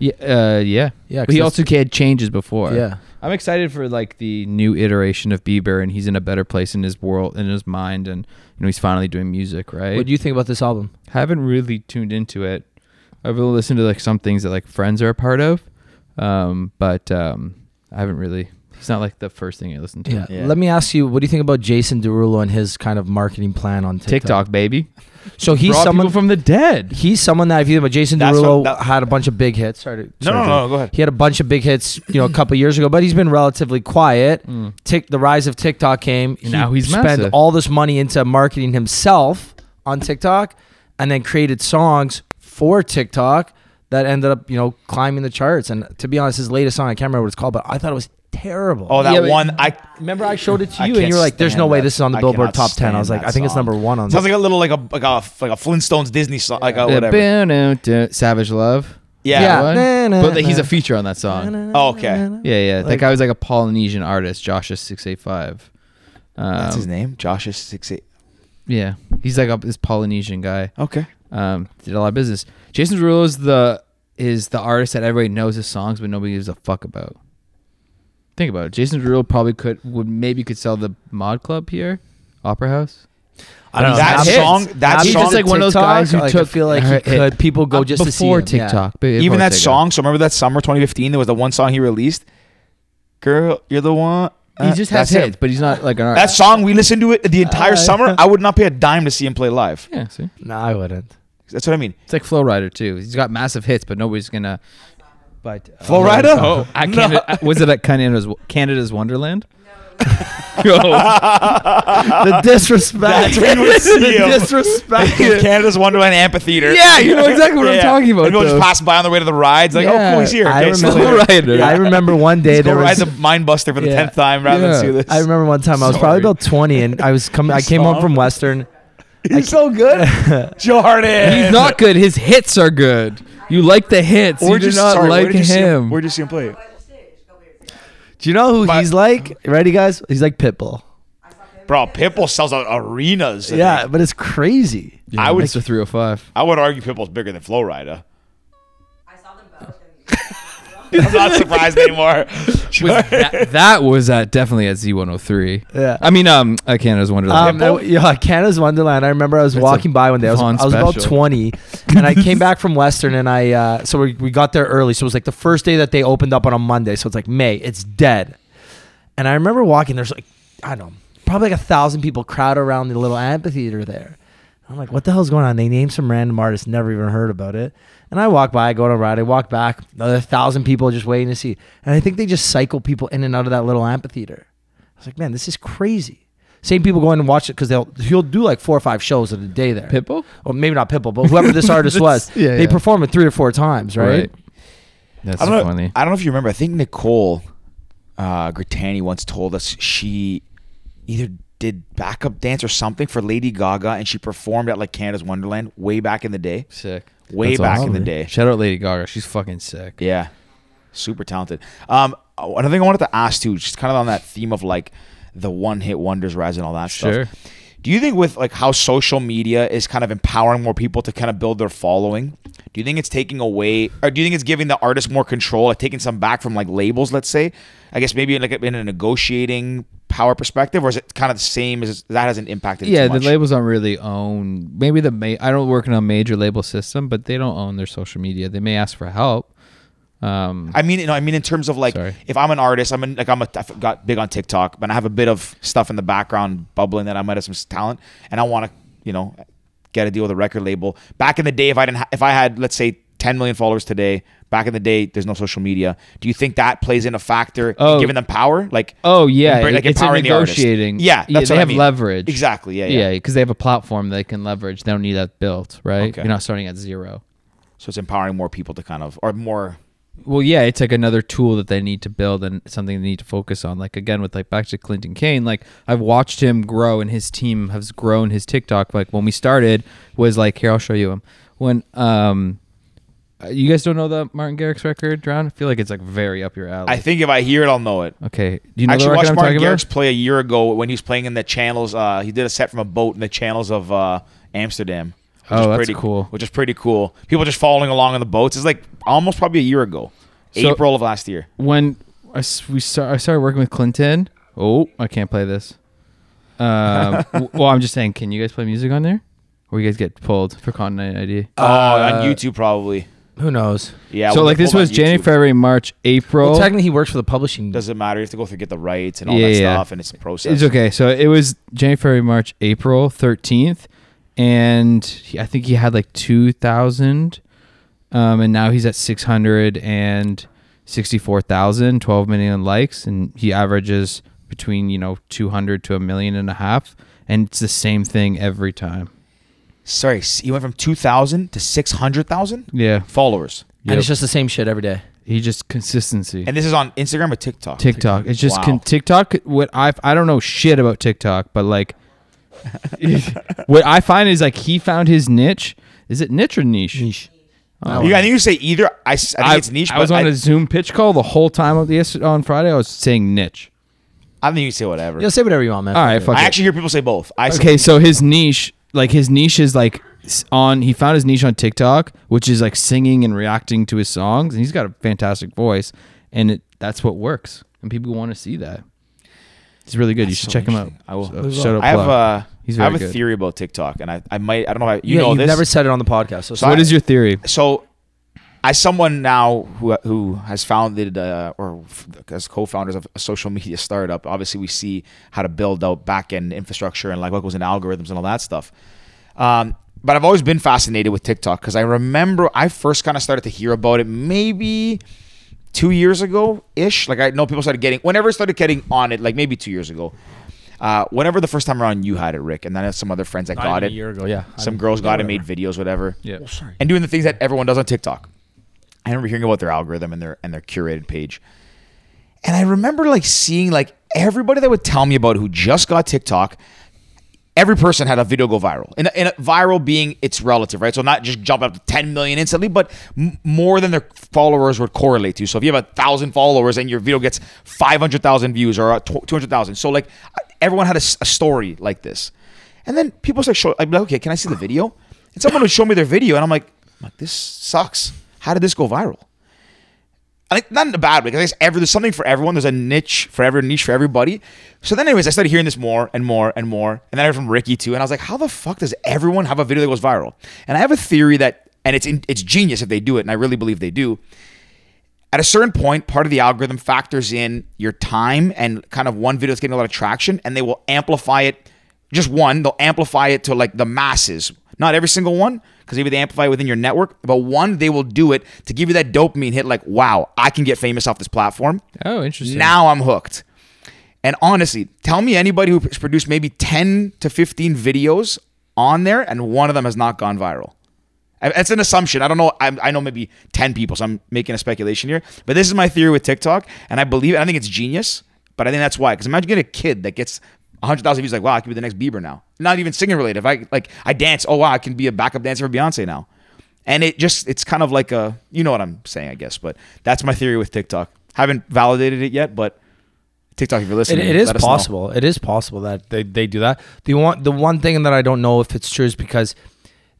Speaker 5: Yeah, uh, yeah,
Speaker 1: Yeah, 'cause
Speaker 5: He
Speaker 1: that's-
Speaker 5: also had changes before.
Speaker 1: Yeah.
Speaker 5: I'm excited for like the new iteration of Bieber, and he's in a better place in his world, in his mind, and you know he's finally doing music, right?
Speaker 1: What do you think about this album?
Speaker 5: haven't really tuned into it. I've really listened to like some things that like friends are a part of, um, but um, I haven't really It's not like the first thing you listen to.
Speaker 1: Yeah. Let me ask you, what do you think about Jason Derulo and his kind of marketing plan on TikTok?
Speaker 5: TikTok, baby.
Speaker 1: So he's
Speaker 5: Brought
Speaker 1: someone
Speaker 5: people from the dead.
Speaker 1: he's someone that if you think about Jason
Speaker 2: That's
Speaker 1: Derulo
Speaker 2: what- that-
Speaker 1: had a bunch of big hits. Sorry, to-
Speaker 2: No,
Speaker 1: sorry
Speaker 2: no,
Speaker 1: to-
Speaker 2: no, go ahead.
Speaker 1: He had a bunch of big hits, you know, a couple years ago, but he's been relatively quiet.
Speaker 2: Hmm.
Speaker 1: Tick, the rise of TikTok came. He
Speaker 5: Now he's
Speaker 1: spent
Speaker 5: massive.
Speaker 1: all this money into marketing himself on TikTok, and then created songs for TikTok that ended up, you know, climbing the charts. And to be honest, his latest song I can't remember what it's called, but I thought it was terrible.
Speaker 2: Oh, that
Speaker 5: Yeah, but-
Speaker 2: one. I
Speaker 1: Remember, I showed it to
Speaker 2: I
Speaker 1: you, and
Speaker 2: can't
Speaker 1: you were like, "There's no
Speaker 2: stand
Speaker 1: way
Speaker 2: that-
Speaker 1: this is on the
Speaker 2: I
Speaker 1: Billboard
Speaker 2: cannot
Speaker 1: Top 10. I was
Speaker 2: stand
Speaker 1: like,
Speaker 2: that
Speaker 1: "I think it's
Speaker 2: song.
Speaker 1: number one on."
Speaker 2: sounds like a little like a like a like a Flintstones Disney song, like a
Speaker 5: Yeah,
Speaker 2: whatever.
Speaker 5: ba-dum-dum, Savage Love.
Speaker 2: Yeah.
Speaker 1: Yeah.
Speaker 5: That one.
Speaker 1: Na, na,
Speaker 5: But he's
Speaker 1: na.
Speaker 5: a feature on that song.
Speaker 2: Oh, okay.
Speaker 5: Yeah, yeah. that
Speaker 1: Like-
Speaker 5: guy was like a Polynesian artist, Joshua six eight five. Um,
Speaker 2: That's his name, Josh is six eight.
Speaker 5: Yeah, he's like a, this Polynesian guy.
Speaker 2: Okay.
Speaker 5: um, did a lot of business. Jason Derulo is the is the artist that everybody knows his songs, but nobody gives a fuck about. Think about it. Jason Derulo probably could would maybe could sell the mod club here, Opera House.
Speaker 1: I don't know.
Speaker 2: That
Speaker 1: He's
Speaker 2: song-
Speaker 1: hits.
Speaker 2: that
Speaker 1: He's
Speaker 2: song-
Speaker 1: just like one of those
Speaker 5: TikTok,
Speaker 1: guys who
Speaker 5: like,
Speaker 1: took. I feel like he
Speaker 5: hit-
Speaker 1: could. People go
Speaker 5: Uh,
Speaker 1: just to see
Speaker 5: before
Speaker 1: him, yeah.
Speaker 5: TikTok. but
Speaker 2: Even
Speaker 5: before
Speaker 2: that
Speaker 5: TikTok.
Speaker 2: song. So remember that summer 2015, there was the one song he released. Girl, you're the one.
Speaker 5: He
Speaker 2: Uh,
Speaker 5: just has Uh,
Speaker 2: that's it.
Speaker 5: hits, but he's not like an
Speaker 2: That
Speaker 5: artist.
Speaker 2: song we listened to it the entire summer. I would not pay a dime to see him play live.
Speaker 5: yeah, see,
Speaker 1: No, I wouldn't.
Speaker 2: That's what I mean.
Speaker 5: it's like Flow Rider too. He's got massive hits, but nobody's gonna. But
Speaker 2: Flow Rider?
Speaker 5: Oh, I can't. Was it at Canada's Canada's Wonderland?
Speaker 1: The disrespect.
Speaker 2: That's when you would see
Speaker 1: the
Speaker 2: him.
Speaker 1: disrespect.
Speaker 2: Canada's Wonderland Amphitheater.
Speaker 5: Yeah, you know exactly what I'm talking about,
Speaker 2: And people just
Speaker 5: though.
Speaker 2: pass by on the way to the rides, like, oh,
Speaker 5: Yeah,
Speaker 2: cool, he's here.
Speaker 1: I
Speaker 2: Okay, see you
Speaker 1: remember-
Speaker 2: later.
Speaker 5: Rider.
Speaker 1: I remember one day
Speaker 2: Go
Speaker 1: there was.
Speaker 2: ride the mind buster for the
Speaker 1: Yeah.
Speaker 2: tenth time rather
Speaker 5: Yeah.
Speaker 2: than see this.
Speaker 1: I remember one time I was probably
Speaker 5: Sorry.
Speaker 1: about 20, and I was coming. I came home from Western.
Speaker 2: He's so good, Jordan.
Speaker 5: He's not good. His hits are good. You like the hits.
Speaker 2: We're
Speaker 5: you do
Speaker 2: just
Speaker 5: not
Speaker 2: sorry, where
Speaker 5: like
Speaker 2: did you see
Speaker 5: him.
Speaker 2: Where did you see him play?
Speaker 1: Do you know who
Speaker 2: My-
Speaker 1: he's like? Ready, guys? He's like Pitbull.
Speaker 2: Bro, Pitbull sells out arenas. I
Speaker 1: Yeah,
Speaker 2: think.
Speaker 1: but it's crazy.
Speaker 5: Yeah,
Speaker 2: I would-
Speaker 5: Mr. 305.
Speaker 2: I would argue Pitbull's bigger than Flow Rida.
Speaker 6: I saw them both.
Speaker 2: I'm not surprised anymore.
Speaker 5: Was that, that was at definitely at Z103.
Speaker 1: Yeah.
Speaker 5: I mean, um, at Canada's Wonderland.
Speaker 1: Um, I- yeah, Canada's Wonderland. I remember I was walking by one day. I was,
Speaker 5: Vaughn
Speaker 1: I was about
Speaker 5: special.
Speaker 1: 20, and I came back from Western, and I uh, so we, we got there early. So it was like the first day that they opened up on a Monday. So it's like May. It's dead. And I remember walking. There's like I don't know, probably like a thousand people crowd around the little amphitheater there. I'm like, what the hell's going on? They named some random artist, never even heard about it. And I walk by, I go on a ride, I walk back, another thousand people just waiting to see. And I think they just cycle people in and out of that little amphitheater. I was like, man, this is crazy. Same people going and watch it because they'll he'll do like four or five shows in a day there.
Speaker 5: Pitbull?
Speaker 1: or maybe not Pitbull, but whoever this artist was,
Speaker 5: yeah,
Speaker 1: they
Speaker 5: yeah.
Speaker 1: perform it three or four times, right?
Speaker 5: That's
Speaker 2: I don't, know,
Speaker 5: funny.
Speaker 2: I don't know if you remember. I think Nicole uh, Grittani once told us she either did backup dance or something for Lady Gaga, and she performed at like Canada's Wonderland way back in the day.
Speaker 5: sick.
Speaker 2: Way
Speaker 5: That's
Speaker 2: back in
Speaker 5: awesome.
Speaker 2: the day.
Speaker 5: Shout out Lady Gaga. She's fucking sick.
Speaker 2: Yeah, super talented. Um, oh, another thing I wanted to ask too, just kind of on that theme of like the one-hit wonders rise and all that
Speaker 5: Sure.
Speaker 2: stuff. Do you think with like how social media is kind of empowering more people to kind of build their following? Do you think it's taking away, or do you think it's giving the artist more control, like taking some back from like labels? Let's say, I guess maybe like in a negotiating power perspective, or is it kind of the same? Is that hasn't impacted? it
Speaker 5: Yeah,
Speaker 2: too
Speaker 5: the
Speaker 2: much?
Speaker 5: labels don't really own. Maybe the ma- I don't work in a major label system, but they don't own their social media. They may ask for help. Um,
Speaker 2: I mean, you know, I mean, in terms of like,
Speaker 5: Sorry.
Speaker 2: if I'm an artist, I'm in, like, I'm a, I got big on TikTok, but I have a bit of stuff in the background bubbling that I might have some talent, and I want to, you know, get a deal with a record label. Back in the day, if I didn't, ha- if I had, let's say, 10 million followers today, back in the day, there's no social media. Do you think that plays in a factor, in
Speaker 5: Oh.
Speaker 2: giving them power, like,
Speaker 5: oh yeah,
Speaker 2: embra-
Speaker 5: it- it's a
Speaker 2: the artist?
Speaker 5: negotiating.
Speaker 2: Yeah, that's
Speaker 5: they
Speaker 2: what I
Speaker 5: have
Speaker 2: mean.
Speaker 5: leverage.
Speaker 2: Exactly. Yeah, yeah.
Speaker 5: Yeah, because they have a platform they can leverage. They don't need that built, right?
Speaker 2: Okay.
Speaker 5: You're not starting at zero.
Speaker 2: So it's empowering more people to kind of, or more.
Speaker 5: Well, yeah, it's like another tool that they need to build and something they need to focus on. Like again, with like back to Clinton Kane, like I've watched him grow and his team has grown his TikTok. Like when we started was like here, I'll show you him. When um, uh, you guys don't know the Martin Garrix record, Drown? I feel like it's like very up your alley.
Speaker 2: I think if I hear it, I'll know it.
Speaker 5: okay, do you know
Speaker 2: I actually
Speaker 5: the record
Speaker 2: watched
Speaker 5: I'm
Speaker 2: Martin
Speaker 5: talking
Speaker 2: Garrix
Speaker 5: about?
Speaker 2: play a year ago when he was playing in the channels. Uh, he did a set from a boat in the channels of uh, Amsterdam. Which
Speaker 5: Oh,
Speaker 2: is
Speaker 5: that's
Speaker 2: pretty,
Speaker 5: cool.
Speaker 2: Which is pretty cool. People just following along on the boats. It's like almost probably a year ago,
Speaker 5: So-
Speaker 2: April of last year.
Speaker 5: When I s- we start, I started working with Clinton. Oh, I can't play this. Um, w- well, I'm just saying, can you guys play music on there? Or you guys get pulled for Continent ID?
Speaker 1: Uh,
Speaker 2: Oh, on Oh, YouTube probably.
Speaker 3: Who knows?
Speaker 2: Yeah.
Speaker 5: Uh, so
Speaker 2: we'll
Speaker 5: like
Speaker 2: get
Speaker 5: this
Speaker 2: pulled on
Speaker 5: was January,
Speaker 2: YouTube.
Speaker 5: February, March, April.
Speaker 3: Well, technically, he works for the publishing.
Speaker 2: Doesn't matter. You have to go through get the rights and all
Speaker 5: Yeah,
Speaker 2: that
Speaker 5: yeah.
Speaker 2: stuff, and it's a process.
Speaker 5: it's okay. So it was January, February, March, April thirteenth, and he, I think he had like two thousand, um, and now he's at six hundred and sixty-four thousand, twelve million likes, and he averages between you know two hundred to a million and a half, and it's the same thing every time.
Speaker 2: Sorry, s- he went from two thousand to six hundred thousand
Speaker 5: Yeah,
Speaker 2: followers,
Speaker 3: And it's just the same shit every day.
Speaker 5: he just consistency.
Speaker 2: and this is on Instagram or TikTok.
Speaker 5: TikTok. It's just
Speaker 2: Wow.
Speaker 5: con- TikTok. What I I don't know shit about TikTok, but like, what I find is like he found his niche. Is it niche or niche?
Speaker 3: Niche.
Speaker 5: Oh.
Speaker 2: You, I think you say either. I, s- I think it's niche.
Speaker 5: I was
Speaker 2: but
Speaker 5: on
Speaker 2: I,
Speaker 5: a Zoom pitch call the whole time of the yes- on Friday. I was saying niche.
Speaker 2: I think you say whatever.
Speaker 3: Yeah, say whatever you want, man.
Speaker 5: All right, fuck
Speaker 2: I
Speaker 5: it.
Speaker 2: actually hear people say both. I say-
Speaker 5: okay, so his niche, like his niche is like s- on. He found his niche on TikTok, which is like singing and reacting to his songs, and he's got a fantastic voice, and it that's what works, and people want to see that. He's really good. you
Speaker 2: That's
Speaker 5: should
Speaker 2: so
Speaker 5: check him out.
Speaker 2: interesting. I will.
Speaker 5: So, shout out
Speaker 2: I have uh,
Speaker 5: plug.
Speaker 2: a. I
Speaker 5: He's very
Speaker 2: have a
Speaker 5: good.
Speaker 2: theory about TikTok, and I, I might. I don't know. If, you
Speaker 3: You yeah,
Speaker 2: know
Speaker 3: you've
Speaker 2: this.
Speaker 3: never said it on the podcast. So,
Speaker 2: So
Speaker 5: What is your theory?
Speaker 2: so as someone now who who has founded uh, or f- as co-founders of a social media startup obviously we see how to build out back-end infrastructure and like what goes in algorithms and all that stuff um, but i've always been fascinated with tiktok because i remember i first kind of started to hear about it maybe two years ago ish like i know people started getting whenever i started getting on it like maybe two years ago uh, whenever the first time around you had it rick and then I had some other friends that got
Speaker 3: even
Speaker 2: it
Speaker 3: a year ago, yeah.
Speaker 2: some girls got it made videos whatever
Speaker 5: Yeah. Oh, sorry.
Speaker 2: and doing the things that everyone does on TikTok. I remember hearing about their algorithm and their and their curated page. And I remember like seeing like everybody that would tell me about who just got TikTok, every person had a video go viral. And, and viral being its relative, right? So not just jump up to 10 million instantly, but m- more than their followers would correlate to. So if you have a thousand followers and your video gets 500,000 views or uh, tw- 200,000. So like everyone had a, s- a story like this. And then people start showing, I'd be like, okay, can I see the video? And someone would show me their video and I'm like, I'm like this sucks. How did this go viral? I like not in a bad way because I guess every, there's something for everyone. There's a niche for every niche for everybody. So then, anyways, I started hearing this more and more and more, and then I heard from Ricky too, and I was like, how the fuck does everyone have a video that goes viral? And I have a theory that, and it's in, it's genius if they do it, and I really believe they do. At a certain point, part of the algorithm factors in your time and kind of one video that's getting a lot of traction, and they will amplify it. Just one, they'll amplify it to like the masses. Not every single one, because maybe they amplify it within your network, but one, they will do it to give you that dopamine hit like, wow, I can get famous off this platform.
Speaker 5: Oh, interesting.
Speaker 2: Now I'm hooked. And honestly, tell me anybody who's produced maybe 10 to 15 videos on there and one of them has not gone viral. I- That's an assumption. I don't know. I'm, I know maybe 10 people, so I'm making a speculation here. But this is my theory with TikTok, and I believe it. I think it's genius, but I think that's why. Because imagine getting a kid that gets 100,000 views, like, wow, I could be the next Bieber now. Not even singing related. If I like, I dance, oh, wow, I can be a backup dancer for Beyonce now. And it just, it's kind of like a, you know what I'm saying, I guess. But that's my theory with TikTok. Haven't validated it yet, but TikTok, if you're
Speaker 3: It,
Speaker 2: listening,
Speaker 3: it is
Speaker 2: let us know.
Speaker 3: possible. It is possible that they, they do that. The one the one thing that I don't know if it's true is because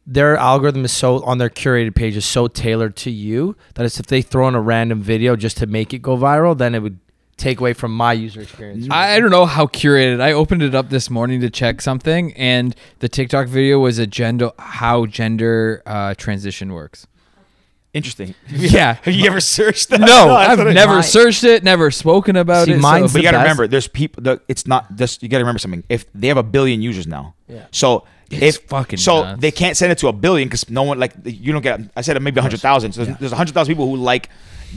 Speaker 3: their algorithm is so on their curated page is so tailored to you that it's if they throw in a random video just to make it go viral, then it would take away from my user experience.
Speaker 5: I, I don't know how curated. I opened it up this morning to check something, and the TikTok video was a gender how gender uh, transition works.
Speaker 2: Interesting.
Speaker 5: Yeah.
Speaker 2: Have you ever searched that?
Speaker 5: No,
Speaker 2: that's
Speaker 5: I've
Speaker 2: what I-
Speaker 5: never
Speaker 3: My-
Speaker 5: searched it, never spoken about
Speaker 3: See,
Speaker 5: it.
Speaker 3: mine's
Speaker 2: But
Speaker 5: so-
Speaker 3: the
Speaker 2: you got to
Speaker 3: best.
Speaker 2: remember, there's people. The, it's not. This, you got to remember something. If they have a billion users now,
Speaker 3: Yeah.
Speaker 2: So
Speaker 5: It's
Speaker 2: if
Speaker 5: fucking
Speaker 2: so,
Speaker 5: nuts.
Speaker 2: they can't send it to a billion because no one like you don't get. I said maybe a hundred thousand. So there's, there's a hundred thousand people who like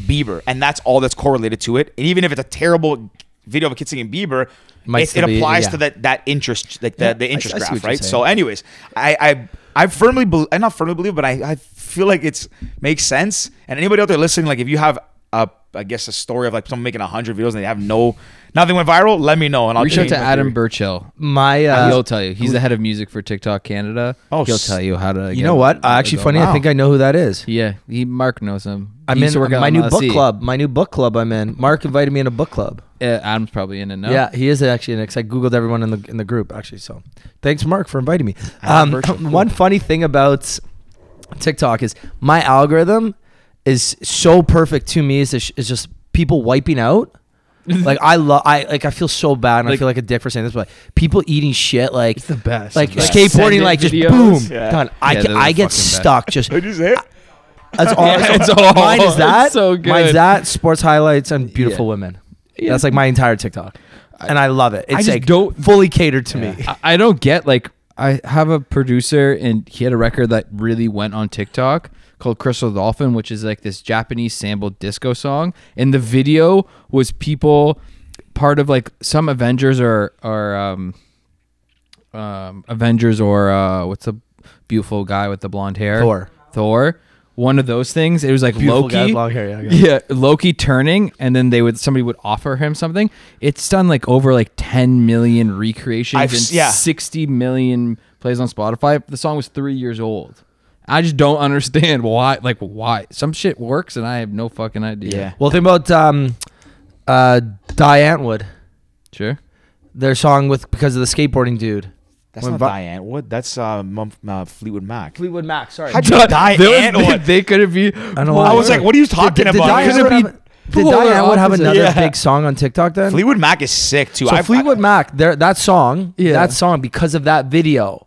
Speaker 2: Bieber, and that's all that's correlated to it. And even if it's a terrible video of a kid singing Bieber,
Speaker 3: Might
Speaker 2: it, it
Speaker 3: still be-
Speaker 2: applies
Speaker 3: yeah.
Speaker 2: to that that interest, like
Speaker 3: Yeah,
Speaker 2: the, the
Speaker 3: I-
Speaker 2: interest
Speaker 3: I see what
Speaker 2: graph,
Speaker 3: you're
Speaker 2: right?
Speaker 3: saying.
Speaker 2: So, anyways, I I I firmly believe, I not firmly believe, but I I feel like it's makes sense. And anybody out there listening, like if you have a I guess a story of like someone making hundred videos and they have no nothing went viral, let me know and I'll
Speaker 5: Reach out
Speaker 2: change
Speaker 5: to
Speaker 2: my
Speaker 5: Adam
Speaker 2: theory.
Speaker 5: Burchell.
Speaker 3: my
Speaker 5: He'll
Speaker 3: uh,
Speaker 5: tell you. He's the head of music for TikTok Canada.
Speaker 2: Oh,
Speaker 5: he'll
Speaker 2: s-
Speaker 5: tell you how to.
Speaker 3: you know what? Uh, actually, funny. I
Speaker 2: Wow.
Speaker 3: think I know who that is.
Speaker 5: Yeah, he Mark knows him.
Speaker 3: I'm
Speaker 5: He used
Speaker 3: in
Speaker 5: to work out
Speaker 3: my
Speaker 5: in
Speaker 3: new book
Speaker 5: LSE.
Speaker 3: club. My new book club. I'm in. Mark invited me in a book club.
Speaker 5: Uh, Adam's probably in it now.
Speaker 3: Yeah, he is actually an ex. I googled everyone in the in the group actually. So, thanks Mark for inviting me.
Speaker 2: Ah,
Speaker 3: Um,
Speaker 2: virtual. Cool.
Speaker 3: one funny thing about TikTok is my algorithm is so perfect to me. Is is just people wiping out. like I love, I like I feel so bad, and I
Speaker 5: Like-
Speaker 3: feel like a dick for saying this, but people eating shit like
Speaker 5: It's the best.
Speaker 3: like
Speaker 5: Like
Speaker 3: skateboarding,
Speaker 5: send-in
Speaker 3: like just
Speaker 5: videos.
Speaker 3: boom
Speaker 2: Yeah.
Speaker 3: done. I
Speaker 5: Yeah,
Speaker 3: can,
Speaker 5: they're the
Speaker 3: I get
Speaker 5: fucking best.
Speaker 3: stuck just
Speaker 2: I just hit.
Speaker 1: That's all.
Speaker 5: Yeah,
Speaker 1: it's
Speaker 5: it's
Speaker 1: all
Speaker 5: all-
Speaker 1: mine is that.
Speaker 5: it's so good.
Speaker 1: Mine's that sports highlights and beautiful
Speaker 5: Yeah.
Speaker 1: women. That's like my entire TikTok, and I love it. It's
Speaker 5: just
Speaker 1: like
Speaker 5: don't-
Speaker 1: fully catered to me.
Speaker 5: I, I don't get like I have a producer and he had a record that really went on TikTok called Crystal Dolphin, which is like this Japanese sample disco song, and the video was people part of like some Avengers or or um, um Avengers or uh what's the beautiful guy with the blonde hair
Speaker 1: Thor.
Speaker 5: Thor. One of those things. It was like
Speaker 1: Beautiful
Speaker 5: Loki.
Speaker 1: guy with long hair, yeah, yeah.
Speaker 5: Yeah, Loki turning, and then they would somebody would offer him something. It's done like over like 10 million recreations
Speaker 2: I've
Speaker 5: and
Speaker 2: s- yeah.
Speaker 5: 60 million plays on Spotify. The song was three years old. I just don't understand why. Like why some shit works, and I have no fucking idea.
Speaker 2: Yeah.
Speaker 1: Well, think about um, uh, Die Antwood,
Speaker 5: sure.
Speaker 1: their song with because of the skateboarding dude.
Speaker 2: That's
Speaker 1: When
Speaker 2: not
Speaker 1: Vi-
Speaker 2: Diane Wood. That's uh, Mum- uh, Fleetwood Mac.
Speaker 1: Fleetwood Mac. Sorry.
Speaker 2: How'd you die
Speaker 5: There was-
Speaker 2: Antwood?
Speaker 5: they couldn't be.
Speaker 1: I don't know.
Speaker 2: I
Speaker 5: Oh,
Speaker 2: was like, what are you
Speaker 1: did,
Speaker 2: talking
Speaker 1: did
Speaker 2: about?
Speaker 1: Die
Speaker 2: Because
Speaker 1: Antwood
Speaker 5: it
Speaker 1: have,
Speaker 5: be
Speaker 1: did Die
Speaker 5: polar
Speaker 1: Antwood have
Speaker 5: opposite?
Speaker 1: another
Speaker 2: Yeah.
Speaker 1: big song on TikTok then?
Speaker 2: Fleetwood Mac is sick too.
Speaker 1: So
Speaker 2: I've-
Speaker 1: Fleetwood Mac, there that song,
Speaker 5: Yeah.
Speaker 1: that song because of that video,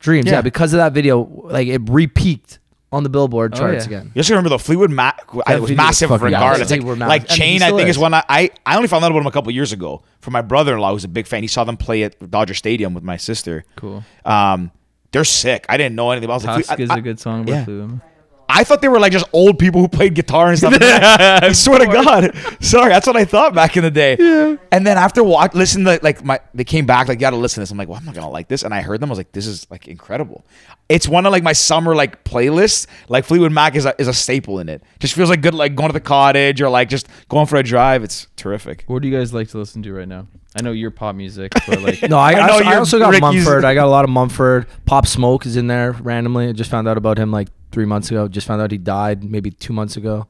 Speaker 1: Dreams, yeah.
Speaker 5: Yeah.
Speaker 1: because of that video, like it re-peaked on the Billboard
Speaker 5: Oh,
Speaker 1: charts
Speaker 5: yeah.
Speaker 1: again.
Speaker 2: You also remember though, Fleetwood Mac I,
Speaker 5: That
Speaker 2: was
Speaker 5: video
Speaker 2: massive
Speaker 5: was fucking
Speaker 2: regardless.
Speaker 1: awesome.
Speaker 2: Like,
Speaker 1: They were massive.
Speaker 2: like
Speaker 1: And he
Speaker 2: Chain, I
Speaker 1: still
Speaker 2: think is
Speaker 1: is.
Speaker 2: one I, I I only found out about him a couple years ago from my brother-in-law who's a big fan. He saw them play at Dodger Stadium with my sister.
Speaker 5: Cool.
Speaker 2: Um, they're sick. I didn't know anything about. I was
Speaker 5: Tusk
Speaker 2: like,
Speaker 5: is
Speaker 2: I,
Speaker 5: a good song.
Speaker 2: yeah.
Speaker 5: Yeah. Them.
Speaker 2: I, I thought they were like just old people who played guitar and stuff. I swear to God, sorry, that's what I thought back in the day. And then after watch, listen to like my they came back like you got to listen to this. I'm like, well, I'm not gonna like this. And I heard them. I was like, this is like incredible. It's one of like my summer like playlists. Like Fleetwood Mac is a, is a staple in it. Just feels like good like going to the cottage or like just going for a drive. It's terrific.
Speaker 5: What do you guys like to listen to right now? I know your pop music, but like
Speaker 1: No, I,
Speaker 2: I
Speaker 1: I,
Speaker 2: know
Speaker 1: also, I
Speaker 2: you're
Speaker 1: also got
Speaker 2: Ricky's-
Speaker 1: Mumford. I got a lot of Mumford. Pop Smoke is in there randomly. I just found out about him like three months ago. Just found out he died maybe two months ago.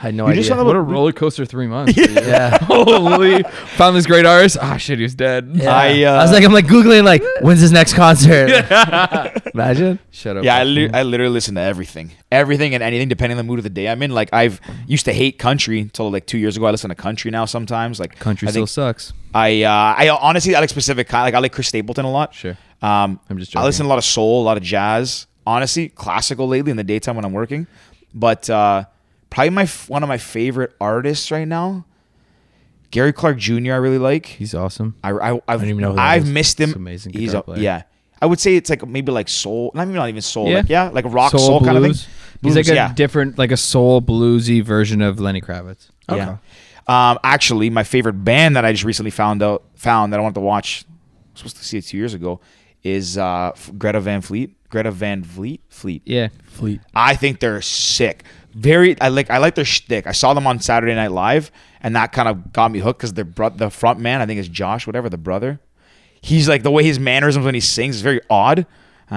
Speaker 1: I had no
Speaker 2: You
Speaker 1: idea.
Speaker 2: just found out
Speaker 5: what a roller coaster three months. dude.
Speaker 1: yeah.
Speaker 5: Holy, found this great artist. Ah, shit, he was dead.
Speaker 1: Yeah.
Speaker 2: I, uh,
Speaker 1: I was like, I'm like googling, like, when's his next concert? Imagine.
Speaker 5: Shut up.
Speaker 2: Yeah, I, li- I literally listen to everything, everything and anything, depending on the mood of the day I'm in. Like I've used to hate country until like two years ago. I listen to country now sometimes. Like
Speaker 5: Country
Speaker 2: I
Speaker 5: still
Speaker 2: think
Speaker 5: sucks.
Speaker 2: I uh, I honestly I like specific kind. Like I like Chris Stapleton a lot.
Speaker 5: Sure.
Speaker 2: Um,
Speaker 5: I'm just
Speaker 2: I listen to
Speaker 5: joking.
Speaker 2: a lot of soul, a lot of jazz. Honestly, classical lately in the daytime when I'm working. But uh, probably my f- one of my favorite artists right now, Gary Clark Jr. I really like.
Speaker 5: He's awesome.
Speaker 2: I, I, I've, I
Speaker 1: don't even know who that
Speaker 2: have
Speaker 1: is.
Speaker 2: missed him.
Speaker 5: He's an amazing
Speaker 2: He's
Speaker 5: guitar
Speaker 2: a,
Speaker 5: player.
Speaker 2: yeah. I would say it's like maybe like soul, not even not even soul,
Speaker 5: Yeah.
Speaker 2: like yeah, like rock soul, kind of thing.
Speaker 5: blues. He's like
Speaker 2: Blues,
Speaker 5: a
Speaker 2: yeah.
Speaker 5: different, like a soul bluesy version of Lenny Kravitz.
Speaker 2: Yeah. Um, actually, my favorite band that I just recently found out found that I wanted to watch, I was supposed to see it two years ago, is uh, F- Greta Van Fleet. Greta Van Fleet. Fleet.
Speaker 5: Yeah.
Speaker 1: Fleet.
Speaker 2: I think they're sick. Very, I like, I like their shtick. I saw them on Saturday Night Live, and that kind of got me hooked because their bro- the front man, I think is Josh, whatever the brother. He's like the way his mannerisms when he sings is very odd. And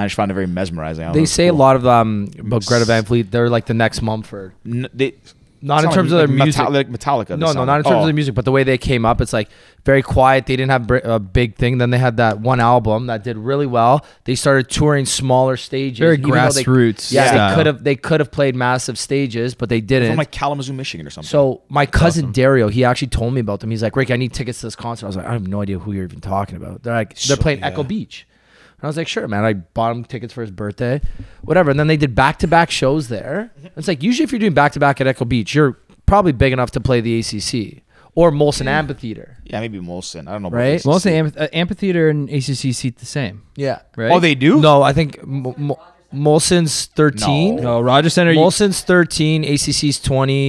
Speaker 2: I just found it very mesmerizing. I don't know,
Speaker 1: They
Speaker 2: it's
Speaker 1: say a
Speaker 2: cool.
Speaker 1: lot of um about Greta Van Fleet. They're like the next Mumford.
Speaker 2: N- they,
Speaker 1: Not in
Speaker 2: sound
Speaker 1: terms
Speaker 2: like-
Speaker 1: of their
Speaker 2: like
Speaker 1: music.
Speaker 2: Metallica, like Metallica. they
Speaker 1: No, no,
Speaker 2: sound
Speaker 1: not in
Speaker 2: like.
Speaker 1: terms
Speaker 2: Oh.
Speaker 1: of the music, but the way they came up, it's like very quiet. They didn't have br- a big thing. Then they had that one album that did really well. They started touring smaller stages.
Speaker 5: Very
Speaker 1: even though they-
Speaker 5: grassroots
Speaker 1: yeah,
Speaker 5: style.
Speaker 1: they could have they could have played massive stages, but they didn't.
Speaker 2: From like Kalamazoo, Michigan or something.
Speaker 1: so my cousin Dario, he actually told me about them. He's like, Rick, I need tickets to this concert. I was like, I have no idea who you're even talking about. They're like, they're
Speaker 2: So-
Speaker 1: playing Echo Beach. And I was like, sure, man. I bought him tickets for his birthday, whatever. And then they did back to back shows there. It's like, usually if you're doing back to back at Echo Beach, you're probably big enough to play the ACC or Molson Amphitheater.
Speaker 2: yeah, maybe Molson. I don't know. About
Speaker 1: Right?
Speaker 2: this.
Speaker 5: Well, the amphith- uh, amphitheater and ACC seat the same,
Speaker 1: Yeah.
Speaker 5: right?
Speaker 2: Oh, they do.
Speaker 1: No, I think Mo- Mo- Molson's 13.
Speaker 2: No.
Speaker 5: No, Rogers Center. you-
Speaker 1: Molson's 13, ACC's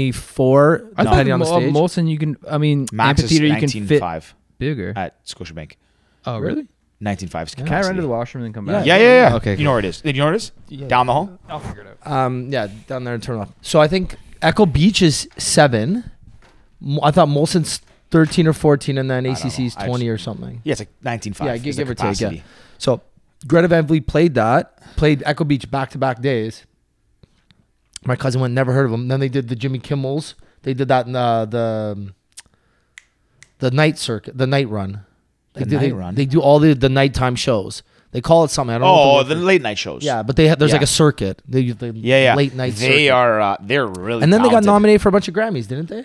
Speaker 1: 24,
Speaker 5: I thought
Speaker 1: depending on the
Speaker 5: Mo-
Speaker 1: stage.
Speaker 5: Molson, you can. I mean,
Speaker 2: Max is
Speaker 5: amphitheater, you can fit
Speaker 2: 19.5
Speaker 5: bigger.
Speaker 2: at Scotiabank.
Speaker 5: oh, really?
Speaker 2: 19.5.
Speaker 5: Can I run to the washroom and then come back?
Speaker 2: Yeah, yeah, yeah.
Speaker 5: Okay.
Speaker 2: You know where it is. Did you know where it is? Down the hall.
Speaker 1: Um, yeah, down there in Turn Off. So I think Echo Beach is seven. Mo- I thought Molson's thirteen or fourteen, and then ACC's
Speaker 2: know. I
Speaker 1: twenty or something.
Speaker 2: Yeah, it's like 19.5.
Speaker 1: Yeah,
Speaker 2: is
Speaker 1: give,
Speaker 2: the
Speaker 1: give or take.
Speaker 2: capacity.
Speaker 1: Yeah. So Greta Van Vliet played that, played Echo Beach back to back days. My cousin went, never heard of them. Then they did the Jimmy Kimmel's. They did that in the the, the night circuit, the night run. They
Speaker 2: The
Speaker 1: do, they,
Speaker 2: night run?
Speaker 1: They do all the the nighttime shows. They call it something. I don't know.
Speaker 2: Oh,
Speaker 1: what
Speaker 2: the
Speaker 1: they're-
Speaker 2: late night shows.
Speaker 1: yeah, but they ha- there's
Speaker 2: Yeah.
Speaker 1: like a circuit. They, they
Speaker 2: yeah, yeah.
Speaker 1: late night.
Speaker 2: They
Speaker 1: circuit.
Speaker 2: are. Uh, they're really.
Speaker 1: And then they got
Speaker 2: talented.
Speaker 1: nominated for a bunch of Grammys, didn't they?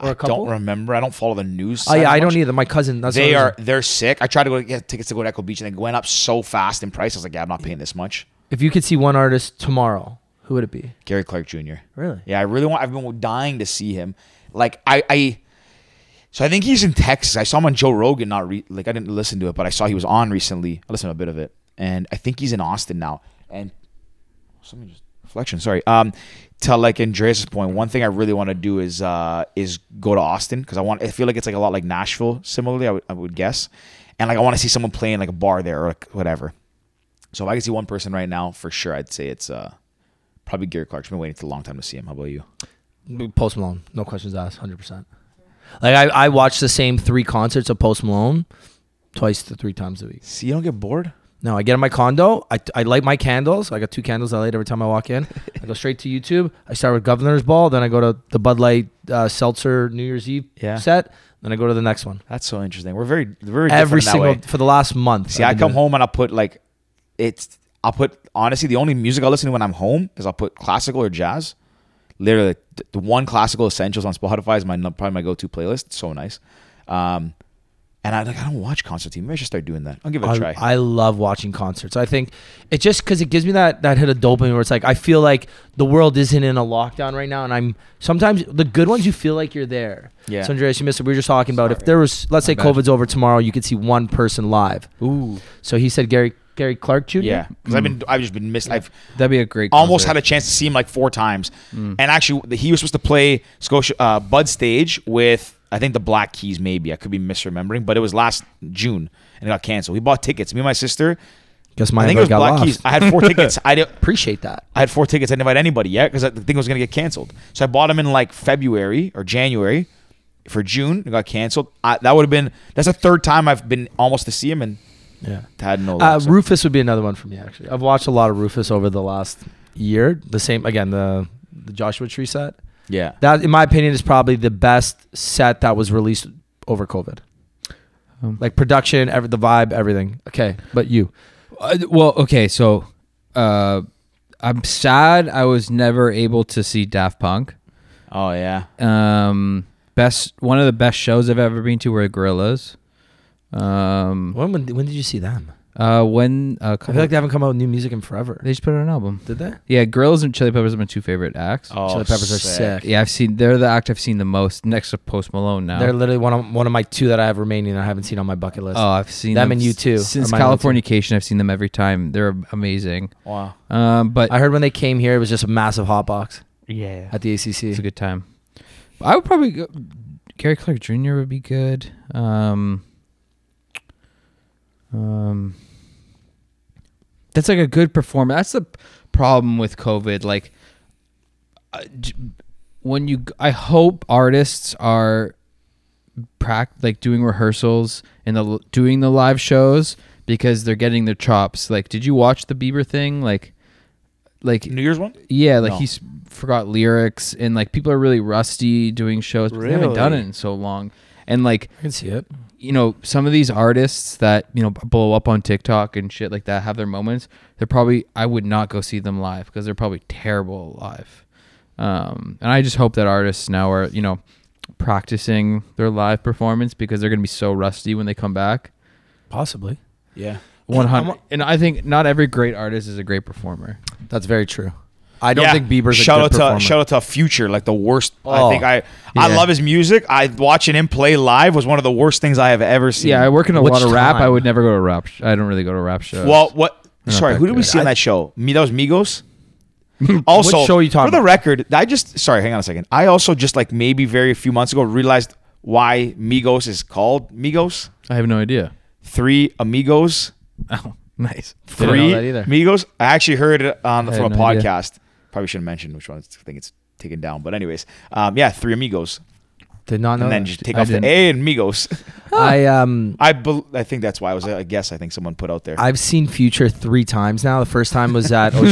Speaker 1: Or a
Speaker 2: I
Speaker 1: couple.
Speaker 2: don't remember. I don't follow the news.
Speaker 1: Oh
Speaker 2: side
Speaker 1: yeah, I
Speaker 2: much.
Speaker 1: don't either. My cousin. That's
Speaker 2: They
Speaker 1: what it
Speaker 2: are.
Speaker 1: was.
Speaker 2: They're sick. I tried to go get tickets to go to Echo Beach, and they went up so fast in price. I was like, yeah, I'm not paying this much.
Speaker 1: If you could see one artist tomorrow,
Speaker 5: Who would it be?
Speaker 2: Gary Clark Jr.
Speaker 5: Really?
Speaker 2: Yeah, I really want. I've been dying to see him. Like I, I. So I think he's in Texas. I saw him on Joe Rogan. Not re- like I didn't listen to it, but I saw he was on recently. I listened to a bit of it, and I think he's in Austin now. And something just reflection. Sorry. Um, to like Andreas's point, one thing I really want to do is uh is go to Austin because I want. I feel like it's like a lot like Nashville. Similarly, I would I would guess, and like I want to see someone playing like a bar there or like whatever. So if I could see one person right now for sure, I'd say it's uh probably Gary Clark. I've been waiting for a long time to see him. How about you?
Speaker 1: Post Malone, no questions asked, hundred percent. Like I, I watched the same three concerts of Post Malone twice to three times a week.
Speaker 2: See, you don't get bored.
Speaker 1: No, I get in my condo. I, I light my candles. I got two candles I light every time I walk in. I go straight to YouTube. I start with Governor's Ball. Then I go to the Bud Light uh, Seltzer New Year's Eve
Speaker 2: Yeah.
Speaker 1: set. Then I go to the next one.
Speaker 2: That's so interesting. We're very very
Speaker 1: Every
Speaker 2: different in that
Speaker 1: single,
Speaker 2: way.
Speaker 1: for the last month.
Speaker 2: See,
Speaker 1: I've
Speaker 2: I
Speaker 1: been
Speaker 2: come
Speaker 1: doing-
Speaker 2: home and I put like it's. I'll put honestly the only music I listen to when I'm home is I'll put classical or jazz. Literally, th- the one classical essentials on Spotify is my num- probably my go-to playlist. It's so nice. Um, and I like I don't watch concert TV. Maybe I should start doing that. I'll give it a
Speaker 1: I,
Speaker 2: try.
Speaker 1: I love watching concerts. I think it just because it gives me that that hit of dopamine where it's like I feel like the world isn't in a lockdown right now, and I'm sometimes the good ones you feel like you're there.
Speaker 2: Yeah.
Speaker 1: So Andreas, you missed it. We were just talking about if
Speaker 2: Sorry.
Speaker 1: there was, let's say,
Speaker 5: bad.
Speaker 1: COVID's over tomorrow, you could see one person live.
Speaker 5: Ooh,
Speaker 1: So he said Gary Gary Clark Jr.
Speaker 2: yeah, because I've been I've just been missed. I've
Speaker 5: that'd be a great.
Speaker 2: almost had
Speaker 5: concert.
Speaker 2: a chance to see him like four times. And actually, the, he was supposed to play Scotia uh, Bud Stage with I think the Black Keys. Maybe I could be misremembering, but it was last June and it got canceled. We bought tickets. Me and my sister.
Speaker 1: Guess
Speaker 2: I
Speaker 1: mine
Speaker 2: think it was
Speaker 1: got
Speaker 2: Black
Speaker 1: lost.
Speaker 2: Keys. I had four tickets. I did
Speaker 1: Appreciate that.
Speaker 2: I had four tickets. I didn't invite anybody yet because the thing was going to get canceled. So I bought them in like February or January for June. It got canceled. I, that would have been that's the third time I've been almost to see him and
Speaker 1: Yeah.
Speaker 2: had no.
Speaker 1: Uh,
Speaker 2: luck, so.
Speaker 1: Rufus would be another one for me actually. I've watched a lot of Rufus over the last year. The same again the the Joshua Tree set.
Speaker 2: yeah.
Speaker 1: That in my opinion is probably the best set that was released over COVID.
Speaker 5: Um,
Speaker 1: like production, every, the vibe, everything. Okay, but you.
Speaker 5: Uh, well, okay, so uh, I'm sad I was never able to see Daft Punk.
Speaker 2: oh yeah.
Speaker 5: Um, best one of the best shows I've ever been to were the Gorillas. Um,
Speaker 1: When when, when did you see them?
Speaker 5: uh, when uh,
Speaker 1: I feel like they haven't come out with new music in forever.
Speaker 5: they just put out an album.
Speaker 1: did they?
Speaker 5: Yeah, Gorillas and Chili Peppers are my two favorite acts.
Speaker 2: Oh,
Speaker 1: Chili Peppers are sick.
Speaker 5: Yeah, I've seen they're the act I've seen the most next to Post Malone now.
Speaker 1: They're literally one of one of my two that I have remaining that I haven't seen on my bucket list.
Speaker 5: oh, I've seen
Speaker 1: Them
Speaker 5: them
Speaker 1: and you
Speaker 5: s-
Speaker 1: too
Speaker 5: since
Speaker 1: are my go-to.
Speaker 5: Californication. I've seen them every time. They're amazing.
Speaker 2: Wow.
Speaker 5: Um, but
Speaker 1: I heard when they came here, it was just a massive hot box
Speaker 5: yeah,
Speaker 1: at the ACC.
Speaker 5: it's a good time. I would probably go. Gary Clark Jr. would be good. Um, um, that's like a good performance. That's the problem with COVID. Like, uh, j- when you, I hope artists are prac like doing rehearsals and the doing the live shows because they're getting their chops. Like, did you watch the Bieber thing? Like, like
Speaker 2: New Year's one.
Speaker 5: yeah, like
Speaker 2: No.
Speaker 5: he's forgot lyrics and like people are really rusty doing shows. But They haven't done it
Speaker 2: Really?
Speaker 5: in so long. And like,
Speaker 1: I can see it.
Speaker 5: you know, some of these artists that, you know, blow up on TikTok and shit like that have their moments. They're probably I would not go see them live because they're probably terrible live. Um and I just hope that artists now are, you know, practicing their live performance because they're going to be so rusty when they come back.
Speaker 1: Possibly.
Speaker 2: Yeah.
Speaker 5: 100 and I think not every great artist is a great performer.
Speaker 1: That's very true. I don't
Speaker 2: Yeah.
Speaker 1: think Bieber's
Speaker 2: shout
Speaker 1: a good
Speaker 2: out
Speaker 1: performer.
Speaker 2: to shout out to Future, like the worst.
Speaker 1: Oh,
Speaker 2: I think I I
Speaker 5: yeah.
Speaker 2: love his music. I watching him play live was one of the worst things I have ever seen.
Speaker 5: Yeah, I work in a
Speaker 1: Which
Speaker 5: lot of rap. I
Speaker 1: time?
Speaker 5: would never go to rap. Sh- I don't really go to rap shows.
Speaker 2: Well, what?
Speaker 5: They're not
Speaker 2: Sorry,
Speaker 5: that
Speaker 2: who did we
Speaker 5: good.
Speaker 2: see on that show? Me, that was Migos. also,
Speaker 1: show are you talking
Speaker 2: for the
Speaker 1: about?
Speaker 2: record, I just sorry, hang on a second. I also just like maybe very few months ago realized why Migos is called Migos.
Speaker 5: I have no idea.
Speaker 2: Three amigos,
Speaker 5: Oh, nice.
Speaker 1: Didn't know
Speaker 2: three
Speaker 1: that either.
Speaker 2: Migos. I actually heard it on the,
Speaker 5: I
Speaker 2: from a
Speaker 5: had no idea.
Speaker 2: podcast. Probably shouldn't mention which one. I think it's taken down. But anyways, um, yeah, three amigos,
Speaker 1: Did not know.
Speaker 2: and then
Speaker 1: that.
Speaker 2: just take
Speaker 5: I
Speaker 2: off
Speaker 5: didn't.
Speaker 2: the A and Migos.
Speaker 1: I um
Speaker 2: I bel I think that's why I was I guess I think someone put out there.
Speaker 1: I've seen Future three times now. The first time was at
Speaker 2: A lot.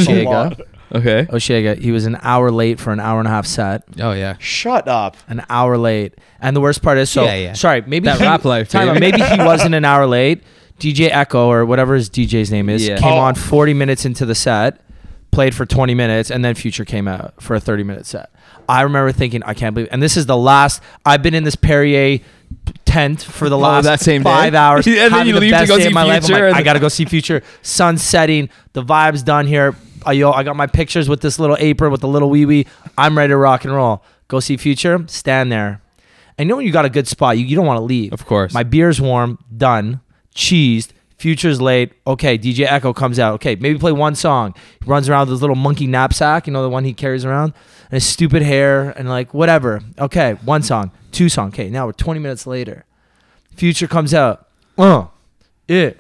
Speaker 1: Oshiega.
Speaker 5: Okay.
Speaker 1: Oshiega. He was an hour late for an hour and a half set.
Speaker 5: Oh yeah.
Speaker 2: Shut up.
Speaker 1: An hour late. And the worst part is so
Speaker 5: Yeah, yeah.
Speaker 1: sorry, maybe
Speaker 5: That
Speaker 1: he,
Speaker 5: rap life,
Speaker 1: time out,
Speaker 5: baby.
Speaker 1: maybe he wasn't an hour late. DJ Echo or whatever his DJ's name is
Speaker 5: Yeah.
Speaker 1: came
Speaker 2: Oh.
Speaker 1: on 40 minutes into the set, played for 20 minutes, and then Future came out for a 30 minute set. I remember thinking, I can't believe, and this is the last. I've been in this Perrier tent for the
Speaker 5: Oh,
Speaker 1: last
Speaker 5: that same day?
Speaker 1: five hours.
Speaker 5: And then
Speaker 1: having
Speaker 5: you
Speaker 1: the
Speaker 5: leave to
Speaker 1: best
Speaker 5: go
Speaker 1: day
Speaker 5: see
Speaker 1: of my life. I'm
Speaker 5: Future
Speaker 1: like,
Speaker 5: and-
Speaker 1: I gotta go see Future. Sun setting. The vibes done here. I, yo, I got my pictures with this little apron with the little wee wee. I'm ready to rock and roll. Go see Future. Stand there. I know when you got a good spot, you, you don't want to leave.
Speaker 5: Of course.
Speaker 1: My beer's warm, done, cheesed. Future's late. Okay, DJ Echo comes out. Okay, maybe play one song. He runs around with his little monkey knapsack, you know, the one he carries around, and his stupid hair, and like whatever. Okay, one song, two song. Okay, now we're 20 minutes later. Future comes out. Uh, it.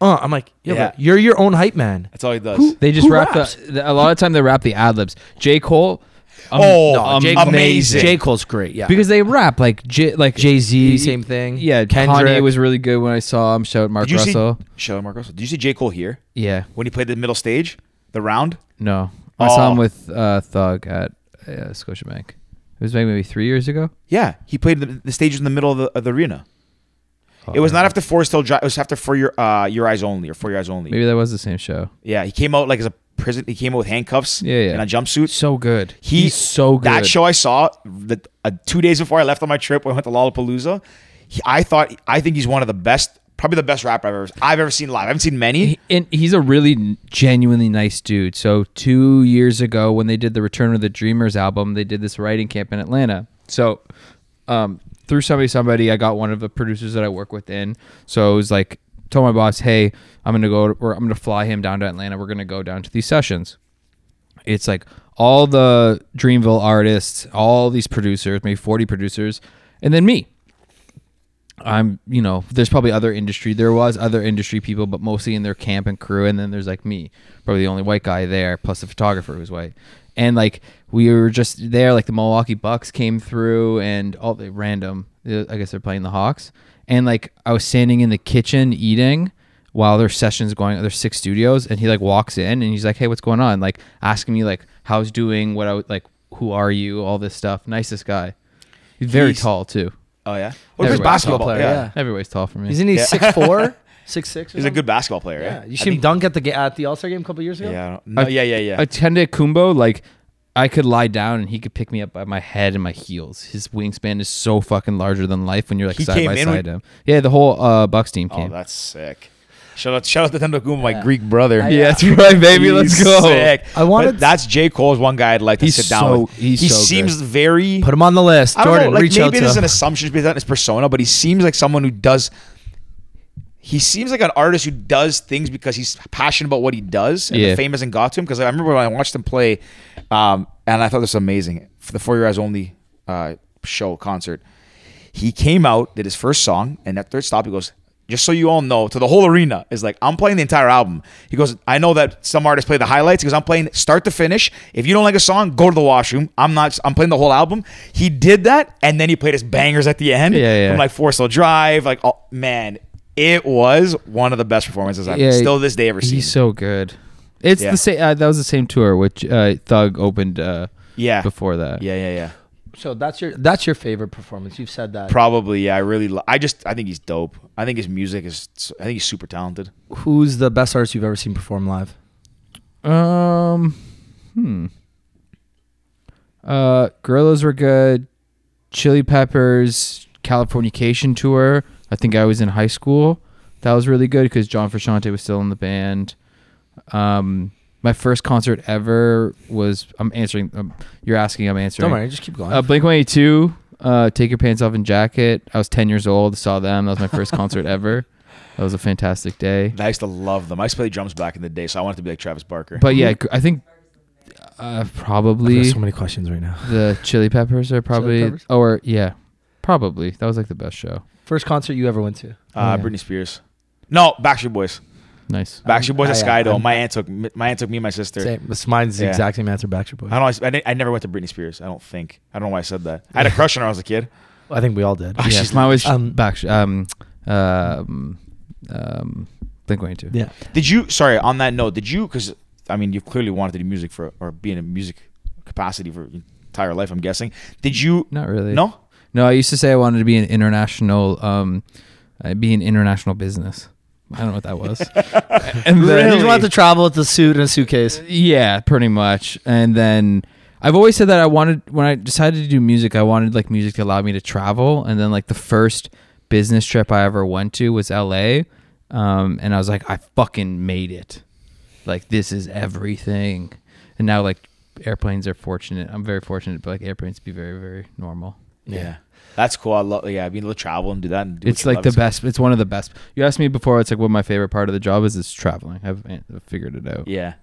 Speaker 1: Uh, I'm like, yeah,
Speaker 2: Yeah.
Speaker 1: but you're your own hype man.
Speaker 2: That's all he does.
Speaker 5: They just
Speaker 1: Who
Speaker 5: wrap
Speaker 1: raps?
Speaker 5: the, the- a lot of time they wrap the ad libs. J Cole, um,
Speaker 2: Oh,
Speaker 5: um,
Speaker 2: J. Cole. amazing.
Speaker 1: J Cole's great. Yeah,
Speaker 5: because they rap like J like
Speaker 1: Jay Z,
Speaker 5: Y-
Speaker 1: same thing.
Speaker 5: Yeah, Kanye
Speaker 1: Kendrick.
Speaker 5: was really good when I saw him. Shout out Mark
Speaker 2: Did you
Speaker 5: Russell.
Speaker 2: see? Shout out Mark Russell. Did you see J Cole here
Speaker 5: yeah,
Speaker 2: when he played the middle stage, the round?
Speaker 5: no, I saw him
Speaker 2: Oh.
Speaker 5: with uh, Thug at uh, Scotiabank. It was maybe three years ago.
Speaker 2: Yeah, he played the, the stage in the middle of the, of the arena.
Speaker 5: Oh,
Speaker 2: it was
Speaker 5: yeah.
Speaker 2: not after four still dry. It was after for your uh your eyes only or for your eyes only.
Speaker 5: Maybe that was the same show.
Speaker 2: Yeah, he came out like as a prison. He came out with handcuffs.
Speaker 5: Yeah, yeah.
Speaker 2: and a jumpsuit.
Speaker 5: So good.
Speaker 2: He-
Speaker 5: He's so good.
Speaker 2: That show I saw the, uh, two days before I left on my trip. When I went to Lollapalooza. He, I thought I think he's one of the best, probably the best rapper I've ever I've ever seen live. I haven't seen many.
Speaker 5: He- and he's a really genuinely nice dude. So two years ago, when they did the Return of the Dreamers album, they did this writing camp in Atlanta. So um, through somebody, somebody, I got one of the producers that I work with in. So it was like, told my boss, hey, I'm gonna go, or I'm gonna fly him down to Atlanta. We're gonna go down to these sessions it's like all the Dreamville artists, all these producers, maybe 40 producers, and then me. I'm, you know, there's probably other industry. There was other industry people, but mostly in their camp and crew. And then there's like me, probably the only white guy there, plus the photographer who's white. And like we were just there, like the Milwaukee Bucks came through and all the random, uh, I guess they're playing the Hawks. And like I was standing in the kitchen eating while their session's going there's six studios and he like walks in and he's like hey what's going on like asking me like how's doing what i would- like who are you all this stuff nicest guy he's very
Speaker 2: He's-
Speaker 5: tall too
Speaker 2: oh yeah,
Speaker 5: He's a
Speaker 2: good
Speaker 1: basketball player, yeah.
Speaker 5: everybody's tall for me
Speaker 1: Isn't he six four, six six?
Speaker 2: He's a good basketball player. Yeah,
Speaker 1: Yeah, you see him dunk at the ga- at the All Star game a couple years ago.
Speaker 2: Yeah, I don't- no,
Speaker 5: I-
Speaker 2: yeah, yeah, yeah.
Speaker 5: a tende kumbo like i could lie down and he could pick me up by my head and my heels his wingspan is so fucking larger than life when you're like
Speaker 2: He
Speaker 5: side
Speaker 2: came
Speaker 5: by
Speaker 2: in
Speaker 5: side
Speaker 2: with-
Speaker 5: him yeah the whole uh bucks team
Speaker 2: oh,
Speaker 5: came
Speaker 2: that's sick. Shout out, shout out to Tendo Kuma, my Greek brother.
Speaker 5: yeah that's right baby let's
Speaker 2: He's
Speaker 5: go
Speaker 2: sick.
Speaker 1: I wanted-
Speaker 2: But that's J Cole's one guy I'd like to
Speaker 5: He's
Speaker 2: sit down
Speaker 5: so-
Speaker 2: with.
Speaker 5: he's
Speaker 2: he
Speaker 5: so good.
Speaker 2: seems very.
Speaker 1: Put him on the list.
Speaker 2: I don't
Speaker 1: Jordan,
Speaker 2: know. Like
Speaker 1: reach out
Speaker 2: maybe
Speaker 1: to
Speaker 2: this is
Speaker 1: him.
Speaker 2: an assumption based on his persona, but he seems like someone who does. He seems like an artist who does things because he's passionate about what he does, and
Speaker 5: Yeah.
Speaker 2: the fame hasn't got to him. Because I remember when I watched him play, um, and I thought this was amazing for the Four Year Eyes Only uh, show concert. He came out, did his first song, and at third stop, he goes, "Just so you all know, to the whole arena is like I'm playing the entire album." He goes, "I know that some artists play the highlights because I'm playing start to finish. If you don't like a song, go to the washroom. I'm not. I'm playing the whole album." He did that, and then he played his bangers at the end.
Speaker 5: Yeah, yeah.
Speaker 2: From like Four Soul Drive, like oh man, it was one of the best performances I've still this day ever seen.
Speaker 5: He's so good. It's
Speaker 2: Yeah.
Speaker 5: the same. Uh, that was the same tour which uh, Thug opened. Uh,
Speaker 2: yeah.
Speaker 5: before that.
Speaker 2: Yeah, yeah, yeah.
Speaker 1: So that's your that's your favorite performance. You've said that.
Speaker 2: Probably, yeah. I really, lo- I just, I think he's dope. I think his music is, I think he's super talented.
Speaker 1: Who's the best artist you've ever seen perform live?
Speaker 5: Um. Hmm. Uh, Gorillas were good. Chili Peppers Californication tour. I think I was in high school. That was really good because John Frusciante was still in the band. Um, my first concert ever was. I'm answering. Um, you're asking. I'm answering.
Speaker 1: Don't worry, just keep going.
Speaker 5: Uh, Blink 182, uh, Take Your Pants Off and Jacket. I was 10 years old, saw them. That was my first concert ever. That was a fantastic day.
Speaker 2: I used to love them. I used to play drums back in the day, so I wanted to be like Travis Barker.
Speaker 5: But yeah, gr- I think uh,
Speaker 1: There's
Speaker 5: probably
Speaker 1: so many questions right now.
Speaker 5: the Chili Peppers are probably,
Speaker 1: Peppers?
Speaker 5: or yeah, probably. That was like the best show.
Speaker 1: First concert you ever went to?
Speaker 2: uh,
Speaker 5: yeah.
Speaker 2: Britney Spears. No, Backstreet Boys.
Speaker 5: Nice.
Speaker 2: Backstreet Boys
Speaker 1: I-
Speaker 2: at Sky
Speaker 1: I-
Speaker 2: Dome.
Speaker 1: I'm-
Speaker 2: My aunt took me- my aunt took me and my sister.
Speaker 1: Same. This mine's the
Speaker 2: Yeah.
Speaker 1: exact same answer. Backstreet Boys.
Speaker 2: I don't. know, I, I, didn't- I never went to Britney Spears. I don't think. I don't know why I said that. I had a crush on her when I was a kid.
Speaker 1: I think we all did.
Speaker 5: yeah, mine was
Speaker 1: um,
Speaker 5: um, back, um, um, um, Blink 182.
Speaker 1: Yeah.
Speaker 2: Did you? Sorry. On that note, did you? Because I mean, you've clearly wanted to do music for or be in a music capacity for your entire life. I'm guessing. Did you?
Speaker 5: Not really.
Speaker 2: No.
Speaker 5: No, I used to say I wanted to be an international, um, uh, be an international business. I don't know what that was. and
Speaker 1: You just wanted to travel with a suit and a suitcase.
Speaker 5: Yeah, pretty much. And then I've always said that I wanted when I decided to do music, I wanted like music to allow me to travel. And then like the first business trip I ever went to was LA. Um, and I was like, I fucking made it. like this is everything. And now like airplanes are fortunate. I'm very fortunate, but like airplanes be very very normal.
Speaker 2: Yeah. That's cool. I love, yeah, being able to travel and do that. And do what
Speaker 5: It's
Speaker 2: you
Speaker 5: like
Speaker 2: love
Speaker 5: the
Speaker 2: is-
Speaker 5: best. It's one of the best. You asked me before. It's like what my favorite part of the job is. It's traveling. I've an- I've figured it out.
Speaker 2: Yeah.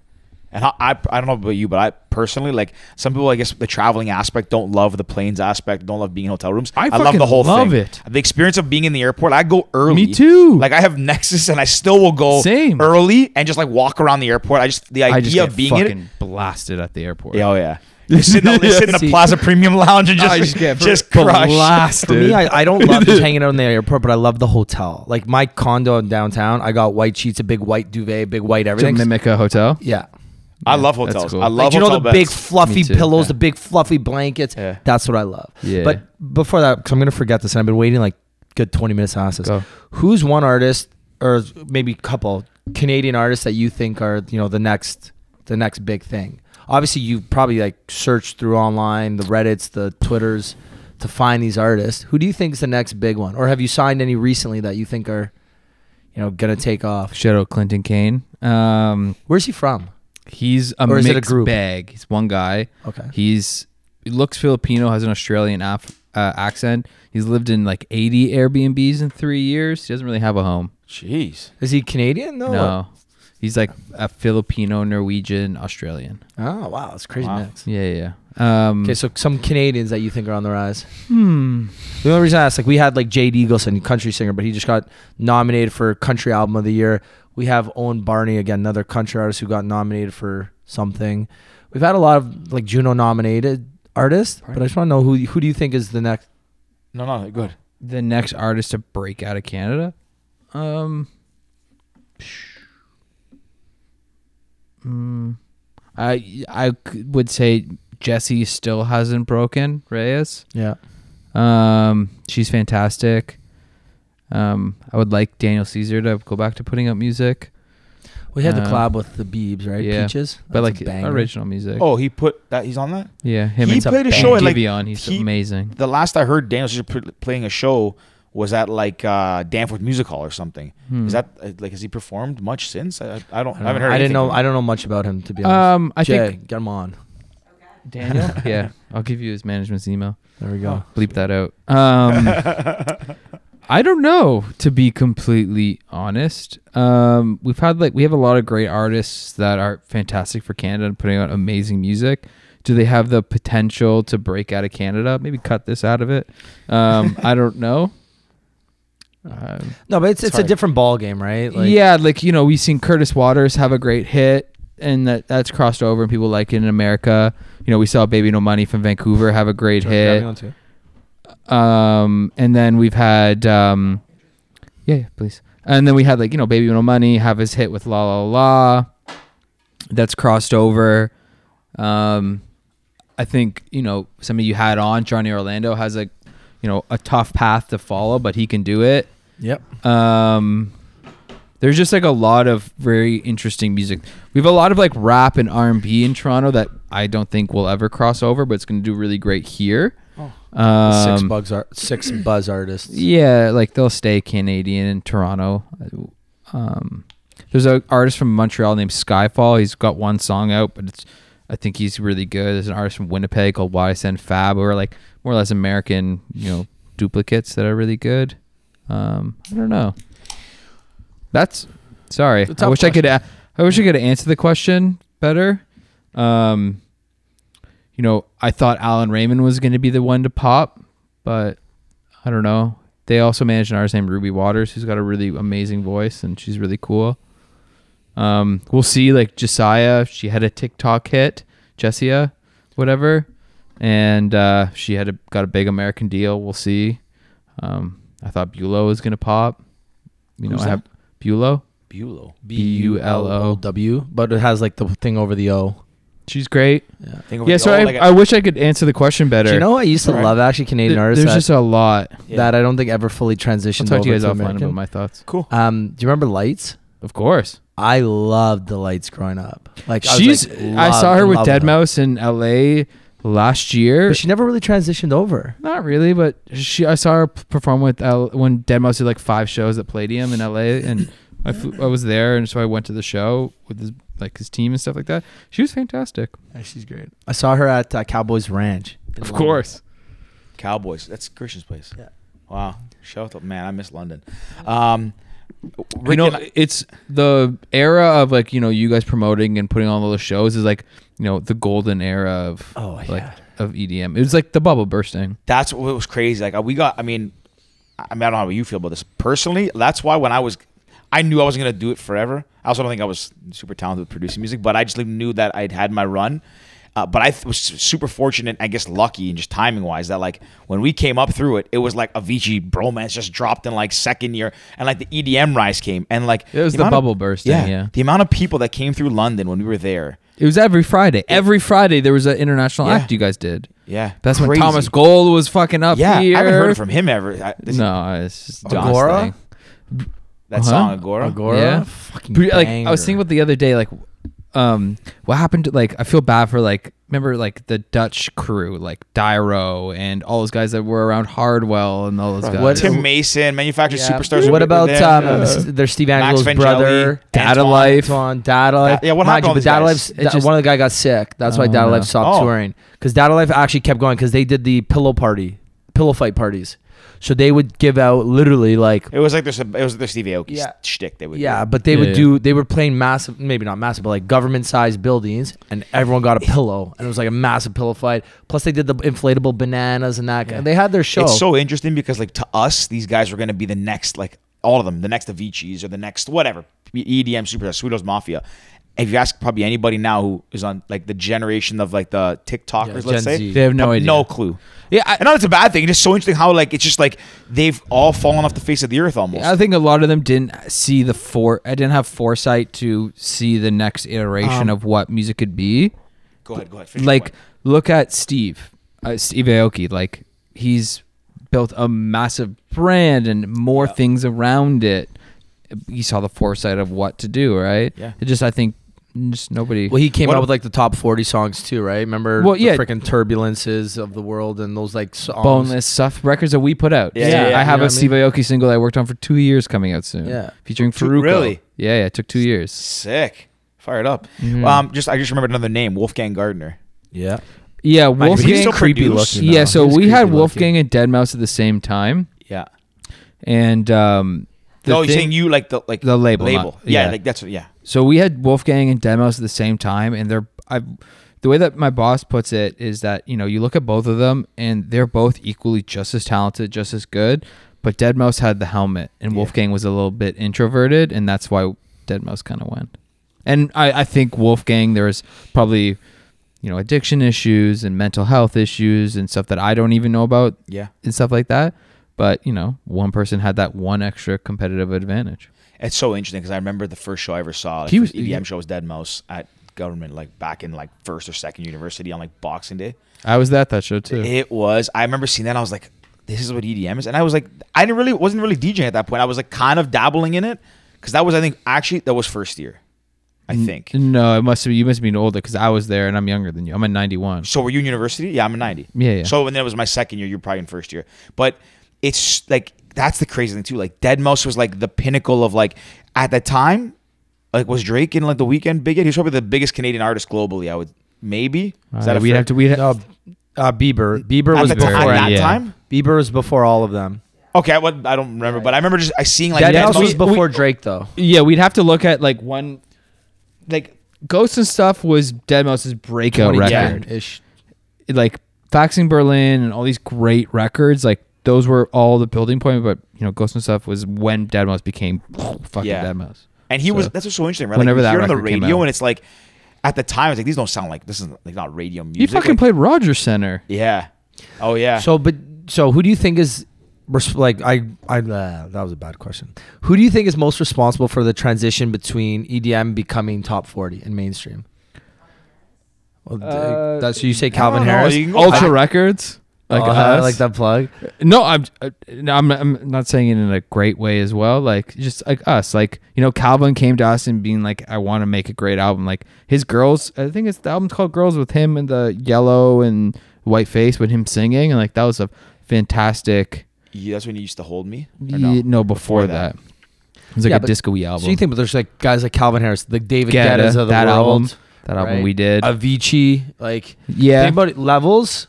Speaker 2: And I, I, I don't know about you, but I personally like some people. I guess the traveling aspect don't love the planes aspect. Don't love being in hotel rooms.
Speaker 5: I
Speaker 2: love the
Speaker 5: fucking
Speaker 2: whole
Speaker 5: love
Speaker 2: thing.
Speaker 5: it.
Speaker 2: The experience of being in the airport. I go early.
Speaker 5: Me too.
Speaker 2: Like I have Nexus, and I still will go
Speaker 5: Same.
Speaker 2: early and just like walk around the airport. I just the idea
Speaker 5: I just get
Speaker 2: of being in
Speaker 5: fucking
Speaker 2: it.
Speaker 5: blasted at the airport.
Speaker 2: Yeah, oh yeah. You sit in, the, you sit in the
Speaker 5: See.
Speaker 2: Plaza Premium Lounge and just
Speaker 5: I just get
Speaker 2: just crushed.
Speaker 5: blasted.
Speaker 1: For me, I, I don't love just hanging out in the airport, but I love the hotel. Like my condo in downtown, I got white sheets, a big white duvet, big white
Speaker 5: to
Speaker 1: everything.
Speaker 5: mimic a hotel.
Speaker 1: yeah.
Speaker 2: I love
Speaker 5: that's
Speaker 2: hotels.
Speaker 5: cool.
Speaker 2: I love
Speaker 1: Like, you know
Speaker 2: hotel
Speaker 1: the big
Speaker 2: beds.
Speaker 1: fluffy
Speaker 5: Me too,
Speaker 1: pillows,
Speaker 5: yeah.
Speaker 1: the big fluffy blankets.
Speaker 2: Yeah.
Speaker 1: That's what I love.
Speaker 5: Yeah.
Speaker 1: But before that, because I'm gonna forget this, and I've been waiting like good 20 minutes to ask this.
Speaker 5: Go.
Speaker 1: Who's one artist or maybe couple Canadian artists that you think are you know the next the next big thing? Obviously, you probably like searched through online, the Reddit's, the Twitters, to find these artists. Who do you think is the next big one, or have you signed any recently that you think are you know gonna take off?
Speaker 5: Shout out Clinton Kane. Um,
Speaker 1: Where's he from?
Speaker 5: he's a
Speaker 1: Or is
Speaker 5: mixed
Speaker 1: it a group?
Speaker 5: bag. He's one guy.
Speaker 1: Okay.
Speaker 5: He's he looks Filipino, has an Australian af- uh, accent. He's lived in like 80 Airbnbs in three years. He doesn't really have a home.
Speaker 2: Jeez.
Speaker 1: Is he Canadian? No.
Speaker 5: No, he's like a Filipino, Norwegian, Australian.
Speaker 1: Oh wow, that's crazy mix.
Speaker 5: Yeah, yeah, yeah. Um,
Speaker 1: Okay, so some Canadians that you think are on the rise. Hmm. The only reason I asked, like, we had like Jade Eagleson, country singer, but he just got nominated for Country Album of the Year. We have Owen Barney again, another country artist who got nominated for something. We've had a lot of like Juno nominated artists, but I just want to know who who do you think is the next?
Speaker 2: No, no, good.
Speaker 5: the next artist to break out of Canada. Um, mm, I I c- would say Jesse still hasn't broken Reyes.
Speaker 1: Yeah,
Speaker 5: Um, she's fantastic. Um, I would like Daniel Caesar to go back to putting up music,
Speaker 1: we had the
Speaker 5: Uh,
Speaker 1: collab with the Beebs, right?
Speaker 5: yeah,
Speaker 1: Peaches,
Speaker 5: but
Speaker 1: That's a
Speaker 5: like
Speaker 1: banger.
Speaker 5: original music.
Speaker 2: Oh, he put that. He's on that.
Speaker 5: yeah, him
Speaker 2: he
Speaker 5: and
Speaker 2: played a show at, like,
Speaker 5: Giveon. He's
Speaker 2: he-
Speaker 5: amazing.
Speaker 2: the last I heard Daniel Caesar pl- playing a show was at like uh, Danforth Music Hall or something.
Speaker 5: Hmm.
Speaker 2: Is that uh, like has he performed much since? I, I don't. I, haven't heard.
Speaker 1: I didn't
Speaker 2: anything
Speaker 1: know.
Speaker 2: from
Speaker 1: I
Speaker 2: him.
Speaker 1: don't know much about him to be honest.
Speaker 5: Um, I
Speaker 1: Jay,
Speaker 5: think
Speaker 1: get him on.
Speaker 5: Daniel. yeah, I'll give you his management's email.
Speaker 1: There we go.
Speaker 5: bleep that out. Um, I don't know to be completely honest. Um, we've had like we have a lot of great artists that are fantastic for Canada and putting out amazing music. Do they have the potential to break out of Canada? Maybe cut this out of it. Um, I don't know. Um,
Speaker 1: No, but it's it's, a
Speaker 2: hard.
Speaker 1: different ball game, right?
Speaker 5: yeah, like you know, we've seen Curtis Waters have a great hit, and that that's crossed over, and people like it in America. You know, we saw Baby No Money from Vancouver have a great hit. Um, and then we've had, um, yeah, yeah, please. And then we had like you know, Baby No Money have his hit with La La La. That's crossed over. Um, I think you know somebody you had on Johnny Orlando has a, you know, a tough path to follow, but he can do it.
Speaker 1: Yep.
Speaker 5: Um, there's just like a lot of very interesting music. We have a lot of like rap and R and B in Toronto that I don't think will ever cross over, but it's going to do really great here. Um,
Speaker 1: Oh, six bugs are six buzz artists.
Speaker 5: yeah, like they'll stay Canadian in Toronto. Um, there's an artist from Montreal named Skyfall. He's got one song out, but it's I think he's really good. There's an artist from Winnipeg called YSN Fab, who are like more or less American, you know, duplicates that are really good. Um, I don't know. That's sorry.
Speaker 1: a
Speaker 5: I
Speaker 1: tough
Speaker 5: wish I could. A- I wish I could answer the question better. Um, you know, I thought Alan Raymond was going to be the one to pop, but I don't know. They also manage an artist named Ruby Waters, who's got a really amazing voice, and she's really cool. Um, we'll see. Like Josiah, she had a TikTok hit, Jessia, whatever, and uh, she had a, got a big American deal. We'll see. Um, I thought Bulow was gonna pop. You know, I have Bulow.
Speaker 2: Bulow.
Speaker 1: B
Speaker 5: U L O
Speaker 1: W, but it has like the thing over the O.
Speaker 5: She's great.
Speaker 2: Think of
Speaker 5: Yeah,
Speaker 2: it-
Speaker 5: so
Speaker 2: oh,
Speaker 5: I,
Speaker 2: like a-
Speaker 5: I wish I could answer the question better.
Speaker 1: Do you know I used to
Speaker 2: Alright.
Speaker 1: love actually Canadian
Speaker 5: Th-
Speaker 1: artists
Speaker 5: there's
Speaker 1: that,
Speaker 5: just a lot.
Speaker 1: that I don't think ever fully
Speaker 5: I'll
Speaker 1: transitioned
Speaker 5: talk to you
Speaker 1: over
Speaker 5: guys offline
Speaker 1: American.
Speaker 5: about my thoughts.
Speaker 2: cool.
Speaker 1: um, do you remember Lights?
Speaker 5: Of course.
Speaker 1: I loved the Lights growing up. Like I was,
Speaker 5: She's.
Speaker 1: like,
Speaker 5: I saw
Speaker 1: loved-
Speaker 5: her with
Speaker 1: loved
Speaker 5: Dead
Speaker 1: them.
Speaker 5: Mouse in L.A. last year.
Speaker 1: but she never really transitioned over.
Speaker 5: Not really, but she. I saw her p- perform with L, when Dead Mouse did like five shows at Palladium in L.A. and I, flew, I was there, and so I went to the show with this like his team and stuff like that. She was fantastic.
Speaker 1: Yeah, she's great. I saw her at uh, Cowboys Ranch. in
Speaker 5: Of
Speaker 1: London.
Speaker 5: course.
Speaker 2: Cowboys. That's Christian's place.
Speaker 1: Yeah.
Speaker 2: Wow. Shout out, man. I miss London. Um,
Speaker 5: you
Speaker 2: Rick
Speaker 5: know,
Speaker 2: and I-
Speaker 5: it's the era of like you know you guys promoting and putting on all those shows is like you know the golden era of
Speaker 1: Oh,
Speaker 5: like
Speaker 1: yeah.
Speaker 5: of EDM. It was like the bubble bursting.
Speaker 2: that's what was crazy. Like uh, we got. I mean, I mean, I don't know how you feel about this personally. That's why when I was, I knew I wasn't gonna do it forever. I also don't think I was super talented with producing music, but I just knew that I'd had my run. Uh, but I th- was super fortunate, I guess, lucky and just timing wise that like when we came up through it, it was like Avicii bromance just dropped in like second year, and like the EDM rise came, and like
Speaker 5: It was the
Speaker 2: amount of-
Speaker 5: bubble bursting, yeah.
Speaker 2: the amount of people that came through London when we were there.
Speaker 5: It was every Friday. Every Friday there was an international
Speaker 2: Yeah.
Speaker 5: act you guys did.
Speaker 2: Yeah,
Speaker 5: That's when
Speaker 2: Crazy.
Speaker 5: Thomas Gold was fucking up
Speaker 2: Yeah,
Speaker 5: here.
Speaker 2: I haven't heard from him ever. I, this-
Speaker 5: No, it's just Don's
Speaker 1: Agora?
Speaker 5: thing.
Speaker 2: that
Speaker 5: Uh-huh.
Speaker 2: song Agora.
Speaker 1: Agora.
Speaker 5: Yeah.
Speaker 1: Fucking
Speaker 5: But, like I
Speaker 1: banger.
Speaker 5: was thinking about the other day, like um, what happened to like I feel bad for like remember like the Dutch crew, like Dyro and all those guys that were around Hardwell and all those guys.
Speaker 1: What-
Speaker 2: Tim Mason, manufactured
Speaker 5: Yeah.
Speaker 2: superstars.
Speaker 1: What
Speaker 2: were
Speaker 1: about
Speaker 2: there.
Speaker 1: um, s- their Steve
Speaker 2: uh, Max
Speaker 1: Angelo's
Speaker 2: Vangeli,
Speaker 1: brother?
Speaker 5: Data
Speaker 2: Antoine.
Speaker 5: Life?
Speaker 1: Antoine, Data Life.
Speaker 2: Yeah, what
Speaker 1: Mind
Speaker 2: happened to all
Speaker 1: you,
Speaker 2: these
Speaker 1: but Data Life's,
Speaker 2: guys?
Speaker 5: It just-
Speaker 1: one of the guys got sick. That's why
Speaker 5: Oh,
Speaker 1: Data
Speaker 5: no.
Speaker 1: Life stopped
Speaker 2: Oh.
Speaker 1: touring because Data Life actually kept going because they did the pillow party, pillow fight parties. So they would give out literally like
Speaker 2: It was like this. It was the Steve Aoki
Speaker 1: Yeah.
Speaker 2: shtick they would.
Speaker 1: yeah,
Speaker 2: do.
Speaker 1: but they
Speaker 5: Yeah,
Speaker 1: would
Speaker 5: yeah.
Speaker 1: do they were playing massive, maybe not massive, but like government sized buildings, and everyone got a pillow, and it was like a massive pillow fight. Plus they did the inflatable bananas and that. And they had their show.
Speaker 2: it's so interesting because like to us, these guys were going to be the next like all of them, the next Avicii's or the next whatever E, EDM superstar, Sweeto's Mafia. If you ask probably anybody now who is on like the generation of like the TikTokers, let's
Speaker 1: Gen
Speaker 2: say,
Speaker 1: Z.
Speaker 5: They have no idea.
Speaker 2: no clue.
Speaker 5: Yeah, I-
Speaker 2: and not it's a bad thing. It's just so interesting how like it's just like they've all fallen off the face of the earth almost.
Speaker 5: I think a lot of them didn't see the for. I didn't have foresight to see the next iteration of what music could be.
Speaker 2: go ahead, go ahead. finish your
Speaker 5: Like,
Speaker 2: point.
Speaker 5: look at Steve, uh, Steve Aoki. Like, he's built a massive brand and more things around it. He saw the foresight of what to do, right?
Speaker 2: Yeah.
Speaker 5: It just, I think, just nobody.
Speaker 1: Well, he came
Speaker 2: What-
Speaker 1: out with like the top forty songs too, right? Remember,
Speaker 5: Well,
Speaker 1: the
Speaker 5: yeah.
Speaker 1: freaking turbulences of the world and those like songs.
Speaker 5: boneless stuff records that we put out.
Speaker 2: Yeah, yeah, yeah.
Speaker 5: I
Speaker 1: You
Speaker 5: have
Speaker 1: know
Speaker 5: a
Speaker 1: what I mean?
Speaker 5: Steve Aoki single that I worked on for two years coming out soon.
Speaker 1: Yeah.
Speaker 5: featuring
Speaker 2: Two-
Speaker 5: Faruko.
Speaker 2: really?
Speaker 5: Yeah, yeah. It took two years.
Speaker 2: sick, fired up.
Speaker 5: Mm-hmm.
Speaker 2: Um, just I just remembered another name, Wolfgang Gardner.
Speaker 1: Yeah,
Speaker 5: Yeah,
Speaker 1: Mind you,
Speaker 5: Wolfgang.
Speaker 1: he's
Speaker 2: still
Speaker 1: creepy
Speaker 2: produced?
Speaker 1: looking.
Speaker 5: Yeah,
Speaker 1: though.
Speaker 5: so
Speaker 1: He's
Speaker 5: we
Speaker 1: creepy
Speaker 5: had
Speaker 1: looking.
Speaker 5: Wolfgang and Deadmouth at the same time,
Speaker 2: Yeah.
Speaker 5: and um, the
Speaker 2: no, you're
Speaker 5: thing-
Speaker 2: saying you like the like
Speaker 5: The label,
Speaker 2: label.
Speaker 5: not-
Speaker 2: yeah.
Speaker 5: yeah.
Speaker 2: like that's what, yeah.
Speaker 5: So we had Wolfgang and Deadmouth at the same time, and they're I, the way that my boss puts it is that you know you look at both of them, and they're both equally just as talented, just as good, but Deadmouth had the helmet, and Wolfgang was a little bit introverted, and that's why Deadmouth kind of went. And I, I think Wolfgang, there's probably you know addiction issues and mental health issues and stuff that I don't even know about
Speaker 2: Yeah.
Speaker 5: and stuff like that. But you know, one person had that one extra competitive advantage.
Speaker 2: It's so interesting because I remember the first show I ever saw. Like,
Speaker 5: He
Speaker 2: he
Speaker 5: was-
Speaker 2: was EDM show was Dead Mouse at government like back in like first or second university on like Boxing Day.
Speaker 5: I was at that show too.
Speaker 2: It was. I remember seeing that. And I was like, this is what EDM is, and I was like, I didn't really wasn't really DJing at that point. I was like kind of dabbling in it because that was I think actually that was first year, I
Speaker 5: Mm-hmm.
Speaker 2: think.
Speaker 5: No, it must have. You must have been older because I was there and I'm younger than you. I'm in '91.
Speaker 2: So were you in university? Yeah, I'm a 90.
Speaker 5: Yeah, yeah.
Speaker 2: So and then it was my second year. You're probably in first year. But it's like that's the crazy thing too. Like Dead Mouse was like the pinnacle of like at the time, like was Drake in like the weekend bigot? He was probably the biggest Canadian artist globally. I would maybe. Is
Speaker 5: Uh,
Speaker 2: a
Speaker 5: we'd
Speaker 2: fair-
Speaker 5: have to. We'd
Speaker 1: No, uh, Bieber. Bieber
Speaker 2: at
Speaker 1: was
Speaker 2: the ti-
Speaker 1: before.
Speaker 2: at that
Speaker 5: yeah.
Speaker 2: time.
Speaker 1: Bieber was before all of them.
Speaker 2: Okay, I, would, I don't remember, but I remember just I seeing like
Speaker 1: Dead
Speaker 2: Dead
Speaker 1: Mouse
Speaker 2: Mouse
Speaker 1: was
Speaker 5: we- we-
Speaker 1: before Drake, though.
Speaker 5: yeah, we'd have to look at like one, like Ghosts and stuff was Dead Mouse's breakout
Speaker 1: 2010
Speaker 5: record.
Speaker 1: ish.
Speaker 5: It, Like Faxing Berlin and all these great records. Like those were all the building point. But you know, Ghosts and stuff was when Dead Mouse became fucking
Speaker 2: Yeah.
Speaker 5: Dead Mouse.
Speaker 2: And he
Speaker 5: So-
Speaker 2: was that's what's so interesting, right?
Speaker 5: Whenever
Speaker 2: like, you
Speaker 5: that
Speaker 2: hear it on the
Speaker 5: record came
Speaker 2: radio,
Speaker 5: out.
Speaker 2: and it's like at the time, it's like these don't sound like this is like not radio music.
Speaker 5: He fucking
Speaker 2: like-
Speaker 5: played Rogers Center.
Speaker 2: Yeah. Oh yeah.
Speaker 1: So, but so who do you think is res- like I I uh, that was a bad question. Who do you think is most responsible for the transition between EDM becoming top forty and mainstream? Well, d-
Speaker 5: Uh,
Speaker 1: that's you say
Speaker 2: I
Speaker 1: Calvin
Speaker 2: don't know,
Speaker 1: Harris.
Speaker 2: you can go
Speaker 5: Ultra
Speaker 2: back.
Speaker 5: Records. Like
Speaker 2: Uh,
Speaker 1: Oh, I
Speaker 5: us.
Speaker 1: like that plug.
Speaker 5: No, I'm uh, no, I'm I'm not saying it in a great way as well. Like just like us, like you know, Calvin came to us and being like, "I want to make a great album." Like his girls, I think it's the album's called "Girls" with him and the yellow and white face with him singing, and like that was a fantastic.
Speaker 2: Yeah, that's when you used to hold me. or
Speaker 5: No, before,
Speaker 2: Before that.
Speaker 5: that. It's like
Speaker 1: Yeah,
Speaker 5: a
Speaker 1: but-
Speaker 5: disco-y album.
Speaker 1: So you think, but there's like guys like Calvin Harris, the David
Speaker 5: Guetta,
Speaker 1: Guetta's of the
Speaker 5: that
Speaker 1: world,
Speaker 5: album, that album
Speaker 1: right?
Speaker 5: we did.
Speaker 1: Avicii, like
Speaker 5: yeah.
Speaker 1: think about it, levels.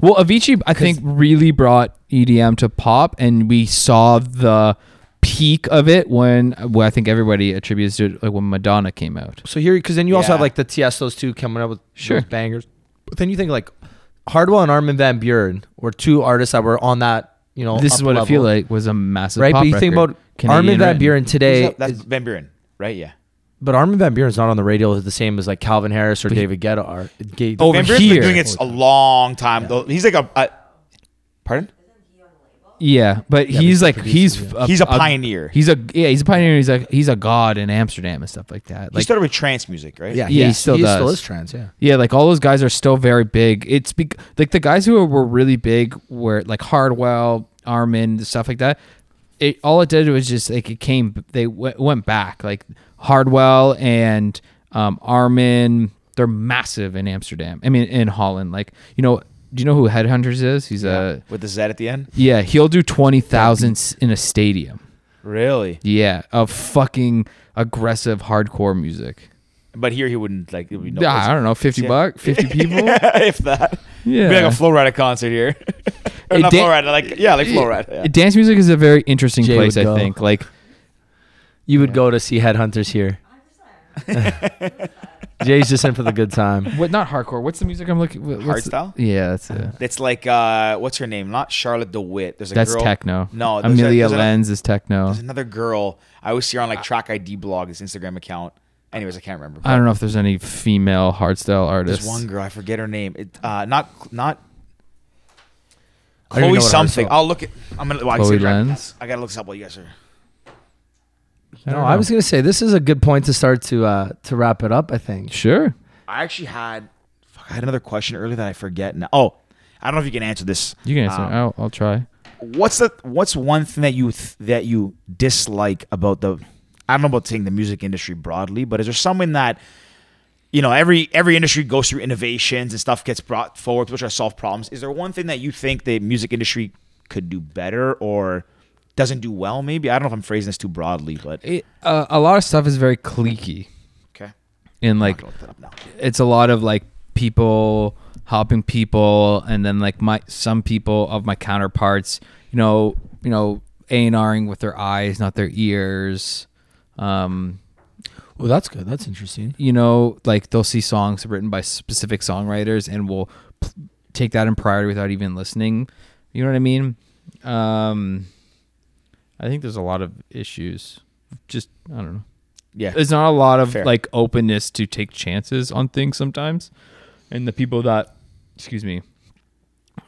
Speaker 5: Well, Avicii, I think, really brought EDM to pop, and we saw the peak of it when well, I think everybody attributes it like when Madonna came out.
Speaker 1: So here, because then you also
Speaker 2: Yeah.
Speaker 1: have like the Tiestos too coming up with
Speaker 5: Sure.
Speaker 1: those bangers. But then you think like Hardwell and Armin van Buren were two artists that were on that. You know,
Speaker 5: This is
Speaker 1: up
Speaker 5: what I feel
Speaker 1: level,
Speaker 5: like was a massive
Speaker 1: right?
Speaker 5: pop
Speaker 1: But you think
Speaker 5: record.
Speaker 1: about
Speaker 5: Canadian
Speaker 1: Armin van
Speaker 5: written.
Speaker 1: Buren
Speaker 2: Who's
Speaker 1: today,
Speaker 2: that? That's
Speaker 1: is-
Speaker 2: Van Buren, right? Yeah.
Speaker 1: but Armin van Buren's not on the radio the same as like Calvin Harris or David Guetta are. Ga-
Speaker 5: Over
Speaker 2: Van Buren's been
Speaker 5: here.
Speaker 2: doing it a long time. though. He's like a, a pardon?
Speaker 5: Yeah, but he's like he's
Speaker 2: He's a pioneer.
Speaker 5: He's a yeah, he's a pioneer. He's like he's a god in Amsterdam and stuff like that.
Speaker 2: he
Speaker 5: Like
Speaker 2: started with trance music, right?
Speaker 1: yeah,
Speaker 5: he
Speaker 1: he's-
Speaker 5: still
Speaker 1: he still
Speaker 5: does.
Speaker 1: is trans. Yeah,
Speaker 5: Yeah, like all those guys are still very big. It's bec- like the guys who were really big were like Hardwell, Armin, stuff like that. It all it did was just like it came. They w- went back like Hardwell and um, Armin. They're massive in Amsterdam. I mean, in Holland. Like you know, do you know who Headhunters is? He's uh, a
Speaker 2: With the Z at the end.
Speaker 5: yeah. He'll do twenty thousand in a stadium.
Speaker 2: Really?
Speaker 5: Yeah, of fucking aggressive hardcore music.
Speaker 2: But here he wouldn't like. It would be no
Speaker 5: Yeah, I don't know, fifty
Speaker 2: Yeah.
Speaker 5: buck, fifty people.
Speaker 2: if that.
Speaker 5: Yeah.
Speaker 2: Be like a Flow Rider concert here. or
Speaker 5: It
Speaker 2: not
Speaker 5: da-
Speaker 2: Flow Rider, like yeah, like Flow Rider. Yeah.
Speaker 5: Dance music is a very interesting
Speaker 1: Jay
Speaker 5: place,
Speaker 1: would
Speaker 5: I
Speaker 1: go.
Speaker 5: think. Like,
Speaker 1: you would go to see Headhunters here. Jay's just in for the good time.
Speaker 5: what? Not hardcore. What's the music I'm looking? What, what's the- Uh-huh.
Speaker 2: Hardstyle?
Speaker 5: yeah, that's it.
Speaker 2: That's like uh, what's her name? Not Charlotte DeWitt. There's a
Speaker 5: That's
Speaker 2: girl.
Speaker 5: techno.
Speaker 2: No, there's a-
Speaker 5: Amelia
Speaker 2: there's a-
Speaker 5: Lenz is techno.
Speaker 2: There's another girl. I always see her on like Track ID blog, his Instagram account. Anyways, I can't remember.
Speaker 5: I don't know if there's any female hardstyle
Speaker 2: There's
Speaker 5: artists.
Speaker 2: one girl. I forget her name. It, uh, not not.
Speaker 1: don't even
Speaker 2: Chloe
Speaker 1: know what her
Speaker 2: something.
Speaker 1: song-
Speaker 2: I'll look at. I'm gonna. Well, I can
Speaker 5: Chloe
Speaker 2: see her track-
Speaker 5: Lenz?
Speaker 2: I gotta look this up while you guys are.
Speaker 5: I
Speaker 1: No,
Speaker 5: don't
Speaker 1: I
Speaker 5: know.
Speaker 1: was gonna say this is a good point to start to uh, to wrap it up. I think.
Speaker 5: sure.
Speaker 2: I actually had. Fuck, I had another question earlier that I forget now. Oh, I don't know if you can answer this.
Speaker 5: You can answer.
Speaker 2: Um,
Speaker 5: I'll, I'll try.
Speaker 2: what's the what's one thing that you th- that you dislike about the I don't know about saying the music industry broadly, but is there something that you know every every industry goes through innovations and stuff gets brought forward which are solve problems. Is there one thing that you think the music industry could do better or doesn't do well? Maybe I don't know if I'm phrasing this too broadly, but
Speaker 5: It, uh, a lot of stuff is very cliquey,
Speaker 2: okay,
Speaker 5: and like
Speaker 2: I'll look that up now.
Speaker 5: it's a lot of like people helping people and then like my some people of my counterparts you know you know a&ring with their eyes not their ears um
Speaker 1: Well, that's good. That's interesting.
Speaker 5: you know like they'll see songs written by specific songwriters and will p- take that in priority without even listening you know what i mean um i think there's a lot of issues just i don't know
Speaker 2: Yeah,
Speaker 5: there's not a lot of
Speaker 2: Fair.
Speaker 5: like openness to take chances on things sometimes and the people that excuse me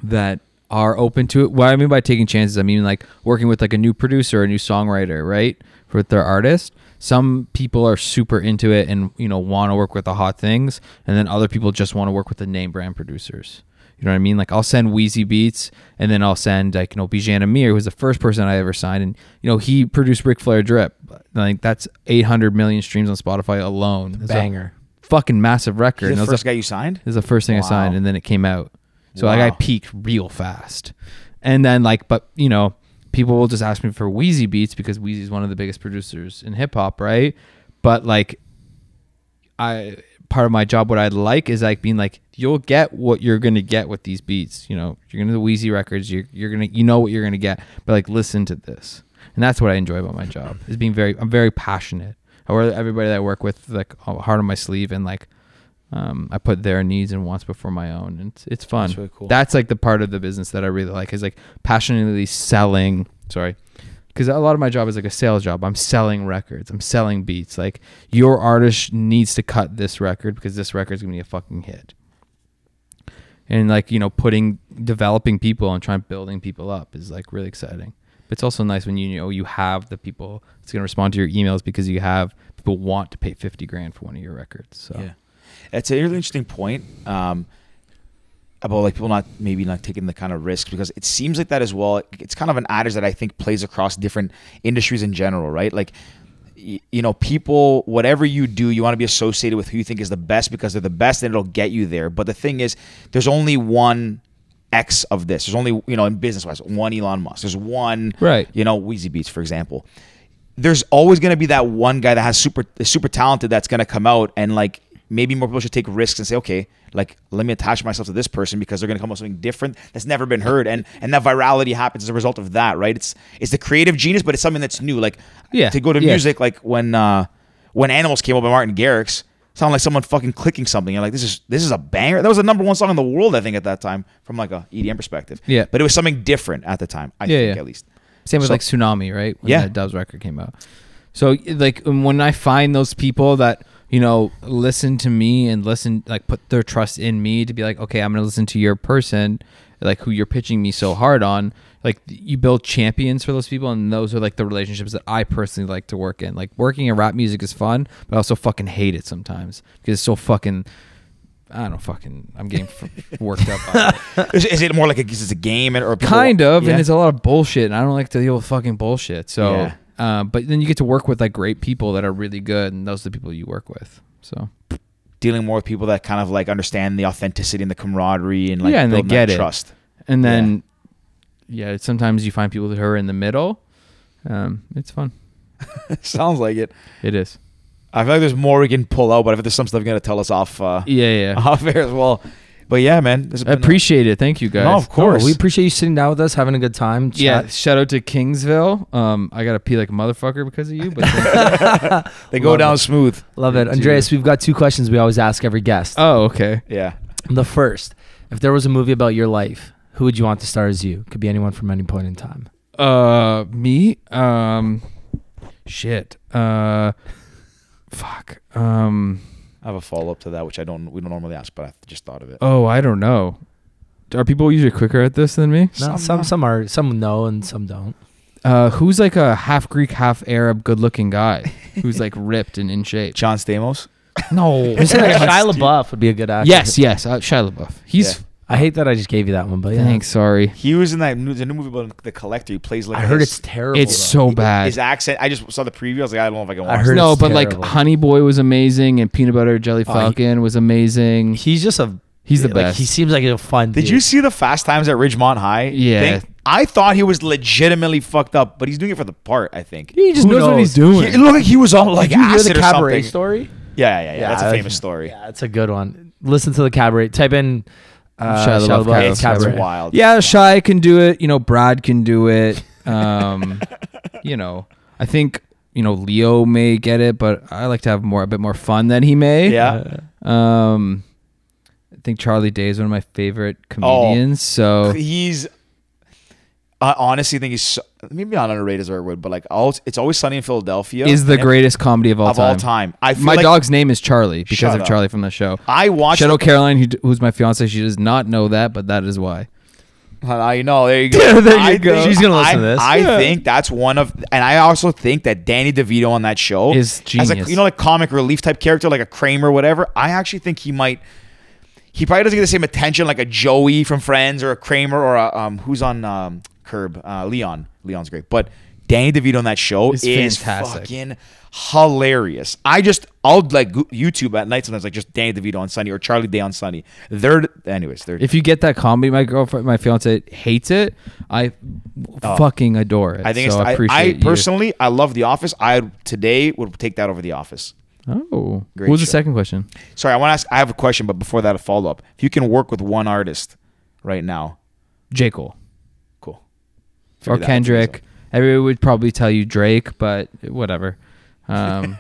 Speaker 5: that are open to it what i mean by taking chances i mean like working with like a new producer a new songwriter right for their artist some people are super into it and you know want to work with the hot things and then other people just want to work with the name brand producers you know what I mean? Like I'll send Wheezy beats, and then I'll send like you know Bijan Amir, who was the first person I ever signed, and you know he produced Ric Flair Drip. Like that's 800 million streams on Spotify alone. That's a
Speaker 1: Banger.
Speaker 5: fucking massive record.
Speaker 2: You're
Speaker 5: And
Speaker 2: the
Speaker 5: that was
Speaker 2: first guy you signed.
Speaker 5: this is the first thing I signed,
Speaker 2: Wow.
Speaker 5: and then it came out. So like
Speaker 2: Wow.
Speaker 5: I peaked real fast, and then like but you know people will just ask me for Wheezy beats because Wheezy's one of the biggest producers in hip hop, right? But like I part of my job what I like is like being like you'll get what you're gonna get with these beats. You know you're gonna the Wheezy records. You're you're gonna you know what you're gonna get, but like listen to this, and that's what I enjoy about my job is being very I'm very passionate. I wear everybody that I work with like a heart on my sleeve and like um, I put their needs and wants before my own. And it's, it's fun. That's, like the part of the business that I really like is like passionately selling. Sorry. Because a lot of my job is like a sales job. I'm selling records. I'm selling beats. Like your artist needs to cut this record because this record's gonna be a fucking hit. And like you know, putting developing people and trying building people up is like really exciting. But it's also nice when you, know you have the people that's gonna respond to your emails because you have people want to pay fifty grand for one of your records. So
Speaker 2: Yeah, that's a really interesting point um, about like people not maybe not taking the kind of risks because it seems like that as well. It's kind of an adage that I think plays across different industries in general, right? Like. y- You know, people, whatever you do, you want to be associated with who you think is the best because they're the best and it'll get you there. But the thing is, there's only one X of this. There's only, you know, in business wise, one Elon Musk. There's one,
Speaker 5: Right.
Speaker 2: you know, Wheezy Beats, for example there's always going to be that one guy that has super is super talented that's going to come out and like maybe more people should take risks and say okay like let me attach myself to this person because they're going to come up with something different that's never been heard and and that virality happens as a result of that right it's it's the creative genius but it's something that's new like
Speaker 5: Yeah,
Speaker 2: to go to
Speaker 5: yeah.
Speaker 2: music like when uh when animals came out by martin garrix sounded like someone fucking clicking something you're like this is this is a banger that was the number one song in the world i think at that time from like a edm perspective
Speaker 5: Yeah.
Speaker 2: but it was something different at the time i
Speaker 5: Yeah,
Speaker 2: think
Speaker 5: yeah.
Speaker 2: at least
Speaker 5: Same with
Speaker 2: So-
Speaker 5: like Tsunami, right? When
Speaker 2: Yeah.
Speaker 5: that Doves record came out. So like um, when I find those people that you know listen to me and listen like put their trust in me to be like, okay, I'm gonna listen to your person, like who you're pitching me so hard on. Like you build champions for those people, and those are like the relationships that I personally like to work in. Like working in rap music is fun, but I also fucking hate it sometimes because it's so fucking. I don't know, fucking. I'm getting f- worked up. on it
Speaker 2: is, is it more like a, is it a game and- or people-
Speaker 5: kind of
Speaker 2: Yeah.
Speaker 5: and it's a lot of bullshit and i don't like to deal with fucking bullshit so
Speaker 2: Yeah.
Speaker 5: uh, but then you get to work with like great people that are really good and those are the people you work with so
Speaker 2: dealing more with people that kind of like understand the authenticity and the camaraderie and like
Speaker 5: Yeah, and they
Speaker 2: building
Speaker 5: get
Speaker 2: that
Speaker 5: it.
Speaker 2: trust.
Speaker 5: and then yeah, sometimes you find people who are in the middle um, it's fun
Speaker 2: Sounds like it.
Speaker 5: it is
Speaker 2: I feel like there's more we can pull out, but if there's some stuff you're gonna tell us off uh,
Speaker 5: yeah yeah
Speaker 2: off air as well. But yeah, man, this has
Speaker 5: i
Speaker 2: been a-
Speaker 5: appreciate it thank you guys
Speaker 2: No, of course.
Speaker 1: we appreciate you sitting down with us, having a good time.
Speaker 5: yeah,
Speaker 1: chat.
Speaker 5: shout out to Kingsville. Um, I gotta pee like a motherfucker because of you, but
Speaker 2: they go
Speaker 1: love
Speaker 2: down
Speaker 1: it.
Speaker 2: smooth.
Speaker 1: love it,
Speaker 5: Yeah,
Speaker 1: Andreas. We've got two questions we always ask every guest.
Speaker 5: oh, okay.
Speaker 2: Yeah.
Speaker 1: the first, if there was a movie about your life, who would you want to star as you? Could be anyone from any point in time.
Speaker 5: Uh, me. Um, shit. Uh, fuck. Um.
Speaker 2: I have a follow up to that, which I don't we don't normally ask, but I just thought of it.
Speaker 5: Oh, I don't know. Are people usually quicker at this than me?
Speaker 1: No,
Speaker 2: Some- uh,
Speaker 1: some, some are some know and some don't.
Speaker 5: Uh, who's like a half Greek, half Arab, good-looking guy who's like ripped and in shape?
Speaker 2: John Stamos.
Speaker 5: No.
Speaker 1: You said like Shia LaBeouf would be a good actor.
Speaker 5: yes, yes. Uh, Shia LaBeouf. He's.
Speaker 1: I hate that I just gave you that one, but yeah.
Speaker 5: Thanks. Sorry.
Speaker 2: He was in that new, the new movie about the collector. He plays like
Speaker 1: I heard it's
Speaker 2: his-
Speaker 1: terrible.
Speaker 5: It's
Speaker 1: though.
Speaker 5: so
Speaker 2: he- His
Speaker 5: bad.
Speaker 2: accent. I just saw the preview. I was like, I don't know if I can
Speaker 1: I
Speaker 2: watch.
Speaker 1: heard
Speaker 5: No,
Speaker 1: it's
Speaker 5: but like
Speaker 1: terrible.
Speaker 5: Honey Boy was amazing, and Peanut Butter Jelly
Speaker 1: Oh, he-
Speaker 5: Falcon was amazing.
Speaker 1: he's just a
Speaker 5: He's the
Speaker 1: like,
Speaker 5: best.
Speaker 1: He seems like a fun.
Speaker 2: Did
Speaker 1: dude.
Speaker 2: you see the Fast Times at Ridgemont High?
Speaker 5: Yeah.
Speaker 2: thing? I thought he was legitimately fucked up, but he's doing it for the part. I think.
Speaker 5: He just
Speaker 1: Who
Speaker 5: knows, what
Speaker 1: knows?
Speaker 5: he's doing.
Speaker 2: It looked like he was on like
Speaker 1: Did you hear
Speaker 2: acid
Speaker 1: the
Speaker 2: or
Speaker 1: cabaret
Speaker 2: something.
Speaker 1: story?
Speaker 2: Yeah, yeah, yeah, That's a
Speaker 1: Yeah,
Speaker 2: famous story.
Speaker 1: Yeah, it's a good one. Listen to the cabaret. Type in uh,
Speaker 5: Shia LaBeouf
Speaker 1: LaBeouf's
Speaker 5: cabaret.
Speaker 2: It's, it's
Speaker 5: Cabaret.
Speaker 2: wild.
Speaker 5: Yeah, Shy can do it. You know, Brad can do it. Um, you know, I think you know Leo may get it, but I like to have more a bit more fun than he may.
Speaker 2: Yeah.
Speaker 5: Um, I think Charlie Day is one of my
Speaker 2: Oh.
Speaker 5: favorite comedians. So
Speaker 2: He's. I honestly think he's so, maybe not underrated as I would, but like all, it's always sunny in Philadelphia
Speaker 5: is the
Speaker 2: And-
Speaker 5: greatest comedy of all
Speaker 2: of
Speaker 5: time.
Speaker 2: all time. I feel
Speaker 5: my
Speaker 2: like-
Speaker 5: dog's name is Charlie because
Speaker 2: Shut
Speaker 5: of
Speaker 2: up.
Speaker 5: Charlie from the show.
Speaker 2: I watched.
Speaker 5: Shout out Caroline, who, who's my fiance. She does not know that, but that is why.
Speaker 2: I know. There you go.
Speaker 1: Yeah, there you
Speaker 2: I
Speaker 1: go. She's gonna listen
Speaker 2: I-
Speaker 1: to this.
Speaker 2: I
Speaker 1: Yeah.
Speaker 2: think that's one of, and I also think that Danny DeVito on that show
Speaker 5: Is
Speaker 2: As
Speaker 5: genius.
Speaker 2: a, you know, like comic relief type character, like a Kramer, whatever. I actually think he might. He probably doesn't get the same attention like a Joey from Friends or a Kramer or a um, who's on um, Curb, uh, Leon. Leon's great, but Danny DeVito on that show
Speaker 5: It's
Speaker 2: is
Speaker 5: fantastic.
Speaker 2: fucking hilarious. I just I'll like go- YouTube at night sometimes like just Danny DeVito on Sunny or Charlie Day on Sunny. They're anyways. They're
Speaker 5: If you get that comedy, my girlfriend, my fiance hates it. I fucking adore it.
Speaker 2: Oh. I think
Speaker 5: so
Speaker 2: it's,
Speaker 5: I appreciate
Speaker 2: I,
Speaker 5: you.
Speaker 2: personally I love The Office. I today would take that over The Office.
Speaker 5: Oh,
Speaker 2: Great
Speaker 5: what was the
Speaker 2: show.
Speaker 5: second question?
Speaker 2: Sorry, I want to ask. I have a question, but before that, a follow up. If you can work with one artist right now,
Speaker 5: J Cole
Speaker 2: cool.
Speaker 5: or
Speaker 2: Figured that out.
Speaker 5: Kendrick. Everyone would probably tell you Drake, but whatever. Um,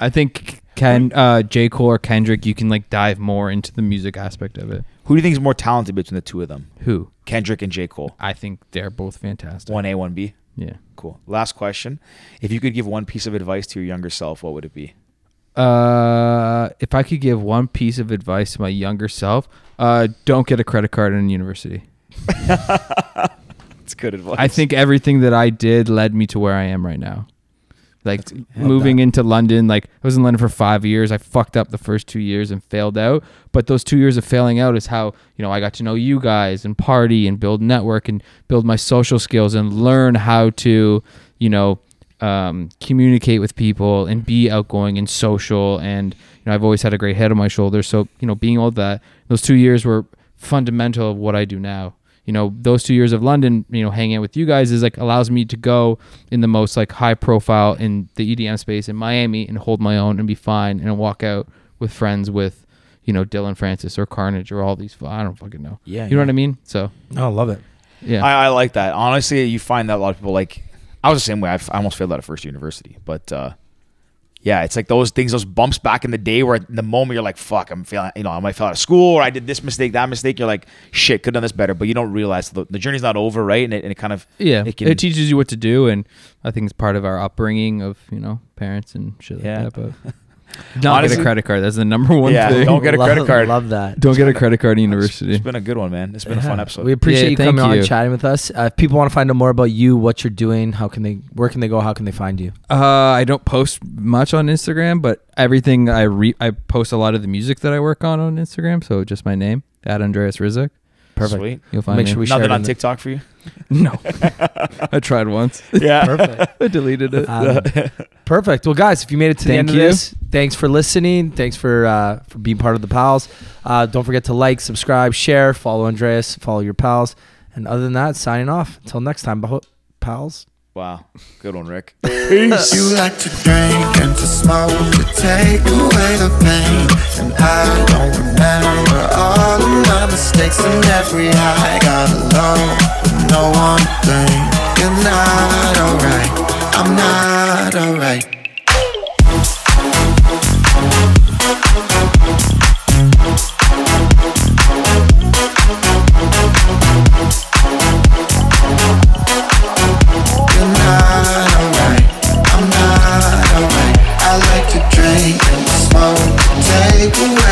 Speaker 5: I think Ken, uh, J Cole or Kendrick, you can like dive more into the music aspect of it.
Speaker 2: Who do you think is more talented between the two of them,
Speaker 5: Who?
Speaker 2: Kendrick and J Cole?
Speaker 5: I think they're both fantastic.
Speaker 2: One A, one B.
Speaker 5: Yeah.
Speaker 2: Cool. Last question. If you could give one piece of advice to your younger self, what would it be?
Speaker 5: Uh, if I could give one piece of advice to my younger self, uh, don't get a credit card in university.
Speaker 2: It's good advice.
Speaker 5: I think everything that I did led me to where I am right now. Like moving into London, like I was in London for five years. I fucked up the first two years and failed out. But those two years of failing out is how, you know, I got to know you guys and party and build network and build my social skills and learn how to, you know, um, communicate with people and be outgoing and social. And, you know, I've always had a great head on my shoulders. So, you know, being all that, those two years were fundamental of what I do now. you know those two years of london you know hanging out with you guys is like allows me to go in the most like high profile in the edm space in miami and hold my own and be fine and walk out with friends with you know dylan francis or carnage or all these i don't fucking know
Speaker 2: Yeah,
Speaker 5: you know
Speaker 2: yeah.
Speaker 5: what i mean so
Speaker 1: Oh, love it.
Speaker 5: yeah
Speaker 2: I, I like that. Honestly, you find that a lot of people like. I was the same way. I, f- I almost failed out of first university, but uh, yeah, it's like those things, those bumps back in the day where in the moment you're like, "Fuck, I'm failing." You know, I might fail out of school, or I did this mistake, that mistake. You're like, "Shit, could have done this better," but you don't realize the, the journey's not over, right? And it, and it kind of
Speaker 5: yeah
Speaker 2: it
Speaker 5: it,
Speaker 2: can-
Speaker 5: teaches you what to do and i think it's part of our upbringing of you know parents and shit like
Speaker 2: Yeah.
Speaker 5: that but not get
Speaker 2: Honestly-
Speaker 5: a credit card that's the number one
Speaker 2: Yeah,
Speaker 5: thing
Speaker 2: don't get a
Speaker 1: Love-
Speaker 2: credit card.
Speaker 1: Love that.
Speaker 5: Don't get a credit card at university
Speaker 2: It's been a good one, man. It's been a fun
Speaker 1: Yeah.
Speaker 2: episode.
Speaker 1: We appreciate
Speaker 5: Yeah,
Speaker 1: you
Speaker 5: thank
Speaker 1: coming on,
Speaker 5: you.
Speaker 1: chatting with us. Uh, if people want to find out more about you, what you're doing, how can they, where can they go, how can they find you?
Speaker 5: Uh, I don't post much on Instagram, but everything I re I post a lot of the music that I work on on Instagram. So just my name at Andreas Rizek.
Speaker 1: Perfect.
Speaker 2: Sweet.
Speaker 5: You'll find
Speaker 1: Make
Speaker 5: me.
Speaker 1: sure we share
Speaker 2: Nothing
Speaker 1: it
Speaker 2: on
Speaker 1: in
Speaker 2: TikTok for you.
Speaker 5: we- no, I tried once.
Speaker 2: Yeah.
Speaker 1: Perfect.
Speaker 5: I deleted it.
Speaker 1: Um, perfect. Well, guys, if you made it to the
Speaker 5: Thank
Speaker 1: end
Speaker 5: you.
Speaker 1: of this, thanks for listening. Thanks for uh, for being part of the pals. Uh, don't forget to like, subscribe, share, follow Andreas, follow your pals. And other than that, signing off. Until next time, beho- pals.
Speaker 2: Wow. Good one, Rick.
Speaker 7: You like to drink and to smoke to take away the pain. And I don't remember all of my mistakes and every high got a low. But no one thing. You're not alright. I'm not alright. You're not alright. I'm not alright. I like to drink and smoke, take away